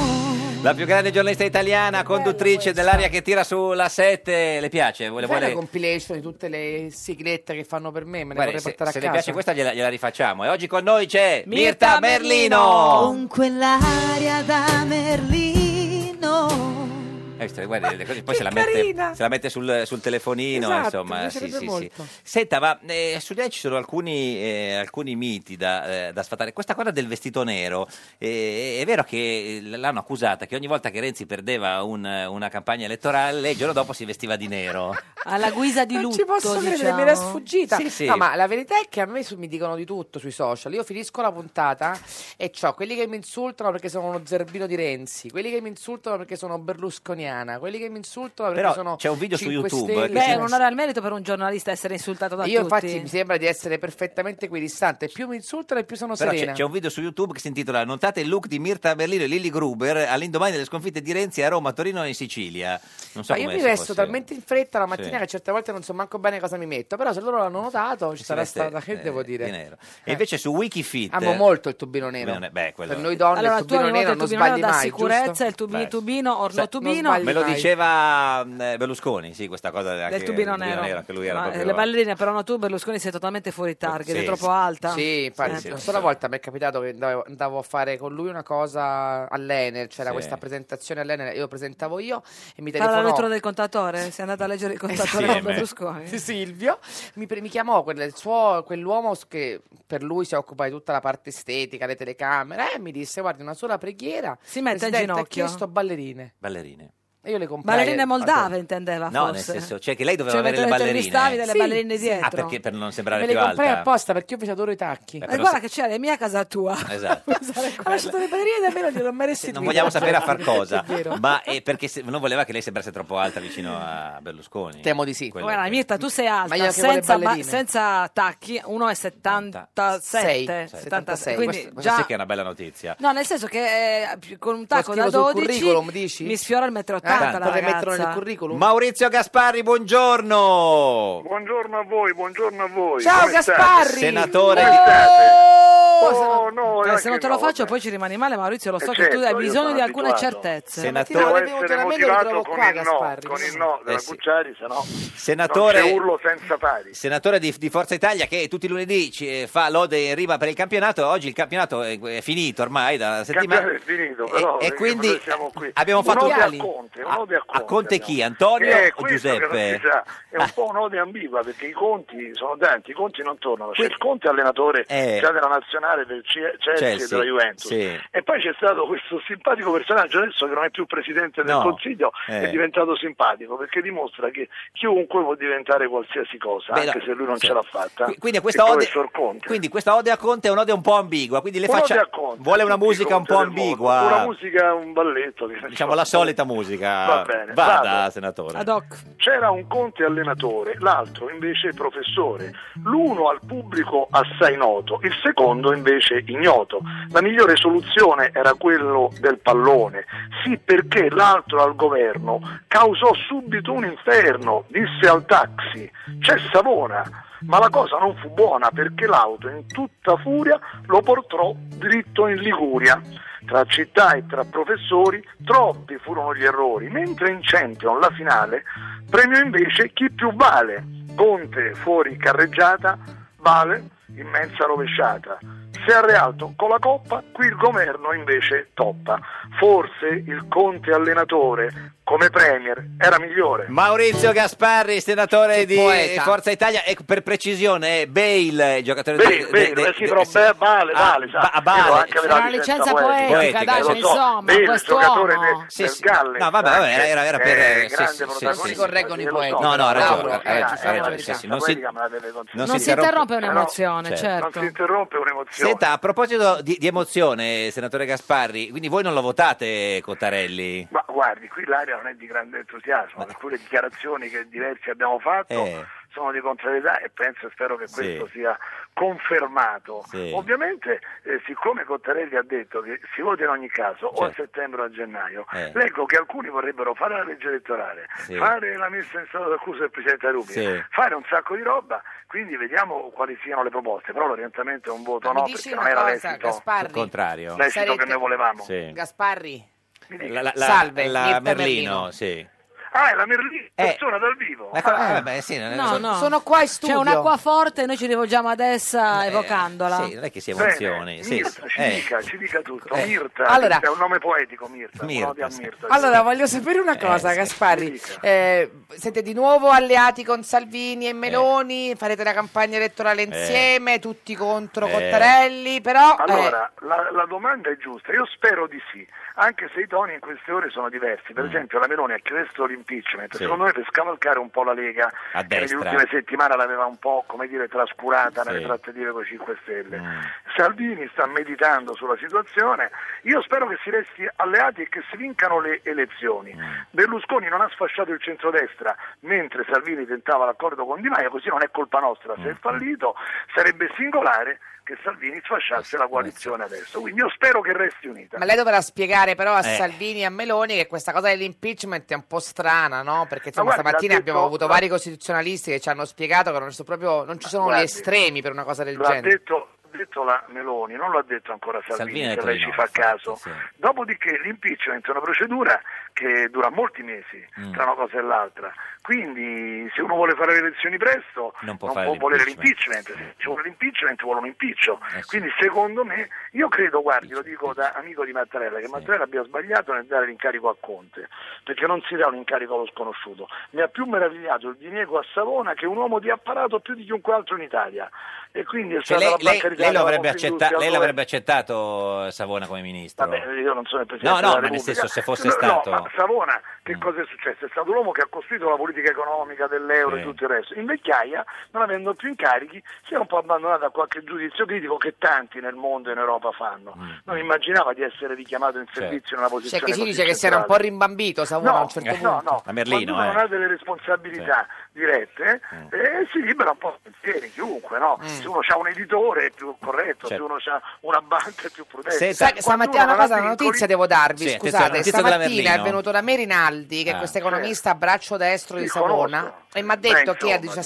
Speaker 2: la più grande giornalista italiana, conduttrice dell'aria che tira sulla 7. Le piace? Vuole,
Speaker 11: Vuole, fai
Speaker 2: vuole-
Speaker 11: una compilation di tutte le siglette che fanno per me, me ne
Speaker 2: guarda,
Speaker 11: vorrei
Speaker 2: se,
Speaker 11: portare
Speaker 2: se
Speaker 11: a
Speaker 2: le
Speaker 11: casa.
Speaker 2: piace questa gliela, gliela rifacciamo. E oggi con noi c'è Mirta, Merlino.
Speaker 8: Con quell'aria da Merlino.
Speaker 2: Eh, questa- guarda, le cose- poi se la,
Speaker 11: carina!
Speaker 2: mette, se la mette sul, sul telefonino,
Speaker 11: Esatto, mi
Speaker 2: insomma, sì,
Speaker 11: piacerebbe
Speaker 2: sì, sì.
Speaker 11: molto.
Speaker 2: Senta, ma eh, su di lei ci sono alcuni, eh, alcuni miti da, eh, da sfatare. Questa cosa del vestito nero, eh, è vero che l'hanno accusata che ogni volta che Renzi perdeva un- una campagna elettorale, lei il giorno dopo si vestiva di nero.
Speaker 1: alla guisa di
Speaker 11: Non
Speaker 1: lutto
Speaker 11: ci posso credere,
Speaker 1: diciamo.
Speaker 11: mi era sfuggita.
Speaker 2: Sì, sì.
Speaker 11: No, ma la verità è che a me su- mi dicono di tutto sui social. Io finisco la puntata e ho quelli che mi insultano perché sono uno zerbino di Renzi, quelli che mi insultano perché sono berlusconiana, quelli che mi insultano perché
Speaker 2: Però
Speaker 11: sono.
Speaker 2: c'è un video su
Speaker 11: 5
Speaker 2: YouTube eh,
Speaker 11: Stelle.
Speaker 2: che
Speaker 1: Beh, è un onore al merito per un giornalista essere insultato da
Speaker 11: Io
Speaker 1: tutti.
Speaker 11: infatti mi sembra di essere perfettamente equidistante. Più mi insultano e più sono
Speaker 2: Però c'è,
Speaker 11: serena.
Speaker 2: c'è un video su YouTube che si intitola Notate il look di Mirta Berlino e Lilli Gruber all'indomani delle sconfitte di Renzi a Roma, Torino e in Sicilia. Non so
Speaker 11: Ma io
Speaker 2: come
Speaker 11: mi
Speaker 2: si
Speaker 11: vesto
Speaker 2: fosse-
Speaker 11: talmente in fretta la mattina
Speaker 2: Sì.
Speaker 11: che certe volte non so manco bene cosa mi metto. Però se loro l'hanno notato, ci
Speaker 2: si
Speaker 11: sarà
Speaker 2: veste,
Speaker 11: stata. Che
Speaker 2: eh,
Speaker 11: devo
Speaker 2: di
Speaker 11: dire?
Speaker 2: nero. E invece su Wikifit
Speaker 11: Amo molto il tubino nero.
Speaker 2: Bene, beh, quello-
Speaker 11: Per noi donne
Speaker 1: allora,
Speaker 11: il
Speaker 1: tu
Speaker 11: tubino
Speaker 1: ogni volta
Speaker 11: nero
Speaker 1: il
Speaker 11: non
Speaker 1: tubino nero
Speaker 11: sicurezza
Speaker 1: dà
Speaker 11: mai,
Speaker 1: sicurezza,
Speaker 11: giusto?
Speaker 1: il tubino,
Speaker 2: Beh.
Speaker 1: tubino, orno
Speaker 2: Sa-
Speaker 1: tubino.
Speaker 2: Me lo diceva mm, eh, Berlusconi, sì, questa cosa anche-
Speaker 1: del tubino nero,
Speaker 2: che lui era
Speaker 1: Ma, eh,
Speaker 2: proprio-
Speaker 1: le ballerine però no tu Berlusconi sei totalmente fuori target
Speaker 2: Sì,
Speaker 1: è troppo
Speaker 2: sì.
Speaker 1: alta
Speaker 11: Sì, infatti,
Speaker 1: Eh.
Speaker 11: una sola volta mi è capitato che andavo, andavo a fare con lui una cosa all'Ener, c'era
Speaker 1: Sì.
Speaker 11: questa presentazione all'Ener, io presentavo io e mi
Speaker 1: Parla la
Speaker 11: telefonò
Speaker 1: lettura del contatore, sei andata a leggere il
Speaker 11: Sì,
Speaker 1: contatore con
Speaker 11: eh, beh.
Speaker 1: Berlusconi.
Speaker 11: Sì, Silvio, mi, pre- mi chiamò quel- il suo- quell'uomo s- che per lui si occupa di tutta la parte estetica, le telecamere, e mi disse guarda una sola preghiera,
Speaker 1: Si mette in
Speaker 11: Presidente, ha
Speaker 1: ginocchio.
Speaker 11: chiesto ballerine,
Speaker 2: ballerine.
Speaker 11: e io le comprai.
Speaker 1: Ballerine moldave
Speaker 11: Guarda,
Speaker 1: intendeva
Speaker 2: No, nel
Speaker 1: forse.
Speaker 2: senso, cioè che lei doveva
Speaker 1: Cioè,
Speaker 2: avere le
Speaker 1: mentre
Speaker 2: ballerine.
Speaker 1: intervistavi delle
Speaker 11: Sì,
Speaker 1: ballerine
Speaker 11: sì.
Speaker 1: dietro.
Speaker 2: Ah, perché per non sembrare
Speaker 11: Me le
Speaker 2: più
Speaker 11: comprai
Speaker 2: alta.
Speaker 11: apposta perché io invece adoro i tacchi.
Speaker 2: Beh,
Speaker 1: E guarda che c'era, è mia casa tua.
Speaker 2: Esatto.
Speaker 11: ha lasciato le ballerine da me, non gliel'ho mai restituita.
Speaker 2: Non vogliamo sapere a far
Speaker 11: *laughs*
Speaker 2: cosa,
Speaker 11: È vero.
Speaker 2: ma è perché se- non voleva che lei sembrasse troppo alta vicino a Berlusconi. Temo
Speaker 11: di sì.
Speaker 1: Guarda, Mirta, tu sei alta,
Speaker 11: io che vuole
Speaker 1: senza, ba-
Speaker 11: ballerine.
Speaker 1: senza tacchi, uno è 77, 76, quindi
Speaker 2: questa, questa
Speaker 1: già...
Speaker 2: sì che è una bella notizia.
Speaker 1: No, nel senso che eh, più- con un
Speaker 11: Lo
Speaker 1: tacco da
Speaker 11: scrivo sul
Speaker 1: 12
Speaker 11: curriculum, dici?
Speaker 1: mi sfiora il metro 80 la
Speaker 2: tanto. Potrei
Speaker 1: ragazza.
Speaker 2: metterlo nel
Speaker 11: curriculum.
Speaker 2: Maurizio Gasparri, buongiorno.
Speaker 14: Buongiorno a voi, buongiorno a voi.
Speaker 1: Ciao,
Speaker 14: Come state?
Speaker 1: Gasparri!
Speaker 2: Senatore.
Speaker 14: Come state?
Speaker 1: Oh,
Speaker 14: no,
Speaker 1: Eh,
Speaker 14: no,
Speaker 1: se non
Speaker 14: che
Speaker 1: te lo
Speaker 14: no,
Speaker 1: faccio poi ci rimani male Maurizio, lo so
Speaker 14: certo,
Speaker 1: che tu hai
Speaker 14: io
Speaker 1: bisogno
Speaker 14: sono
Speaker 1: di alcune
Speaker 14: abituato.
Speaker 1: certezze.
Speaker 2: Senatore-
Speaker 14: Devo essere motivato con
Speaker 11: qua,
Speaker 14: il no,
Speaker 11: Gasparri,
Speaker 14: con il
Speaker 11: no?
Speaker 14: no della
Speaker 2: Eh sì.
Speaker 14: Cucciari, se no
Speaker 2: Senatore-
Speaker 14: non c'è urlo senza pari.
Speaker 2: Senatore di, di Forza Italia che tutti i lunedì ci eh, fa lode in rima per il campionato, oggi il campionato è, è finito ormai da una
Speaker 14: Il
Speaker 2: settimana.
Speaker 14: campionato è finito, però
Speaker 2: e
Speaker 14: eh,
Speaker 2: quindi
Speaker 14: noi siamo qui.
Speaker 2: abbiamo
Speaker 14: Un
Speaker 2: fatto-
Speaker 14: ode
Speaker 2: Mondiali.
Speaker 14: a Conte, un ode a Conte.
Speaker 2: A Conte chi? Antonio
Speaker 14: Eh,
Speaker 2: o
Speaker 14: questo che non
Speaker 2: Giuseppe?
Speaker 14: si sa. È un po' un'ode ambigua perché i conti sono tanti, i conti non tornano. C'è il Conte allenatore
Speaker 2: Eh.
Speaker 14: già della nazionale del C- Chelsea, e
Speaker 2: Chelsea,
Speaker 14: della Juventus.
Speaker 2: sì.
Speaker 14: E poi c'è stato questo simpatico personaggio adesso che non è più presidente del
Speaker 2: No.
Speaker 14: Consiglio,
Speaker 2: Eh.
Speaker 14: è diventato simpatico perché dimostra che chiunque può diventare qualsiasi cosa,
Speaker 2: Beh, no,
Speaker 14: anche se lui non
Speaker 2: sì.
Speaker 14: ce l'ha fatta.
Speaker 2: Qui- quindi
Speaker 14: Il
Speaker 2: questa ode-
Speaker 14: professor Conte.
Speaker 2: Quindi questa ode a Conte è un'ode un po' ambigua, quindi le
Speaker 14: Un'ode
Speaker 2: faccia
Speaker 14: a Conte,
Speaker 2: vuole una
Speaker 14: tutti i
Speaker 2: musica un
Speaker 14: Conte
Speaker 2: po'
Speaker 14: del mondo.
Speaker 2: ambigua.
Speaker 14: Una musica, un balletto. che ne
Speaker 2: Diciamo
Speaker 14: so.
Speaker 2: la solita musica.
Speaker 14: Va bene,
Speaker 2: Vada,
Speaker 14: vado.
Speaker 2: senatore.
Speaker 14: C'era un conte allenatore, l'altro invece professore, l'uno al pubblico assai noto, il secondo invece ignoto. La migliore soluzione era quello del pallone, sì perché l'altro al governo causò subito un inferno, disse al taxi, c'è Savona. Ma la cosa non fu buona perché l'auto in tutta furia lo portò dritto in Liguria. Tra città e tra professori troppi furono gli errori, mentre in Champions la finale premio invece chi più vale. Conte fuori carreggiata, vale immensa rovesciata. Se al Realto con la coppa, qui il governo invece toppa. Forse il Conte allenatore come Premier era migliore.
Speaker 2: Maurizio Gasparri, senatore di
Speaker 14: poeta.
Speaker 2: Forza Italia, e per precisione è Bale, il giocatore
Speaker 14: Bale,
Speaker 2: de-
Speaker 14: Bale,
Speaker 2: de-
Speaker 14: eh sì,
Speaker 2: de-
Speaker 14: però
Speaker 2: sì.
Speaker 14: Bale, Bale,
Speaker 2: Ah,
Speaker 14: Bale, sa,
Speaker 2: ba-
Speaker 14: io
Speaker 2: Bale.
Speaker 14: ho anche la Sarà licenza licenza poetica, poetica, dai, lo so. insomma, oh. Bale, quest'uomo. giocatore del- del Galles,
Speaker 2: No, vabbè, vabbè,
Speaker 14: anche.
Speaker 2: era, era per...
Speaker 14: Eh,
Speaker 2: sì, sì,
Speaker 14: grande
Speaker 2: sì,
Speaker 14: protagonista.
Speaker 2: sì, sì.
Speaker 14: Si correggono i Io lo so, poeti.
Speaker 2: No, no, ha
Speaker 14: Laura,
Speaker 2: ragione, ha
Speaker 14: eh,
Speaker 2: ragione,
Speaker 14: ci
Speaker 2: ha
Speaker 14: sono
Speaker 2: ragione,
Speaker 14: le
Speaker 2: sì, sì,
Speaker 14: licenze
Speaker 2: non si-
Speaker 14: poetiche, ma la deve continuare.
Speaker 2: non si interrompe
Speaker 1: un'emozione, certo.
Speaker 14: Non si interrompe un'emozione.
Speaker 2: Senta, a proposito di, di emozione, senatore Gasparri, quindi voi non lo votate Cottarelli?
Speaker 14: Ma guardi, qui l'area non è di grande entusiasmo, per cui le dichiarazioni che diversi abbiamo fatto
Speaker 2: Eh.
Speaker 14: sono di contrarietà e penso e spero che
Speaker 2: Sì.
Speaker 14: questo sia confermato.
Speaker 2: Sì.
Speaker 14: Ovviamente, eh, siccome Cottarelli ha detto che si vota in ogni caso o a
Speaker 2: Certo.
Speaker 14: settembre o a gennaio,
Speaker 2: Eh.
Speaker 14: leggo che alcuni vorrebbero fare la legge elettorale,
Speaker 2: Sì.
Speaker 14: fare la messa in stato d'accusa del Presidente Rubi,
Speaker 2: Sì.
Speaker 14: fare un sacco di roba, quindi vediamo quali siano le proposte, però l'orientamento è un voto
Speaker 11: Ma mi
Speaker 14: no
Speaker 11: dici
Speaker 14: perché non
Speaker 11: una
Speaker 14: era
Speaker 11: cosa,
Speaker 14: l'esito,
Speaker 11: Gasparri?
Speaker 2: Il contrario.
Speaker 14: l'esito che
Speaker 11: Sarete-
Speaker 14: noi volevamo.
Speaker 2: Sì.
Speaker 11: Gasparri,
Speaker 2: La, la- la-
Speaker 11: Salve,
Speaker 2: la
Speaker 11: Mirta
Speaker 2: Merlino, sì.
Speaker 14: Ah, è la Merlina,
Speaker 11: Eh.
Speaker 14: persona dal vivo. Ah,
Speaker 2: Ma co- eh, vabbè, sì, non è-
Speaker 1: No, no.
Speaker 11: Sono qua in
Speaker 1: C'è
Speaker 11: studio. Eh,
Speaker 1: un'acqua forte, noi ci rivolgiamo ad essa evocandola.
Speaker 2: Sì, non è che si emozioni. Sì,
Speaker 14: Mirta, ci
Speaker 2: eh.
Speaker 14: dica, ci dica tutto.
Speaker 2: Eh.
Speaker 14: Mirta,
Speaker 11: Allora-
Speaker 14: è un nome poetico, Mirta.
Speaker 2: Mirta,
Speaker 14: Mirta,
Speaker 2: sì.
Speaker 14: Mirta.
Speaker 11: Allora, voglio sapere una cosa,
Speaker 14: Eh, sì.
Speaker 11: Gasparri. Eh, siete di nuovo alleati con Salvini
Speaker 14: Eh.
Speaker 11: e Meloni? Farete la campagna elettorale insieme, tutti contro
Speaker 14: Eh.
Speaker 11: Cottarelli, però... eh,
Speaker 14: Allora, la, la domanda è giusta, io spero di sì, anche se i toni in queste ore sono diversi.
Speaker 2: Mm.
Speaker 14: Per esempio, la Meloni ha chiesto l'impeachment,
Speaker 15: Sì.
Speaker 14: secondo me per scavalcare un po' la Lega,
Speaker 15: A
Speaker 14: che nelle
Speaker 15: destra.
Speaker 14: ultime settimane l'aveva un po', come dire, trascurata nelle
Speaker 15: Sì.
Speaker 14: trattative con i 5 Stelle. Salvini sta meditando sulla situazione, io spero che si resti alleati e che si vincano le elezioni. Berlusconi non ha sfasciato il centrodestra mentre Salvini tentava l'accordo con Di Maio, così non è colpa nostra se è fallito, sarebbe singolare che Salvini sfasciasse la coalizione adesso. Quindi io spero che resti unita.
Speaker 11: Ma lei dovrà spiegare però a
Speaker 14: Eh.
Speaker 11: Salvini e a Meloni che questa cosa dell'impeachment è un po' strana, no? Perché insomma,
Speaker 14: Ma guardi,
Speaker 11: stamattina
Speaker 14: l'ha
Speaker 11: abbiamo
Speaker 14: detto-
Speaker 11: avuto vari costituzionalisti che ci hanno spiegato che non, so proprio, non ci sono
Speaker 14: guardi,
Speaker 11: gli estremi per una cosa del
Speaker 14: L'ha
Speaker 11: genere.
Speaker 14: detto, l'ha detto la Meloni, non l'ha detto ancora
Speaker 11: Salvini
Speaker 14: Salvini,
Speaker 11: ha
Speaker 14: se
Speaker 11: detto
Speaker 14: lei
Speaker 11: di
Speaker 14: ci
Speaker 11: no,
Speaker 14: fa caso. Dopodiché l'impeachment è una procedura che dura molti mesi
Speaker 15: Mm.
Speaker 14: tra una cosa e l'altra. Quindi se uno vuole fare le elezioni presto
Speaker 15: Non
Speaker 14: non
Speaker 15: può
Speaker 14: può,
Speaker 15: fare
Speaker 14: volere
Speaker 15: l'impeachment.
Speaker 14: l'impeachment, se ci vuole l'impeachment vuole un impiccio. Quindi secondo me, io credo, guardi, lo dico da amico di Mattarella, che Mattarella abbia sbagliato nel dare l'incarico a Conte, perché non si dà un incarico allo sconosciuto. Mi ha più meravigliato il diniego a Savona che un uomo di apparato più di chiunque altro in Italia. E quindi è
Speaker 2: Cioè,
Speaker 14: stata
Speaker 2: lei,
Speaker 14: la
Speaker 2: lei-
Speaker 14: Banca d'Italia,
Speaker 2: lei lo
Speaker 14: la
Speaker 2: avrebbe
Speaker 14: Confindustria,
Speaker 2: accetta- lei
Speaker 14: dove-
Speaker 2: l'avrebbe accettato eh, Savona come ministro?
Speaker 14: Vabbè, io non sono il
Speaker 2: No,
Speaker 14: Presidente della
Speaker 2: no, ma nel
Speaker 14: Repubblica.
Speaker 2: senso se fosse
Speaker 14: No,
Speaker 2: stato... Mm.
Speaker 14: No, ma Savona, che cosa è successo? È stato l'uomo che ha costruito la politica economica dell'euro
Speaker 2: Sì.
Speaker 14: e tutto il resto. In vecchiaia, non avendo più incarichi, si è un po' abbandonato a qualche giudizio critico che tanti nel mondo e in Europa fanno.
Speaker 2: Mm.
Speaker 14: Non immaginava di essere richiamato in
Speaker 2: Certo.
Speaker 14: servizio in una
Speaker 11: C'è
Speaker 14: posizione
Speaker 11: chi ci
Speaker 14: così
Speaker 11: dice Cioè, che si era un po'
Speaker 14: centrale.
Speaker 11: rimbambito Savona a eh. un certo
Speaker 14: No,
Speaker 11: punto.
Speaker 14: no, no.
Speaker 2: eh.
Speaker 14: Quando uno non ha delle responsabilità dirette,
Speaker 11: Mm.
Speaker 14: eh, si libera un po' di pensieri, chiunque, no? Se uno ha un editore è più corretto,
Speaker 11: Certo.
Speaker 14: se uno ha una banca è più prudente.
Speaker 11: Sai che stamattina
Speaker 14: Quando
Speaker 11: una
Speaker 14: uno
Speaker 11: cosa,
Speaker 14: non ha
Speaker 11: una notizia devo darvi,
Speaker 2: Sì, attenzione,
Speaker 11: scusate,
Speaker 2: notizia della
Speaker 11: stamattina è
Speaker 2: Merlino.
Speaker 11: venuto da me Rinaldi, che
Speaker 2: Ah.
Speaker 11: è questo economista a braccio destro di
Speaker 2: Sì,
Speaker 11: Savona,
Speaker 2: conosco.
Speaker 11: e mi ha
Speaker 2: Beh,
Speaker 11: detto che a
Speaker 2: insomma,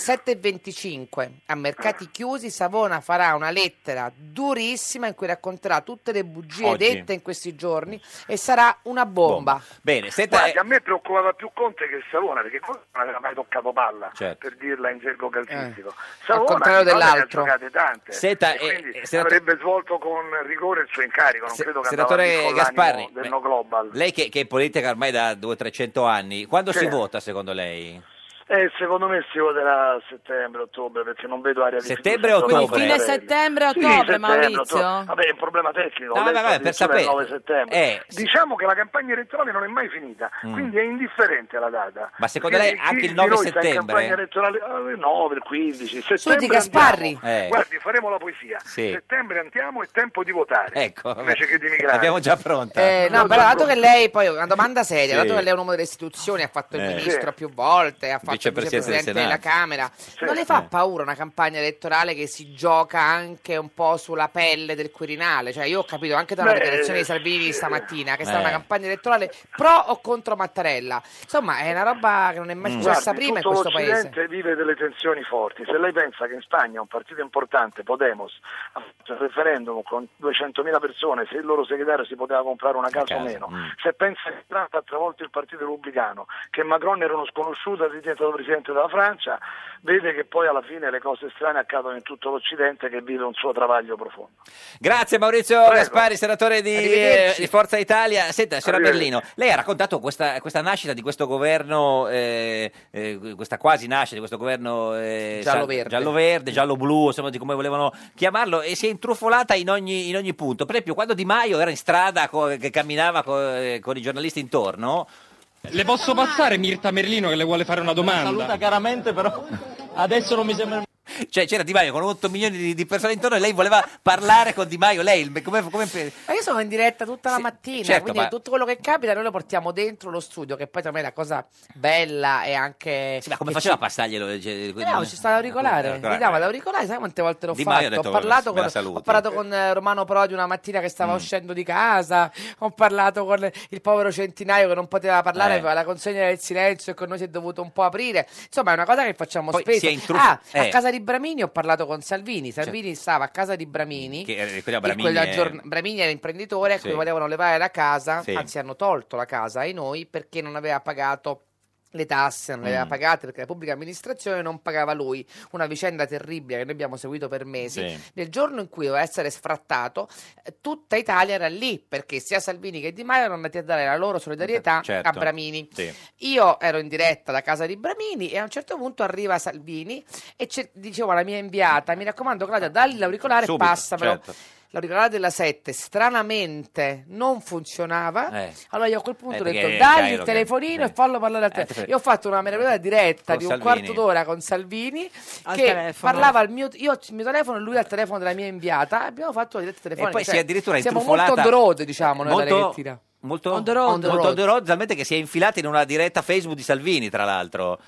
Speaker 11: 17.25 a mercati chiusi Savona farà una lettera durissima in cui racconterà tutte le bugie
Speaker 2: Oggi.
Speaker 11: dette in questi giorni e sarà una bomba.
Speaker 2: Bene, senta...
Speaker 11: eh,
Speaker 14: Guardi, a me preoccupava più Conte che Savona, perché Conte non aveva mai toccato palla,
Speaker 2: Certo.
Speaker 14: per dirla in gergo calcistico.
Speaker 11: Eh, al
Speaker 14: Savona
Speaker 11: contrario
Speaker 14: di palle ne ha
Speaker 11: dell'altro.
Speaker 14: giocate tante,
Speaker 2: Senta,
Speaker 14: e
Speaker 2: eh,
Speaker 14: quindi
Speaker 2: eh, senatore-
Speaker 14: avrebbe svolto con rigore il suo incarico, non
Speaker 2: Se-
Speaker 14: credo che andava lì
Speaker 2: senatore
Speaker 14: con l'animo
Speaker 2: Gasparri,
Speaker 14: del
Speaker 2: beh,
Speaker 14: no global.
Speaker 2: lei che, che è in politica ormai da 200-300 anni, quando
Speaker 14: Sì.
Speaker 2: si vota secondo lei?
Speaker 14: Eh, secondo me si voterà a settembre, ottobre, perché non vedo aria di
Speaker 2: Settembre,
Speaker 14: fiducia tra
Speaker 2: ottobre? Quindi
Speaker 14: Mattarella.
Speaker 1: settembre,
Speaker 14: Sì,
Speaker 1: ottobre,
Speaker 14: settembre,
Speaker 1: Maurizio?
Speaker 14: ottobre. Vabbè, è un problema tecnico.
Speaker 2: No,
Speaker 14: lei
Speaker 2: vabbè,
Speaker 14: sta
Speaker 2: vabbè, per
Speaker 14: addirittura il
Speaker 2: sapere.
Speaker 14: 9 settembre.
Speaker 2: Eh, sì.
Speaker 14: diciamo che la campagna elettorale non è mai finita,
Speaker 2: Mm.
Speaker 14: quindi è indifferente la data.
Speaker 2: Ma secondo
Speaker 14: Chi-
Speaker 2: lei
Speaker 14: chi
Speaker 2: anche il
Speaker 14: di
Speaker 2: 9
Speaker 14: noi sta in
Speaker 2: settembre?
Speaker 14: campagna elettorale Ah, il 9, il 15, settembre.
Speaker 11: Senti, Gasparri.
Speaker 14: andiamo.
Speaker 2: Eh.
Speaker 14: Guardi, faremo la poesia.
Speaker 2: Sì.
Speaker 14: Settembre andiamo, è tempo di votare.
Speaker 2: Ecco,
Speaker 14: Invece che di migrare.
Speaker 2: l'abbiamo già pronta.
Speaker 11: Eh, no, però dato
Speaker 14: ecco.
Speaker 11: che lei, poi una domanda seria,
Speaker 2: Certo. Sì.
Speaker 11: dato che lei è un uomo delle istituzioni, ha fatto il
Speaker 2: Eh.
Speaker 11: ministro più volte, ha fatto il
Speaker 2: Vicepresidente del
Speaker 11: vicepresidente della
Speaker 2: Senato. Eh.
Speaker 11: Camera, non le fa paura una campagna elettorale che si gioca anche un po' sulla pelle del Quirinale? Cioè io ho capito anche dalla
Speaker 14: Beh,
Speaker 11: dichiarazione di Salvini stamattina che sarà
Speaker 14: Eh.
Speaker 11: una campagna elettorale pro o contro Mattarella, insomma è una roba che non è mai
Speaker 2: Mm.
Speaker 11: successa
Speaker 14: Guardi,
Speaker 11: prima in
Speaker 14: tutto
Speaker 11: questo paese.
Speaker 14: l'Occidente vive delle tensioni forti. Se lei pensa che in Spagna un partito importante, Podemos, ha fatto il referendum con 200.000 persone, se il loro segretario si poteva comprare una casa o
Speaker 15: casa,
Speaker 14: meno,
Speaker 15: mm.
Speaker 14: se pensa che Trump ha travolto il partito repubblicano, che Macron era uno sconosciuto ed è diventato presidente della Francia, vede che poi alla fine le cose strane accadono in tutto l'Occidente che vive un suo travaglio profondo.
Speaker 2: Grazie Maurizio Gaspari, senatore di, eh,
Speaker 14: Arrivederci.
Speaker 2: di Forza Italia. Senta, signora
Speaker 14: Arrivederci.
Speaker 2: Berlino, lei ha raccontato questa, questa nascita di questo governo, eh, eh, questa quasi nascita di questo governo eh,
Speaker 11: Giallo-verde.
Speaker 2: sa- giallo-verde, giallo-blu, insomma di come volevano chiamarlo, e si è intrufolata in ogni, in ogni punto. Per esempio, quando Di Maio era in strada, co- che camminava co- eh, con i giornalisti intorno...
Speaker 16: Le posso passare Mirta Merlino che le vuole fare una domanda?
Speaker 2: Saluta
Speaker 16: caramente però adesso non mi sembra...
Speaker 2: Cioè c'era Di Maio con 8 milioni di, di persone intorno e lei voleva parlare con Di Maio, lei il- come... come
Speaker 11: Ma io sono in diretta tutta la mattina,
Speaker 2: certo,
Speaker 11: quindi
Speaker 2: ma-
Speaker 11: tutto quello che capita noi lo portiamo dentro lo studio, che poi per me è la cosa bella e anche...
Speaker 2: ma come
Speaker 11: che
Speaker 2: faceva a
Speaker 11: ci-
Speaker 2: passarglielo? Cioè,
Speaker 11: Eh No, ci sta l'auricolare, mi dava l'auricolare, sai quante volte l'ho
Speaker 2: Eh. Di Maio ha
Speaker 11: fatto?
Speaker 2: detto,
Speaker 11: ho, parlato
Speaker 2: "Me la
Speaker 11: con,
Speaker 2: saluti".
Speaker 11: ho parlato con eh, Romano Prodi una mattina che
Speaker 2: Mm.
Speaker 11: stava uscendo di casa, ho parlato con il povero Centinaio che non poteva parlare,
Speaker 2: Eh.
Speaker 11: aveva la consegna del silenzio e con noi si è dovuto un po' aprire. Insomma, è una cosa che facciamo
Speaker 2: Poi
Speaker 11: spesso.
Speaker 2: si è intru-
Speaker 11: Ah,
Speaker 2: eh. Cioè.
Speaker 11: a casa di Bramini ho parlato con Salvini, Salvini stava a casa di Bramini.
Speaker 2: Che, eh, quella
Speaker 11: Bramini,
Speaker 2: Bramini è-
Speaker 11: Bramini era imprenditore a cui
Speaker 2: Sì.
Speaker 11: volevano levare la casa,
Speaker 2: Sì.
Speaker 11: anzi hanno tolto la casa ai noi perché non aveva pagato le tasse non le aveva
Speaker 2: Mm.
Speaker 11: pagate perché la pubblica amministrazione non pagava lui. Una vicenda terribile che noi abbiamo seguito per mesi.
Speaker 2: Sì.
Speaker 11: Nel giorno in cui doveva essere sfrattato, eh, tutta Italia era lì perché sia Salvini che Di Maio erano andati a dare la loro solidarietà
Speaker 2: Certo.
Speaker 11: a Bramini.
Speaker 2: Sì.
Speaker 11: Io ero in diretta da casa di Bramini e a un certo punto arriva Salvini e ce- diceva alla mia inviata: Mi raccomando, Claudia, dagli l'auricolare e
Speaker 2: Subito,
Speaker 11: passamelo.
Speaker 2: certo.
Speaker 11: L'auricolare della 7 stranamente non funzionava.
Speaker 2: Eh.
Speaker 11: Allora io a quel punto
Speaker 2: Eh,
Speaker 11: ho
Speaker 2: perché
Speaker 11: detto:
Speaker 2: è
Speaker 11: Dagli
Speaker 2: Cairo
Speaker 11: il
Speaker 2: che-
Speaker 11: telefonino e fallo parlare al
Speaker 2: Eh,
Speaker 11: telefono.
Speaker 2: perché-
Speaker 11: Io ho fatto una meravigliosa diretta
Speaker 2: Con
Speaker 11: di un
Speaker 2: Salvini.
Speaker 11: quarto d'ora con Salvini
Speaker 1: Al
Speaker 11: che
Speaker 1: telefono.
Speaker 11: parlava al mio, io al mio telefono e lui al telefono della mia inviata. Abbiamo fatto la diretta telefonica.
Speaker 2: E eh, poi
Speaker 11: cioè,
Speaker 2: si è addirittura
Speaker 11: siamo
Speaker 2: intrufolata.
Speaker 11: molto on the road, diciamo, noi
Speaker 2: Molto-
Speaker 11: dalla Ghettina.
Speaker 2: Molto
Speaker 11: On the road.
Speaker 2: molto on the road, talmente che si è infilata in una diretta Facebook di Salvini, tra l'altro.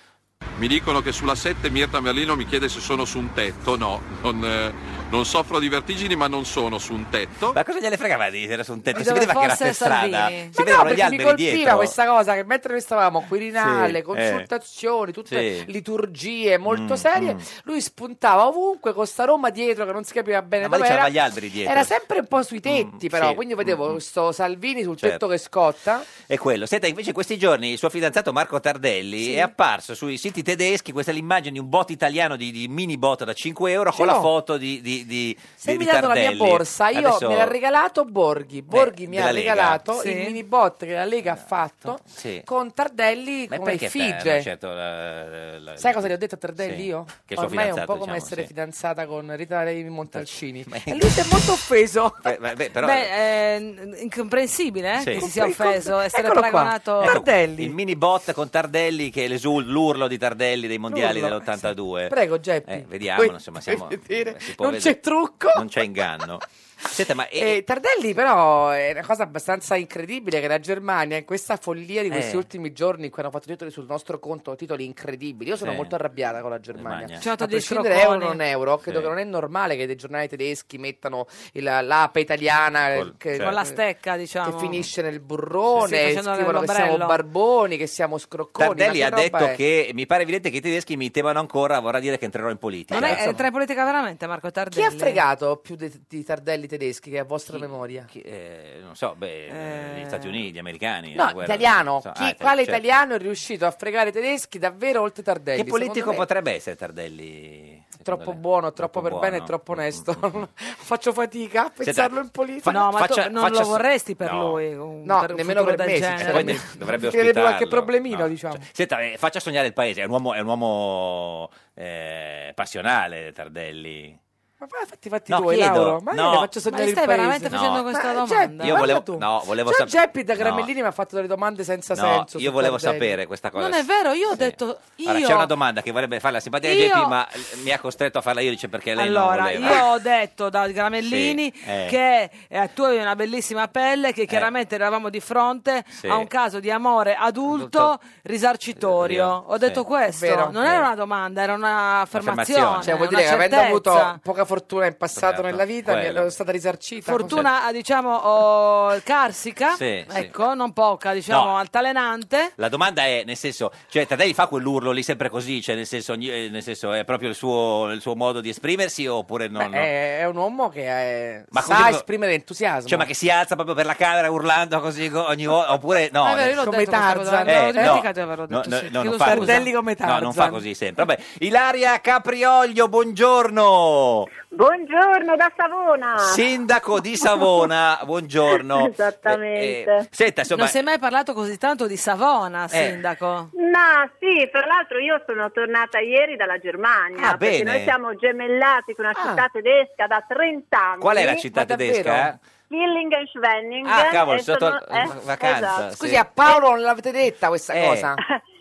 Speaker 15: Mi dicono che sulla 7 Mirta Merlino mi chiede se sono su un tetto. No, non, eh, non soffro di vertigini, ma non sono su un tetto.
Speaker 2: Ma cosa gliele fregava di era su un tetto?
Speaker 15: Di
Speaker 2: Si
Speaker 15: dove
Speaker 2: vedeva che era
Speaker 15: fosse
Speaker 2: per strada.
Speaker 15: Salvini?
Speaker 11: Ma
Speaker 2: Si
Speaker 11: no,
Speaker 2: vedevano gli
Speaker 11: perché mi
Speaker 2: alberi
Speaker 11: colpiva
Speaker 2: dietro.
Speaker 11: questa cosa che mentre noi stavamo a Quirinale,
Speaker 2: Sì, eh.
Speaker 11: consultazioni, tutte
Speaker 2: Sì.
Speaker 11: liturgie molto
Speaker 2: Mm,
Speaker 11: serie,
Speaker 2: mm.
Speaker 11: lui spuntava ovunque con sta Roma dietro che non si capiva bene
Speaker 2: Ma lì
Speaker 11: dove
Speaker 2: c'erano
Speaker 11: era.
Speaker 2: gli alberi dietro. Mm,
Speaker 11: Era sempre un po' sui tetti, però,
Speaker 2: sì,
Speaker 11: quindi io vedevo questo Salvini sul
Speaker 2: Certo.
Speaker 11: tetto che scotta.
Speaker 2: È quello. Senta, invece questi giorni il suo fidanzato Marco Tardelli
Speaker 11: Sì.
Speaker 2: è apparso sui siti tedeschi, questa è l'immagine di un bot italiano di, di mini bot da 5 euro
Speaker 11: Ce
Speaker 2: con la
Speaker 11: l'ho.
Speaker 2: foto di, di, di,
Speaker 11: Se
Speaker 2: di-
Speaker 11: mi
Speaker 2: di
Speaker 11: dato la mia
Speaker 2: Tardelli.
Speaker 11: borsa, io
Speaker 2: Adesso-
Speaker 11: me l'ha regalato Borghi. Borghi mi
Speaker 2: della
Speaker 11: ha
Speaker 2: Lega.
Speaker 11: regalato
Speaker 2: Sì.
Speaker 11: il mini bot che la Lega ha fatto
Speaker 2: Sì.
Speaker 11: con Tardelli
Speaker 2: Ma
Speaker 11: come
Speaker 2: perché fa-
Speaker 11: figge.
Speaker 2: no, certo, la- la-
Speaker 11: Sai cosa gli ho detto a Tardelli
Speaker 2: Sì,
Speaker 11: io?
Speaker 2: che è suo
Speaker 11: Ormai è un po'
Speaker 2: fidanzato,
Speaker 11: come
Speaker 2: diciamo,
Speaker 11: essere
Speaker 2: sì.
Speaker 11: fidanzata con Rita dei Montalcini. E lui si è molto offeso.
Speaker 2: Beh, beh, beh, però
Speaker 1: Beh, è n- incomprensibile eh,
Speaker 2: Sì.
Speaker 1: che si sia
Speaker 11: Compre-
Speaker 1: offeso,
Speaker 11: com-
Speaker 1: essere
Speaker 11: Eccolo qua.
Speaker 1: paragonato...
Speaker 2: Ecco, Il mini bot con Tardelli che è l'esul- l'urlo di Tardelli dei mondiali
Speaker 11: L'urlo,
Speaker 2: dell'82.
Speaker 11: Prego, Geppi.
Speaker 2: Eh, vediamolo, insomma, siamo,
Speaker 11: Voglio *laughs* dire,
Speaker 2: si può
Speaker 11: non
Speaker 2: vedere.
Speaker 11: c'è trucco.
Speaker 2: non c'è inganno. Senta,
Speaker 11: *laughs*
Speaker 2: ma è-
Speaker 11: Eh, Tardelli però è una cosa abbastanza incredibile che la Germania in questa follia di questi
Speaker 2: Eh.
Speaker 11: ultimi giorni in cui hanno fatto titoli sul nostro conto titoli incredibili io sono
Speaker 2: Sì.
Speaker 11: molto arrabbiata con la Germania
Speaker 2: Germania. Ci hanno
Speaker 11: a
Speaker 1: dato dei
Speaker 11: prescindere euro
Speaker 1: scrocconi.
Speaker 11: o non euro credo
Speaker 2: Sì.
Speaker 11: che non è normale che dei giornali tedeschi mettano il- l'ape italiana eh,
Speaker 2: Col- cioè,
Speaker 11: che,
Speaker 1: Con la stecca, diciamo.
Speaker 11: che finisce nel burrone
Speaker 1: Sì, facendo
Speaker 11: scrivono che siamo
Speaker 1: l'ombrello.
Speaker 11: barboni che siamo scrocconi
Speaker 2: Tardelli
Speaker 11: ma
Speaker 2: ha
Speaker 11: che roba
Speaker 2: detto
Speaker 11: è?
Speaker 2: che mi pare evidente che i tedeschi mi temano ancora, vorrà dire che entrerò in politica.
Speaker 1: Non è, è tra in politica veramente Marco
Speaker 11: chi
Speaker 1: Tardelli?
Speaker 11: ha fregato più di, di Tardelli tedeschi che a vostra memoria?
Speaker 2: Eh, non so,
Speaker 1: Eh.
Speaker 2: beh, gli Stati Uniti, gli americani.
Speaker 11: No,
Speaker 2: la guerra.
Speaker 11: italiano.
Speaker 2: So-
Speaker 11: Chi-
Speaker 2: ah,
Speaker 11: quale
Speaker 2: certo.
Speaker 11: italiano è riuscito a fregare i tedeschi davvero oltre Tardelli?
Speaker 2: Che politico
Speaker 11: Secondo me
Speaker 2: potrebbe essere Tardelli?
Speaker 11: è Troppo buono, troppo, per bene,
Speaker 2: buono. Mm,
Speaker 11: troppo onesto. *laughs* Faccio fatica a pensarlo in politica.
Speaker 1: No, ma
Speaker 2: Faccia-
Speaker 1: tu non
Speaker 2: faccia-
Speaker 1: lo vorresti per
Speaker 2: no.
Speaker 1: lui? un-
Speaker 11: No,
Speaker 1: per un
Speaker 11: nemmeno
Speaker 1: futuro
Speaker 11: per
Speaker 1: del
Speaker 11: me,
Speaker 1: genere?
Speaker 2: Poi de- dovrebbe
Speaker 11: Ti vedrebbe
Speaker 2: ospitarlo.
Speaker 11: qualche problemino,
Speaker 2: No.
Speaker 11: diciamo.
Speaker 2: Senta, eh, faccia sognare il paese, è un uomo, è un uomo eh, passionale Tardelli.
Speaker 11: Ma fa- fatti i fatti
Speaker 2: No,
Speaker 11: tuoi,
Speaker 2: chiedo.
Speaker 11: Lauro. Ma io
Speaker 2: No.
Speaker 11: le faccio
Speaker 2: Ma
Speaker 11: sognare
Speaker 1: stai
Speaker 11: il paese.
Speaker 1: veramente No. facendo questa
Speaker 11: Ma,
Speaker 1: domanda?
Speaker 11: Geppi,
Speaker 2: Io volevo-
Speaker 11: guarda tu.
Speaker 2: no, volevo
Speaker 11: Già
Speaker 2: sap-
Speaker 11: Geppi da
Speaker 2: no.
Speaker 11: Gramellini mi ha fatto delle domande senza
Speaker 2: No,
Speaker 11: senso.
Speaker 2: io
Speaker 11: su
Speaker 2: volevo
Speaker 11: Tardelli.
Speaker 2: sapere questa cosa.
Speaker 1: Non è vero, io ho detto io.
Speaker 2: Allora, c'è una domanda che vorrebbe fare la simpatia di
Speaker 1: Io-
Speaker 2: Geppi, ma l- mi ha costretto a farla io, dice perché lei
Speaker 1: Allora,
Speaker 2: non voleva.
Speaker 1: io ho detto da Gramellini
Speaker 2: *laughs* Sì, eh.
Speaker 1: che eh, tu avevi una bellissima pelle, che chiaramente eravamo di fronte
Speaker 2: Sì.
Speaker 1: a un caso di amore adulto, risarcitorio.
Speaker 2: Io,
Speaker 1: Ho detto
Speaker 2: sì.
Speaker 1: questo,
Speaker 11: Vero.
Speaker 1: non era una domanda, era un'affermazione.
Speaker 2: Affermazione.
Speaker 11: Cioè, vuol
Speaker 1: una
Speaker 11: dire che avendo
Speaker 1: certezza.
Speaker 11: avuto poca fortuna in passato
Speaker 2: Certo,
Speaker 11: nella vita, mi
Speaker 2: quello.
Speaker 11: ero stata risarcita.
Speaker 1: Fortuna, eh, diciamo, oh, carsica,
Speaker 2: Sì, sì.
Speaker 1: ecco, non poca, diciamo,
Speaker 2: No.
Speaker 1: altalenante.
Speaker 2: La domanda è, nel senso, cioè Taddei fa quell'urlo lì sempre così, cioè nel senso, ogni- eh, nel senso, è proprio il suo, il suo modo di esprimersi oppure no?
Speaker 11: Beh,
Speaker 2: no?
Speaker 1: eh,
Speaker 11: È, è un uomo che è-
Speaker 2: Ma
Speaker 11: sa
Speaker 2: così proprio-
Speaker 11: esprimere entusiasmo.
Speaker 2: Cioè ma che si alza proprio per la camera urlando così co- ogni volta, oppure no?
Speaker 11: Eh,
Speaker 1: Ma è vero, io l'ho
Speaker 11: Come
Speaker 1: detto questa cosa,
Speaker 11: Tarzan.
Speaker 1: me l'avevo
Speaker 2: Eh,
Speaker 1: dimenticato e avrò
Speaker 2: No,
Speaker 1: detto
Speaker 2: no,
Speaker 1: sì.
Speaker 2: no, non
Speaker 1: Chiedo
Speaker 2: fa
Speaker 1: scusa.
Speaker 2: così.
Speaker 11: come
Speaker 2: No, non fa
Speaker 11: Tarzan.
Speaker 2: così sempre. Vabbè, Ilaria Caprioglio, buongiorno.
Speaker 17: Buongiorno da Savona.
Speaker 2: Sindaco di Savona, buongiorno.
Speaker 17: *laughs* Esattamente.
Speaker 2: Eh, eh, senta, insomma,
Speaker 1: Non si è mai parlato così tanto di Savona,
Speaker 2: Eh.
Speaker 1: sindaco.
Speaker 17: No, sì, tra l'altro io sono tornata ieri dalla Germania,
Speaker 2: Ah,
Speaker 17: perché
Speaker 2: bene. Ah.
Speaker 17: noi siamo gemellati con una città tedesca da 30 anni.
Speaker 2: qual è la città tedesca? eh?
Speaker 17: Willingen-Schwenningen.
Speaker 2: Ah, cavolo,
Speaker 17: e
Speaker 2: sotto
Speaker 17: sono- eh,
Speaker 2: vacanza.
Speaker 17: esatto.
Speaker 2: sì.
Speaker 11: Scusi, a Paolo non l'avete detta questa
Speaker 2: Eh.
Speaker 11: cosa?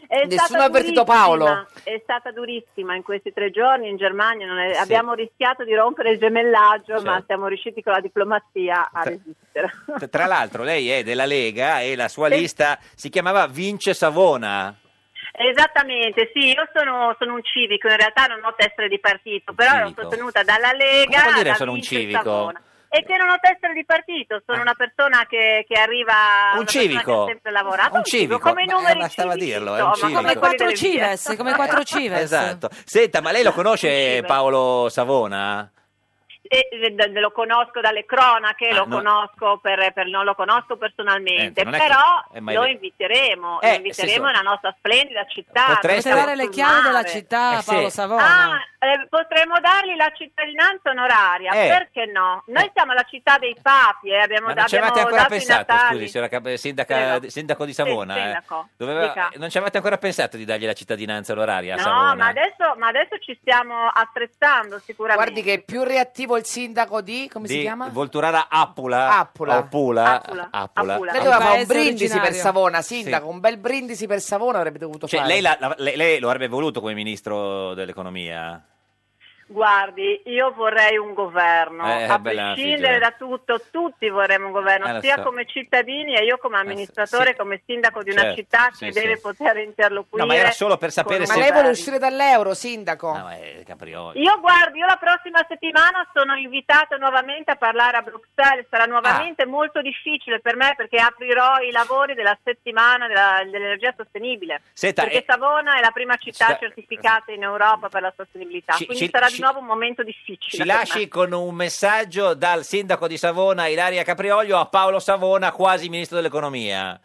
Speaker 17: È
Speaker 11: Nessuno
Speaker 17: stata
Speaker 11: ha avvertito
Speaker 17: durissima,
Speaker 11: Paolo.
Speaker 17: È stata durissima in questi tre giorni in Germania. non è- Abbiamo rischiato di rompere il gemellaggio, ma siamo riusciti con la diplomazia a
Speaker 2: Tra-
Speaker 17: resistere.
Speaker 2: T- Tra l'altro lei è della Lega e la sua lista si chiamava Vince Savona.
Speaker 17: Esattamente, sì, io sono, sono un civico, in realtà non ho tessera di partito, però ero
Speaker 2: Civico.
Speaker 17: sostenuta dalla Lega.
Speaker 2: Cosa vuol dire
Speaker 17: da
Speaker 2: sono un
Speaker 17: Vincenzo
Speaker 2: civico? Ah.
Speaker 17: Savona. E che non ho tessera di partito, sono una persona che, che arriva...
Speaker 2: Un
Speaker 17: una persona Che
Speaker 2: civico?
Speaker 17: ha sempre lavorato.
Speaker 2: Un civico,
Speaker 17: come i
Speaker 2: ma-
Speaker 17: numeri
Speaker 2: eh, bastava
Speaker 17: civici,
Speaker 2: dirlo, è un
Speaker 17: insomma,
Speaker 2: civico.
Speaker 17: come
Speaker 1: Come
Speaker 17: quelli
Speaker 1: quattro
Speaker 17: delle vite.
Speaker 1: Cives, come quattro Cives.
Speaker 2: Esatto. Senta, ma lei lo conosce Paolo Savona?
Speaker 17: eh, eh, lo conosco dalle cronache, lo
Speaker 2: no.
Speaker 17: conosco per, per- non lo conosco personalmente,
Speaker 2: Ah, Niente, non è che-
Speaker 17: però
Speaker 2: eh, ma è
Speaker 17: lo
Speaker 2: ver-
Speaker 17: inviteremo,
Speaker 2: Eh,
Speaker 17: lo inviteremo
Speaker 2: sì, sì.
Speaker 17: nella nostra splendida città.
Speaker 2: Potreste-
Speaker 17: dove
Speaker 2: Potete dare
Speaker 1: Ah, le
Speaker 17: sul
Speaker 1: chiavi della
Speaker 17: mare.
Speaker 1: città,
Speaker 2: Eh, sì. Paolo
Speaker 1: Savona.
Speaker 17: Ah, eh, potremmo dargli la cittadinanza onoraria,
Speaker 2: Eh.
Speaker 17: perché no? Noi siamo la città dei papi, eh, abbiamo,
Speaker 2: Ma non ci
Speaker 17: abbiamo
Speaker 2: avevate ancora
Speaker 17: dato i
Speaker 2: pensato,
Speaker 17: natali.
Speaker 2: scusi, signora Cap- sindaca, sindaco di Savona. eh?
Speaker 17: sindaco,
Speaker 2: Doveva-
Speaker 17: dica.
Speaker 2: non ci avevate ancora pensato di dargli la cittadinanza onoraria a
Speaker 17: No,
Speaker 2: Savona?
Speaker 17: ma adesso, ma adesso ci stiamo attrezzando sicuramente.
Speaker 11: Guardi che è più reattivo il sindaco di, come si
Speaker 2: Di
Speaker 11: chiama?
Speaker 2: Volturara Appula.
Speaker 11: Appula.
Speaker 2: Appula.
Speaker 11: Appula.
Speaker 2: Appula.
Speaker 11: Lei doveva fare un
Speaker 2: Paese
Speaker 11: brindisi
Speaker 2: originario.
Speaker 11: per Savona,
Speaker 2: Sì.
Speaker 11: sindaco, un bel brindisi per Savona avrebbe dovuto
Speaker 2: Cioè,
Speaker 11: fare.
Speaker 2: lei, la- la- lei- lei lo avrebbe voluto come ministro dell'economia?
Speaker 17: Guardi, io vorrei un governo,
Speaker 2: Eh,
Speaker 17: a
Speaker 2: bella
Speaker 17: prescindere
Speaker 2: figura.
Speaker 17: da tutto, tutti vorremmo un
Speaker 2: Eh,
Speaker 17: governo,
Speaker 2: lo
Speaker 17: sia
Speaker 2: so. Eh,
Speaker 17: come cittadini e io come amministratore,
Speaker 2: sì.
Speaker 17: come sindaco di una
Speaker 2: Certo,
Speaker 17: città
Speaker 2: sì,
Speaker 17: che
Speaker 2: sì.
Speaker 17: deve poter interloquire.
Speaker 2: No, ma era solo per
Speaker 17: con
Speaker 2: sapere
Speaker 11: Ma
Speaker 2: se-
Speaker 17: il
Speaker 11: lei vuole
Speaker 17: governo.
Speaker 11: uscire dall'euro, sindaco?
Speaker 2: Eh, Caprioli.
Speaker 17: Io guardi, io la prossima settimana sono invitata nuovamente a parlare a Bruxelles,
Speaker 2: Ah.
Speaker 17: sarà nuovamente molto difficile per me perché aprirò i lavori della settimana della- dell'energia sostenibile.
Speaker 2: Senta,
Speaker 17: perché
Speaker 2: eh,
Speaker 17: Savona è la prima città
Speaker 2: sta-
Speaker 17: certificata in Europa per la sostenibilità,
Speaker 2: Ci-
Speaker 17: quindi
Speaker 2: ci-
Speaker 17: sarà
Speaker 2: ci-
Speaker 17: di nuovo un momento difficile.
Speaker 2: Ci
Speaker 17: per me.
Speaker 2: lasci con un messaggio dal sindaco di Savona, Ilaria Caprioglio, a Paolo Savona, quasi ministro dell'economia.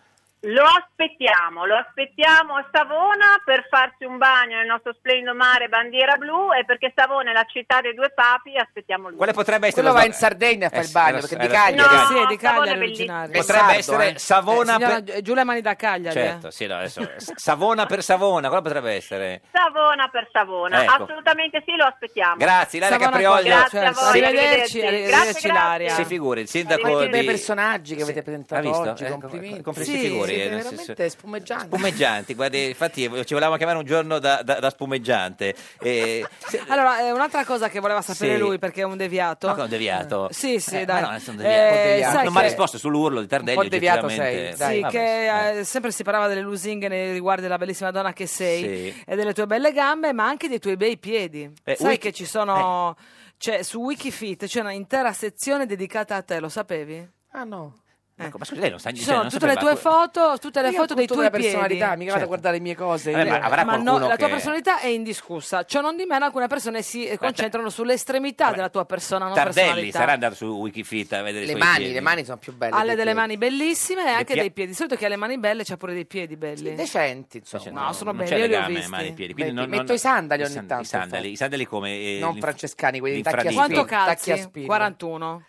Speaker 17: Lo aspettiamo, lo aspettiamo a Savona per farsi un bagno nel nostro splendido mare bandiera blu e perché Savona è la città dei due papi, aspettiamo lui.
Speaker 2: Quale potrebbe essere
Speaker 11: Quello
Speaker 2: lo
Speaker 11: va
Speaker 2: sva-
Speaker 11: in Sardegna a
Speaker 2: Eh,
Speaker 11: fare il
Speaker 2: sì,
Speaker 11: bagno,
Speaker 2: era-
Speaker 11: perché
Speaker 2: era-
Speaker 11: di Cagliari.
Speaker 17: No,
Speaker 1: Sì, è di
Speaker 17: Savona
Speaker 1: Cagliari
Speaker 17: è
Speaker 1: originario.
Speaker 2: Potrebbe Sardo, essere eh. Savona
Speaker 1: Eh, signora
Speaker 2: per-
Speaker 1: Giulia Mani da Cagliari. eh.
Speaker 2: Certo, sì, no, adesso- S- Savona per Savona, quella potrebbe essere.
Speaker 17: Savona per Savona,
Speaker 2: Ecco.
Speaker 17: assolutamente sì, lo aspettiamo.
Speaker 2: Grazie, Ilaria
Speaker 17: Savona
Speaker 2: Caprioglio.
Speaker 17: con- Grazie a
Speaker 2: Cioè,
Speaker 17: voi,
Speaker 1: arrivederci,
Speaker 17: arrivederci.
Speaker 11: eh,
Speaker 1: arrivederci,
Speaker 17: Grazie,
Speaker 1: Ilaria.
Speaker 2: Si figuri, il sindaco
Speaker 11: Quanti bei
Speaker 2: di...
Speaker 11: personaggi che avete presentato
Speaker 2: visto?
Speaker 11: oggi,
Speaker 2: Eh,
Speaker 11: complimenti.
Speaker 2: com- com- si figuri, eh,
Speaker 11: siete
Speaker 2: nel
Speaker 11: veramente
Speaker 2: senso-
Speaker 11: spumeggianti.
Speaker 2: Spumeggianti, guardi, infatti eh, ci volevamo chiamare un giorno da, da- da spumeggiante. Eh, se-
Speaker 1: Allora, eh, un'altra cosa che voleva sapere
Speaker 2: Sì.
Speaker 1: lui perché è un deviato.
Speaker 2: Ma che ho deviato.
Speaker 1: Sì, sì,
Speaker 2: Eh,
Speaker 1: dai.
Speaker 2: ma no, adesso un deviato.
Speaker 1: Eh, sai
Speaker 2: non mi ha
Speaker 1: che-
Speaker 2: risposto sull'urlo di Tardelli.
Speaker 11: po' deviato
Speaker 2: oggettivamente.
Speaker 11: sei,
Speaker 1: Sì,
Speaker 2: Vabbè,
Speaker 1: che eh, sempre si parlava delle lusinghe nei riguardi della bellissima donna che sei
Speaker 2: Sì.
Speaker 1: e delle tue belle gambe, ma anche dei tuoi bei piedi.
Speaker 2: Eh,
Speaker 1: Sai
Speaker 2: Wiki- Eh.
Speaker 1: che ci sono, cioè, su Wikifit c'è una intera sezione dedicata a te, lo sapevi?
Speaker 11: Ah no.
Speaker 2: Ma, co- ma scusi, lei non sa
Speaker 1: Ci
Speaker 2: niente.
Speaker 1: sono tutte le tue foto, tutte le
Speaker 11: Io
Speaker 1: foto dei
Speaker 11: appunto
Speaker 1: tuoi
Speaker 11: della
Speaker 1: piedi. Certo.
Speaker 11: personalità, mica vado a guardare le mie cose.
Speaker 2: Vabbè,
Speaker 11: io-
Speaker 2: ma avrà
Speaker 1: Ma no,
Speaker 2: qualcuno
Speaker 1: la tua
Speaker 2: che-
Speaker 1: personalità è indiscussa. Ciò non di meno, alcune persone si eh, concentrano sull'estremità della tua persona, non
Speaker 2: Tardelli
Speaker 1: personalità.
Speaker 2: sarà andato su Wikifit a vedere i
Speaker 11: Le
Speaker 2: suoi
Speaker 11: mani,
Speaker 2: piedi.
Speaker 11: le mani sono più belle.
Speaker 1: ha le delle mani bellissime e anche
Speaker 2: pie-
Speaker 1: dei piedi. Di solito chi ha le mani belle c'ha pure dei piedi belli.
Speaker 11: decenti, insomma.
Speaker 1: No, sono
Speaker 2: non
Speaker 1: belli,
Speaker 2: c'è
Speaker 1: io li ho
Speaker 2: legame
Speaker 1: visti.
Speaker 2: mani e piedi.
Speaker 11: Beh,
Speaker 2: Quindi non-
Speaker 11: metto
Speaker 2: non-
Speaker 11: i sandali
Speaker 2: i
Speaker 11: ogni
Speaker 2: san-
Speaker 11: tanto,
Speaker 2: I sandali, i sandali come... eh,
Speaker 11: Non
Speaker 2: l'inf-
Speaker 11: francescani, quelli di
Speaker 2: l'infradito.
Speaker 11: tacchi a
Speaker 1: Quanto
Speaker 11: spillo. Tacchi a
Speaker 1: calzi?
Speaker 11: spillo.
Speaker 1: 41.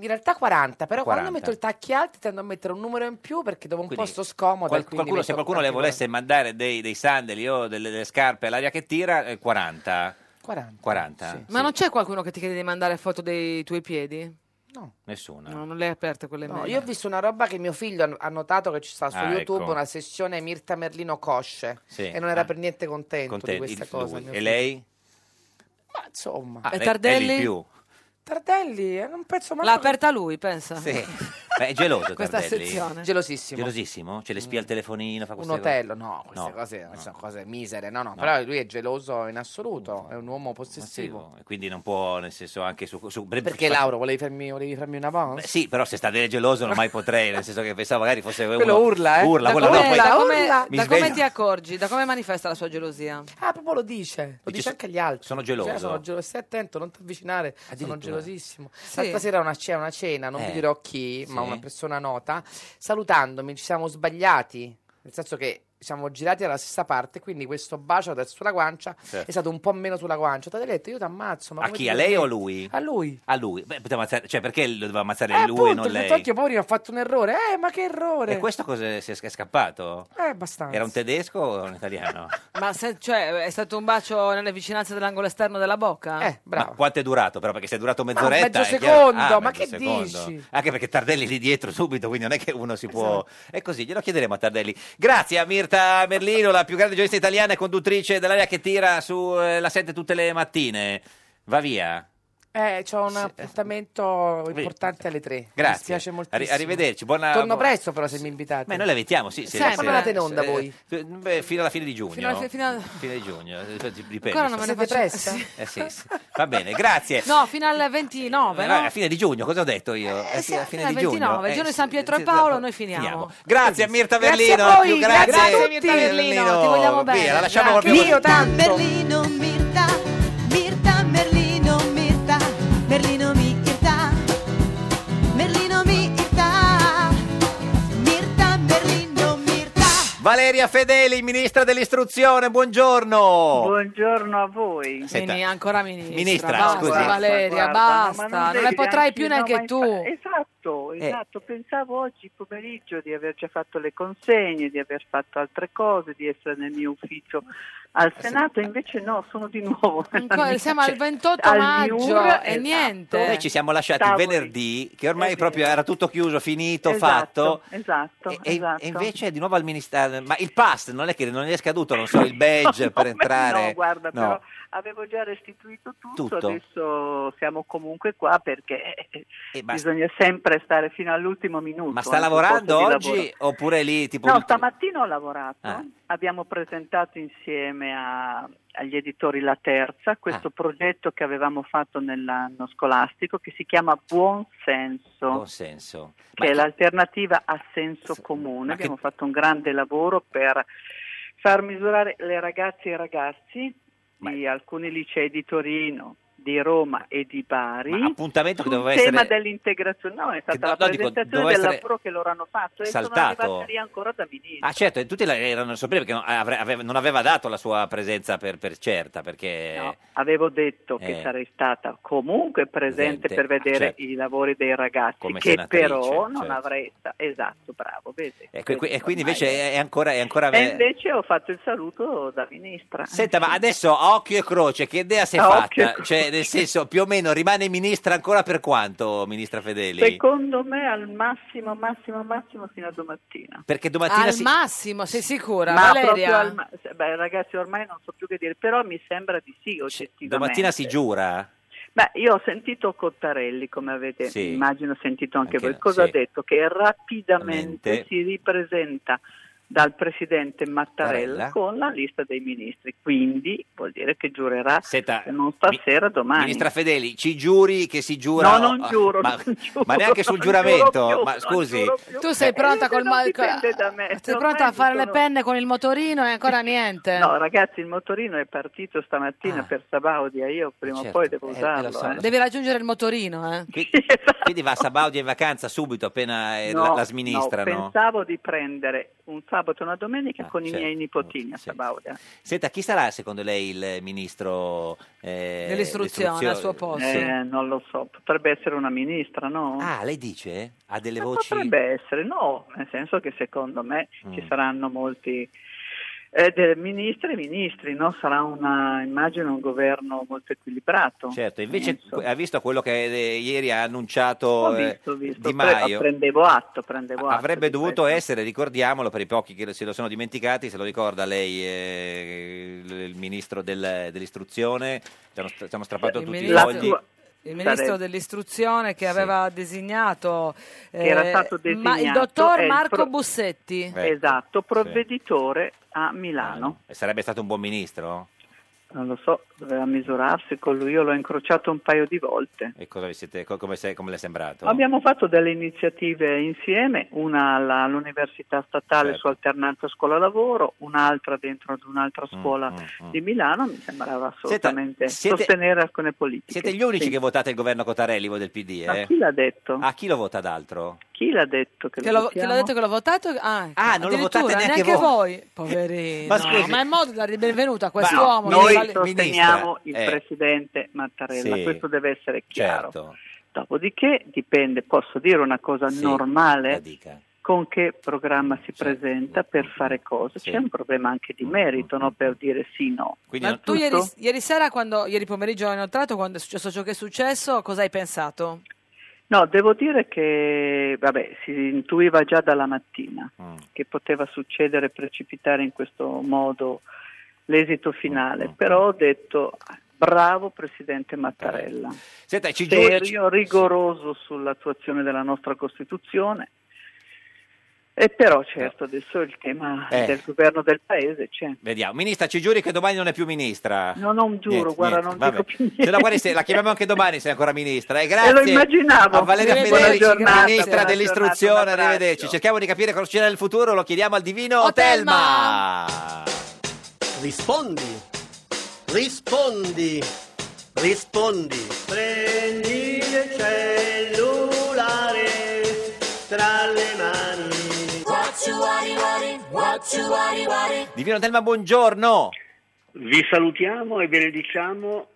Speaker 11: In realtà 40, però quando
Speaker 2: 40.
Speaker 11: metto il tacchi alti tendo a mettere un numero in più perché dopo un
Speaker 2: Quindi
Speaker 11: posto scomodo.
Speaker 2: Qual-
Speaker 11: e quindi
Speaker 2: qualcuno,
Speaker 11: metto
Speaker 2: se qualcuno le
Speaker 11: tanti
Speaker 2: volesse mandare dei, dei sandali o delle, delle scarpe all'aria che tira, eh, 40.
Speaker 11: 40.
Speaker 2: 40?
Speaker 1: Ma non c'è qualcuno che ti chiede di mandare foto dei tuoi piedi?
Speaker 2: Nessuna.
Speaker 1: No, non le hai aperte quelle
Speaker 11: No,
Speaker 1: mail.
Speaker 11: io ho visto una roba che mio figlio ha- ha notato che ci sta su
Speaker 2: Ah,
Speaker 11: YouTube
Speaker 2: ecco.
Speaker 11: una sessione Mirta Merlino Cosce
Speaker 2: Sì.
Speaker 11: e non era
Speaker 2: Ah.
Speaker 11: per niente contento,
Speaker 2: Contenti-
Speaker 11: di questa
Speaker 2: il-
Speaker 11: cosa.
Speaker 2: lui.
Speaker 11: mio
Speaker 2: E
Speaker 11: figlio.
Speaker 2: lei?
Speaker 11: Ma insomma,
Speaker 2: Ah, lei- lei di
Speaker 11: *laughs*
Speaker 2: più.
Speaker 11: Tardelli è un pezzo
Speaker 1: L'ha aperta lui, pensa. *laughs*
Speaker 2: Sì. Beh, è geloso
Speaker 1: Questa
Speaker 2: Tardelli?
Speaker 1: sezione.
Speaker 11: Gelosissimo. Mm.
Speaker 2: Gelosissimo? Ce le spia al telefonino? Fa
Speaker 11: un
Speaker 2: queste cose?
Speaker 11: otello, no, queste
Speaker 2: No.
Speaker 11: cose sono cose misere, no, no, però lui è geloso in assoluto, è un uomo possessivo.
Speaker 2: E Quindi non può, nel senso, anche su... su-
Speaker 11: Perché Lauro, volevi farmi, volevi farmi una
Speaker 2: Beh,
Speaker 11: pausa?
Speaker 2: Sì, però se sta del geloso non mai potrei, nel senso che pensavo magari fosse
Speaker 11: Quello
Speaker 2: uno-
Speaker 11: urla, eh?
Speaker 2: Urla,
Speaker 11: Da
Speaker 2: quello
Speaker 11: come-
Speaker 2: no, poi-
Speaker 1: Da come,
Speaker 11: urla.
Speaker 2: Mi
Speaker 1: da come
Speaker 2: sveglio.
Speaker 1: ti accorgi? Da come manifesta la sua gelosia?
Speaker 11: Ah, proprio lo dice, lo dice,
Speaker 2: so-
Speaker 11: anche agli altri.
Speaker 2: sono geloso.
Speaker 11: Cioè, sono gelo- Stai attento, non ti avvicinare, sono
Speaker 2: Ah, Addirittura.
Speaker 11: gelosissimo. L'altra sera una, c'è una cena, non
Speaker 2: Eh.
Speaker 11: vi dirò chi, ma
Speaker 2: Sì.
Speaker 11: una persona nota, salutandomi ci siamo sbagliati, nel senso che siamo girati alla stessa parte, quindi questo bacio adesso sulla guancia
Speaker 2: Certo.
Speaker 11: è stato un po' meno sulla guancia. Ti ho detto, io ti ammazzo. Ma
Speaker 2: A
Speaker 11: come
Speaker 2: chi?
Speaker 11: ti
Speaker 2: A lei o a
Speaker 11: permetti?
Speaker 2: lui?
Speaker 11: A lui.
Speaker 2: A lui. Beh, poteva ammazzare- cioè, perché lo doveva ammazzare
Speaker 11: Eh,
Speaker 2: lui e
Speaker 11: appunto,
Speaker 2: non
Speaker 11: ho detto,
Speaker 2: lei?
Speaker 11: "Occhio, poverino, ha fatto un errore. Eh, ma che errore!
Speaker 2: E questo cos'è? Si è sca- è scappato?
Speaker 11: Eh, abbastanza.
Speaker 2: Era un tedesco o un italiano?
Speaker 1: Ma se- cioè, è stato un bacio nelle vicinanze dell'angolo esterno della bocca? Eh,
Speaker 2: Ma quanto è durato però? Perché se è durato mezz'oretta...
Speaker 1: mezzo
Speaker 2: è chiaro-
Speaker 1: secondo,
Speaker 2: Ah,
Speaker 1: ma
Speaker 2: mezzo
Speaker 1: che dici? Esatto.
Speaker 2: Anche perché Tardelli è lì dietro subito, quindi non è che uno si può... È così, glielo chiederemo a Tardelli. Grazie a Mirta Merlino, la più grande giornalista italiana e conduttrice dell'area che tira sulla 7 tutte le mattine. Va via.
Speaker 11: Eh, c'ho un appuntamento importante alle tre.
Speaker 2: Grazie.
Speaker 11: Mi spiace moltissimo.
Speaker 2: Arri- arrivederci, buona-
Speaker 11: Torno
Speaker 2: buona-
Speaker 11: presto, però, se mi invitate.
Speaker 2: Beh, noi la mettiamo, sì. sì,
Speaker 11: Sempre.
Speaker 2: sì.
Speaker 11: Quando andate in onda
Speaker 2: Eh,
Speaker 11: voi?
Speaker 2: beh, fino alla fine di giugno.
Speaker 1: Fino alla fi- fino alla-
Speaker 2: Fine di giugno, eh, dipende.
Speaker 1: Ancora non me ne
Speaker 11: Siete
Speaker 1: faccio
Speaker 11: pressa?
Speaker 2: *laughs* Eh, sì, sì. Va bene, grazie.
Speaker 1: *laughs* No, fino al 29,
Speaker 2: Eh, no,
Speaker 1: no?
Speaker 2: a fine di giugno, cosa ho detto io? Eh, sì, a fine
Speaker 1: Fino al
Speaker 2: di giugno.
Speaker 1: 29, il
Speaker 2: Eh,
Speaker 1: giorno di
Speaker 2: sì,
Speaker 1: San Pietro
Speaker 2: sì,
Speaker 1: e Paolo, noi finiamo.
Speaker 2: finiamo. Grazie a Mirta
Speaker 1: Grazie
Speaker 2: Berlino.
Speaker 1: a voi,
Speaker 2: più grazie,
Speaker 1: grazie a tutti. Berlino, ti vogliamo
Speaker 2: Via,
Speaker 1: bene.
Speaker 2: la lasciamo
Speaker 1: Grazie.
Speaker 2: proprio-
Speaker 11: Io tanto.
Speaker 8: Merlino, Mirta, Mirta, Merlino, Mirta, Merlino.
Speaker 2: Valeria Fedeli, ministra dell'istruzione, buongiorno.
Speaker 18: Buongiorno a voi.
Speaker 2: Senta.
Speaker 1: Quindi ancora ministra.
Speaker 2: Ministra,
Speaker 1: basta,
Speaker 2: scusi.
Speaker 1: Valeria,
Speaker 18: Guarda,
Speaker 1: basta.
Speaker 18: ma
Speaker 1: Non,
Speaker 18: devi
Speaker 1: ne potrai
Speaker 18: neanche- no,
Speaker 1: più neanche
Speaker 18: ma
Speaker 1: tu.
Speaker 18: infa- Esatto,
Speaker 1: Eh.
Speaker 18: esatto. Pensavo oggi pomeriggio di aver già fatto le consegne, di aver fatto altre cose, di essere nel mio ufficio al Senato, invece no, sono di nuovo.
Speaker 1: Eh
Speaker 18: Cioè,
Speaker 1: *laughs* Ancora- siamo al 28
Speaker 18: al
Speaker 1: maggio
Speaker 18: MIUR,
Speaker 1: e
Speaker 18: esatto.
Speaker 1: niente.
Speaker 2: Noi ci siamo lasciati
Speaker 18: Tavoli.
Speaker 2: venerdì, che ormai proprio era tutto chiuso, finito,
Speaker 18: Esatto,
Speaker 2: fatto.
Speaker 18: Esatto,
Speaker 2: E,
Speaker 18: esatto.
Speaker 2: e invece di nuovo al ministero. Ma il pass non è che non gli è scaduto, non so, il badge per entrare.
Speaker 18: *laughs* No, guarda,
Speaker 2: No.
Speaker 18: però avevo già restituito tutto,
Speaker 2: Tutto.
Speaker 18: adesso siamo comunque qua perché eh,
Speaker 2: ma-
Speaker 18: bisogna sempre stare fino all'ultimo minuto.
Speaker 2: Ma sta
Speaker 18: anche
Speaker 2: lavorando
Speaker 18: sul posto di
Speaker 2: oggi
Speaker 18: lavoro.
Speaker 2: oppure lì tipo
Speaker 18: No,
Speaker 2: l'ultimo-
Speaker 18: stamattina ho lavorato,
Speaker 2: Ah.
Speaker 18: abbiamo presentato insieme a- agli editori La Terza
Speaker 2: Ah.
Speaker 18: questo progetto che avevamo fatto nell'anno scolastico che si chiama Buon Senso,
Speaker 2: buon senso.
Speaker 18: che è l'alternativa a senso comune. Abbiamo fatto un grande lavoro per far misurare le ragazze e i ragazzi di alcuni licei di Torino, di Roma e di Bari.
Speaker 2: Ma appuntamento che
Speaker 18: sul
Speaker 2: doveva
Speaker 18: tema
Speaker 2: essere
Speaker 18: dell'integrazione, no, è stata
Speaker 2: no,
Speaker 18: la
Speaker 2: no, dico,
Speaker 18: presentazione
Speaker 2: doveva
Speaker 18: del
Speaker 2: essere
Speaker 18: lavoro che loro hanno fatto e
Speaker 2: saltato.
Speaker 18: sono arrivati lì ancora da ministri.
Speaker 2: Ah certo, e tutti la- erano sorpresi perché non avre- aveva, non aveva dato la sua presenza per, per certa, perché
Speaker 18: Avevo detto
Speaker 2: Eh.
Speaker 18: che sarei stata comunque presente
Speaker 2: Presente.
Speaker 18: per vedere
Speaker 2: Ah, certo.
Speaker 18: i lavori dei ragazzi,
Speaker 2: Come
Speaker 18: che
Speaker 2: senatrice,
Speaker 18: però non
Speaker 2: certo.
Speaker 18: avrei... sta- Esatto, bravo, vedi.
Speaker 2: E, que- que- e quindi
Speaker 18: Ormai
Speaker 2: invece
Speaker 18: è-
Speaker 2: è ancora... È ancora
Speaker 18: E invece ho fatto il saluto da ministra.
Speaker 2: Senta, ma adesso a occhio e croce, che idea si è
Speaker 18: A occhio e
Speaker 2: fatta? Cioè, nel senso, più o meno rimane ministra ancora per quanto, ministra Fedeli?
Speaker 18: Secondo me al massimo, massimo, massimo fino a domattina.
Speaker 2: Perché domattina
Speaker 1: al
Speaker 2: si...
Speaker 1: massimo, sei sicura,
Speaker 18: Ma proprio
Speaker 1: Valeria?
Speaker 18: al ma- beh, ragazzi, ormai non so più che dire, però mi sembra di sì, oggettivamente.
Speaker 2: domattina si giura?
Speaker 18: Beh, io ho sentito Cottarelli, come avete
Speaker 2: Sì.
Speaker 18: immagino sentito anche,
Speaker 2: Anche
Speaker 18: voi,
Speaker 2: no-
Speaker 18: cosa
Speaker 2: sì.
Speaker 18: ha detto? Che rapidamente
Speaker 2: Mente.
Speaker 18: si ripresenta dal presidente Mattarella
Speaker 2: Mattarella.
Speaker 18: con la lista dei ministri, quindi vuol dire che giurerà
Speaker 2: Senta,
Speaker 18: se non stasera domani.
Speaker 2: Ministra Fedeli, ci giuri che si giura?
Speaker 18: No, non
Speaker 2: Ah,
Speaker 18: giuro,
Speaker 2: Ma,
Speaker 18: non giuro,
Speaker 2: ma neanche sul
Speaker 18: non
Speaker 2: giuramento?
Speaker 18: giuro più,
Speaker 2: ma
Speaker 18: non
Speaker 2: scusi,
Speaker 18: giuro
Speaker 1: Tu
Speaker 2: Eh,
Speaker 1: sei pronta col mal- Sei pronta a fare le
Speaker 18: sono-
Speaker 1: penne con il motorino e ancora
Speaker 2: Eh.
Speaker 1: niente?
Speaker 18: No, ragazzi, il motorino è partito stamattina per Sabaudia, io prima
Speaker 2: certo,
Speaker 18: o poi devo
Speaker 2: Ah. eh,
Speaker 18: usarlo.
Speaker 2: lo so,
Speaker 18: eh.
Speaker 2: lo so.
Speaker 1: Devi raggiungere il motorino, eh.
Speaker 2: qui- quindi va a Sabaudia in vacanza subito appena eh,
Speaker 18: Esatto. No,
Speaker 2: la, la
Speaker 18: no,
Speaker 2: sministrano?
Speaker 18: pensavo di prendere un sabato e una domenica con i
Speaker 2: certo, Eh,
Speaker 18: miei nipotini a Sabaudia.
Speaker 2: Senta, chi sarà secondo lei il ministro eh,
Speaker 18: Dell'istruzione,
Speaker 2: dell'istruzione?
Speaker 18: al suo posto.
Speaker 2: Sì.
Speaker 18: Eh, non lo so, potrebbe essere una ministra, no? Eh,
Speaker 2: Ah, lei dice? Ha delle voci?
Speaker 18: Potrebbe essere, no, nel senso che secondo me
Speaker 2: Mm.
Speaker 18: ci saranno molti eh, de- ministri e ministri, no? sarà una, immagino un governo molto equilibrato.
Speaker 2: Certo, invece
Speaker 18: penso.
Speaker 2: que- ha visto quello che eh, ieri ha annunciato
Speaker 18: Ho
Speaker 2: eh,
Speaker 18: visto, ho visto,
Speaker 2: Di
Speaker 18: pre-
Speaker 2: Maio.
Speaker 18: prendevo atto, prendevo atto.
Speaker 2: Avrebbe
Speaker 18: di
Speaker 2: dovuto
Speaker 18: questo.
Speaker 2: essere, ricordiamolo, per i pochi che se lo sono dimenticati, se lo ricorda lei, eh, il il ministro del- dell'istruzione, ci hanno, stra- ci hanno strappato
Speaker 1: Il
Speaker 2: tutti i
Speaker 1: ministro-
Speaker 2: soldi.
Speaker 1: Il ministro
Speaker 18: Sarebbe-
Speaker 1: dell'istruzione che aveva designato, eh,
Speaker 18: Che era stato
Speaker 1: ma il
Speaker 18: designato, è
Speaker 1: dottor
Speaker 18: il
Speaker 1: Marco
Speaker 18: pro-
Speaker 1: Bussetti.
Speaker 2: Ecco.
Speaker 18: Esatto, provveditore a Milano.
Speaker 2: E Sarebbe stato un buon ministro?
Speaker 18: Non lo so, doveva misurarsi con lui, io l'ho incrociato un paio di volte.
Speaker 2: E cosa vi siete, co- come, se- come le è sembrato?
Speaker 18: Abbiamo fatto delle iniziative insieme, una alla- all'Università Statale
Speaker 2: Certo.
Speaker 18: su alternanza scuola-lavoro, un'altra dentro ad un'altra
Speaker 2: Mm,
Speaker 18: scuola di Milano, mi sembrava assolutamente
Speaker 2: siete-
Speaker 18: sostenere alcune politiche.
Speaker 2: Siete gli unici
Speaker 18: Sì.
Speaker 2: che votate il governo Cotarelli, voi del PD,
Speaker 18: Ma
Speaker 2: eh?
Speaker 18: chi l'ha detto?
Speaker 2: Ah, chi lo vota d'altro?
Speaker 18: Chi l'ha detto che,
Speaker 1: Che
Speaker 18: lo
Speaker 1: l'ho, che l'ho
Speaker 18: votiamo?
Speaker 1: detto che l'ho votato? Ah,
Speaker 2: non lo
Speaker 1: addirittura,
Speaker 2: votate neanche voi.
Speaker 1: voi. Poverino.
Speaker 2: Ma
Speaker 1: Ma,
Speaker 2: scusi.
Speaker 1: ma è modo di dare il benvenuto a quest'uomo.
Speaker 18: noi
Speaker 1: che vale-
Speaker 18: sosteniamo il
Speaker 2: eh.
Speaker 18: presidente Mattarella,
Speaker 2: Sì.
Speaker 18: questo deve essere chiaro.
Speaker 2: Certo.
Speaker 18: Dopodiché dipende, posso dire una cosa normale?
Speaker 2: dica.
Speaker 18: Con che programma si presenta per fare cosa? C'è un problema anche
Speaker 2: Mm,
Speaker 18: di merito, no? Per dire sì, no.
Speaker 1: Ma tu ieri, ieri sera, quando, ieri pomeriggio ho inoltrato, quando è successo ciò che è successo, cosa hai pensato?
Speaker 18: No, devo dire che vabbè, si intuiva già dalla mattina
Speaker 2: Mm.
Speaker 18: che poteva succedere, precipitare in questo modo l'esito
Speaker 2: Mm,
Speaker 18: finale, però ho detto bravo Presidente Mattarella,
Speaker 2: Eh. Senta, ci giuri-
Speaker 18: serio, rigoroso sull'attuazione della nostra Costituzione. E però certo adesso il tema
Speaker 2: Eh.
Speaker 18: del governo del paese c'è.
Speaker 2: Vediamo. Ministra, ci giuri che domani non è più ministra?
Speaker 18: No, non giuro,
Speaker 2: Niente,
Speaker 18: guarda,
Speaker 2: niente,
Speaker 18: non
Speaker 2: vabbè.
Speaker 18: dico più niente.
Speaker 2: Se no, guardi, se la chiamiamo anche domani se è ancora ministra. Eh, grazie.
Speaker 18: E lo immaginavo.
Speaker 2: A Valeria
Speaker 18: Buona
Speaker 2: Fedeli,
Speaker 18: giornata,
Speaker 2: ministra
Speaker 18: buona
Speaker 2: dell'istruzione,
Speaker 18: giornata, un
Speaker 2: arrivederci. Cerchiamo di capire cosa c'è nel futuro, lo chiediamo al divino Telma.
Speaker 19: Rispondi, rispondi, rispondi. Prendi il cellulare tra le mani.
Speaker 2: Divino Telma, buongiorno.
Speaker 20: Vi salutiamo e benediciamo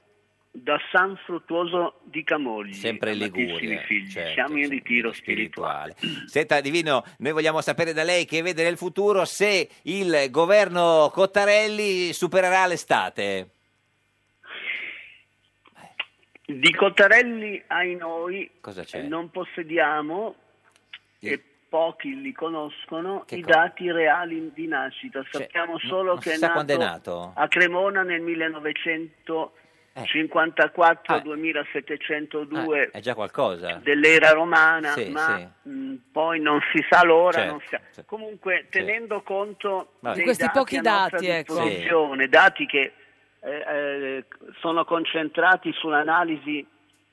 Speaker 20: da San Fruttuoso di Camogli.
Speaker 2: Sempre in Liguria.
Speaker 20: amatissimi figli.
Speaker 2: certo,
Speaker 20: Siamo in
Speaker 2: sì,
Speaker 20: ritiro
Speaker 2: spirituale. Senta Divino, noi vogliamo sapere da lei che vede nel futuro se il governo Cottarelli supererà l'estate.
Speaker 20: Di Cottarelli ai noi
Speaker 2: Cosa c'è?
Speaker 20: non possediamo e pochi li conoscono
Speaker 2: Che
Speaker 20: i
Speaker 2: cosa? Cioè,
Speaker 20: dati reali di nascita. Sappiamo solo
Speaker 2: non
Speaker 20: che
Speaker 2: si
Speaker 20: è
Speaker 2: sa quando
Speaker 20: nato,
Speaker 2: è nato?
Speaker 20: a Cremona nel
Speaker 2: Eh.
Speaker 20: 1954 2702
Speaker 2: Ah, È già qualcosa.
Speaker 20: dell'era romana,
Speaker 2: Eh, Sì,
Speaker 20: ma
Speaker 2: sì.
Speaker 20: mh, poi non si sa l'ora.
Speaker 2: Certo,
Speaker 20: non si sa- Comunque, tenendo conto
Speaker 1: Vabbè.
Speaker 20: dei
Speaker 1: Questi
Speaker 20: dati
Speaker 1: pochi
Speaker 20: a nostra
Speaker 1: dati, ecco.
Speaker 20: disposizione, dati che eh, eh, sono concentrati sull'analisi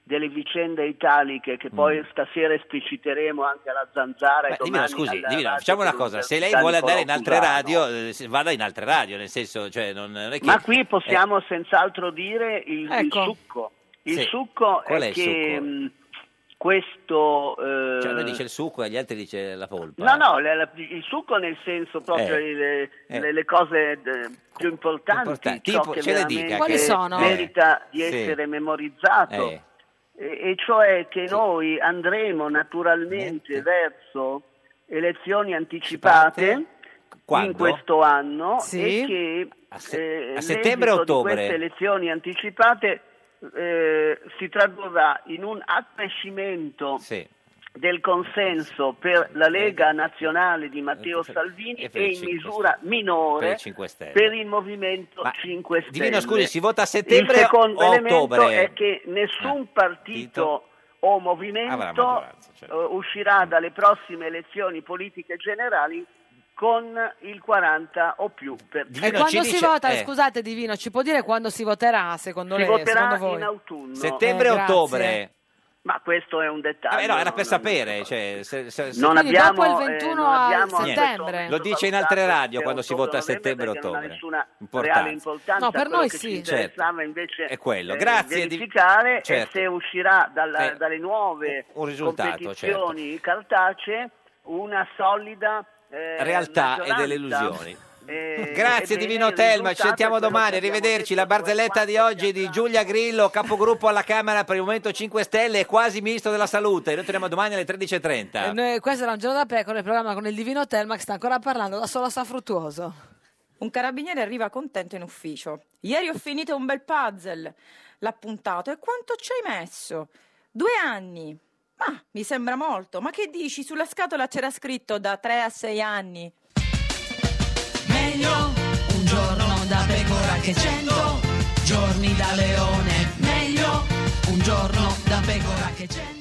Speaker 20: delle vicende italiche che poi stasera espliciteremo anche alla zanzara e
Speaker 2: Mm. Beh,
Speaker 20: domani
Speaker 2: Divino, scusi,
Speaker 20: alla
Speaker 2: Divino,
Speaker 20: radio
Speaker 2: facciamo una cosa, se lei vuole andare in altre
Speaker 20: Culturale.
Speaker 2: radio, eh, se- vada in altre radio, nel senso, cioè, non, non è che... Eh.
Speaker 20: Ma qui possiamo senz'altro dire il, il
Speaker 2: Ecco.
Speaker 20: succo. Il
Speaker 2: Sì.
Speaker 20: succo
Speaker 2: Qual è
Speaker 20: è
Speaker 2: il
Speaker 20: che
Speaker 2: succo?
Speaker 20: mh, questo... eh,
Speaker 2: Cioè, uno dice il succo e gli altri dice la polpa.
Speaker 20: No, no, la- la- il succo nel senso proprio
Speaker 2: Eh,
Speaker 20: le,
Speaker 2: eh.
Speaker 20: le- le cose eh, più importanti,
Speaker 2: Importanti,
Speaker 20: ciò
Speaker 2: tipo,
Speaker 20: che
Speaker 2: ce le dica
Speaker 20: veramente
Speaker 2: Quali che- sono?
Speaker 20: merita di
Speaker 2: Sì.
Speaker 20: essere memorizzato.
Speaker 2: Eh.
Speaker 20: E, e cioè che noi andremo naturalmente verso elezioni anticipate
Speaker 2: Quando?
Speaker 20: in questo anno
Speaker 2: Sì.
Speaker 20: e che eh,
Speaker 2: a settembre o
Speaker 20: l'esito
Speaker 2: ottobre?
Speaker 20: di queste elezioni anticipate eh, si tradurrà in un accrescimento
Speaker 2: Sì.
Speaker 20: del consenso per la Lega Nazionale di Matteo Salvini
Speaker 2: e per
Speaker 20: e
Speaker 2: il
Speaker 20: in
Speaker 2: Cinque
Speaker 20: misura
Speaker 2: Per
Speaker 20: minore
Speaker 2: il 5 Stelle.
Speaker 20: per il Movimento 5 Stelle.
Speaker 2: Divino, scusi, si vota a settembre
Speaker 20: Il secondo
Speaker 2: o a
Speaker 20: elemento
Speaker 2: ottobre?
Speaker 20: è che nessun partito o
Speaker 2: Ah, Avrà
Speaker 20: movimento
Speaker 2: maggioranza, certo.
Speaker 20: eh, uscirà dalle prossime elezioni politiche generali con il 40 o più per cento.
Speaker 1: e quando si
Speaker 2: eh,
Speaker 1: vota,
Speaker 18: eh.
Speaker 1: scusate Divino, ci può dire quando si voterà secondo
Speaker 20: Si
Speaker 1: lei?
Speaker 20: voterà
Speaker 1: secondo voi? Eh,
Speaker 20: in autunno.
Speaker 2: Settembre e ottobre.
Speaker 20: Ma questo è un dettaglio.
Speaker 2: Eh, no, era per sapere. cioè, se- se- se-
Speaker 20: Non
Speaker 1: Quindi
Speaker 20: abbiamo, eh,
Speaker 1: dopo il 21 a
Speaker 20: niente.
Speaker 1: settembre.
Speaker 2: Lo dice in altre radio
Speaker 20: per
Speaker 2: quando si vota a settembre e
Speaker 20: perché non ha
Speaker 2: ottobre.
Speaker 20: nessuna reale
Speaker 2: Importante.
Speaker 20: importanza.
Speaker 1: No, per
Speaker 20: quello
Speaker 1: noi
Speaker 20: che
Speaker 1: sì.
Speaker 20: Ci
Speaker 2: Certo.
Speaker 20: interessava invece
Speaker 2: È quello.
Speaker 20: eh,
Speaker 2: Grazie, di-
Speaker 20: verificare e
Speaker 2: certo.
Speaker 20: se uscirà dalla-
Speaker 2: Eh,
Speaker 20: dalle nuove
Speaker 2: un risultato, certo.
Speaker 20: competizioni cartacee una solida eh,
Speaker 2: Realtà e
Speaker 20: maggioranza.
Speaker 2: delle illusioni.
Speaker 20: Eh,
Speaker 2: Grazie
Speaker 20: ebbene,
Speaker 2: Divino
Speaker 20: il
Speaker 2: Telma, ci
Speaker 20: risultato
Speaker 2: sentiamo
Speaker 20: è quello
Speaker 2: domani,
Speaker 20: che abbiamo
Speaker 2: arrivederci. La barzelletta di oggi di Giulia Grillo, capogruppo alla Camera per il Movimento 5 Stelle e quasi ministro della Salute. Noi torniamo domani alle
Speaker 1: Eh,
Speaker 2: 13.30.
Speaker 1: noi- questo era un giorno da pecora, il programma con il divino Telma che sta ancora parlando da solo a San Fruttuoso.
Speaker 21: Un carabiniere arriva contento in ufficio. Ieri ho finito un bel puzzle. L'ha puntato. E quanto ci hai messo? Due anni. Ma mi sembra molto. Ma che dici? Sulla scatola c'era scritto da tre a sei anni.
Speaker 22: Meglio un giorno da pecora che cento giorni da leone. Meglio un giorno da pecora che cento.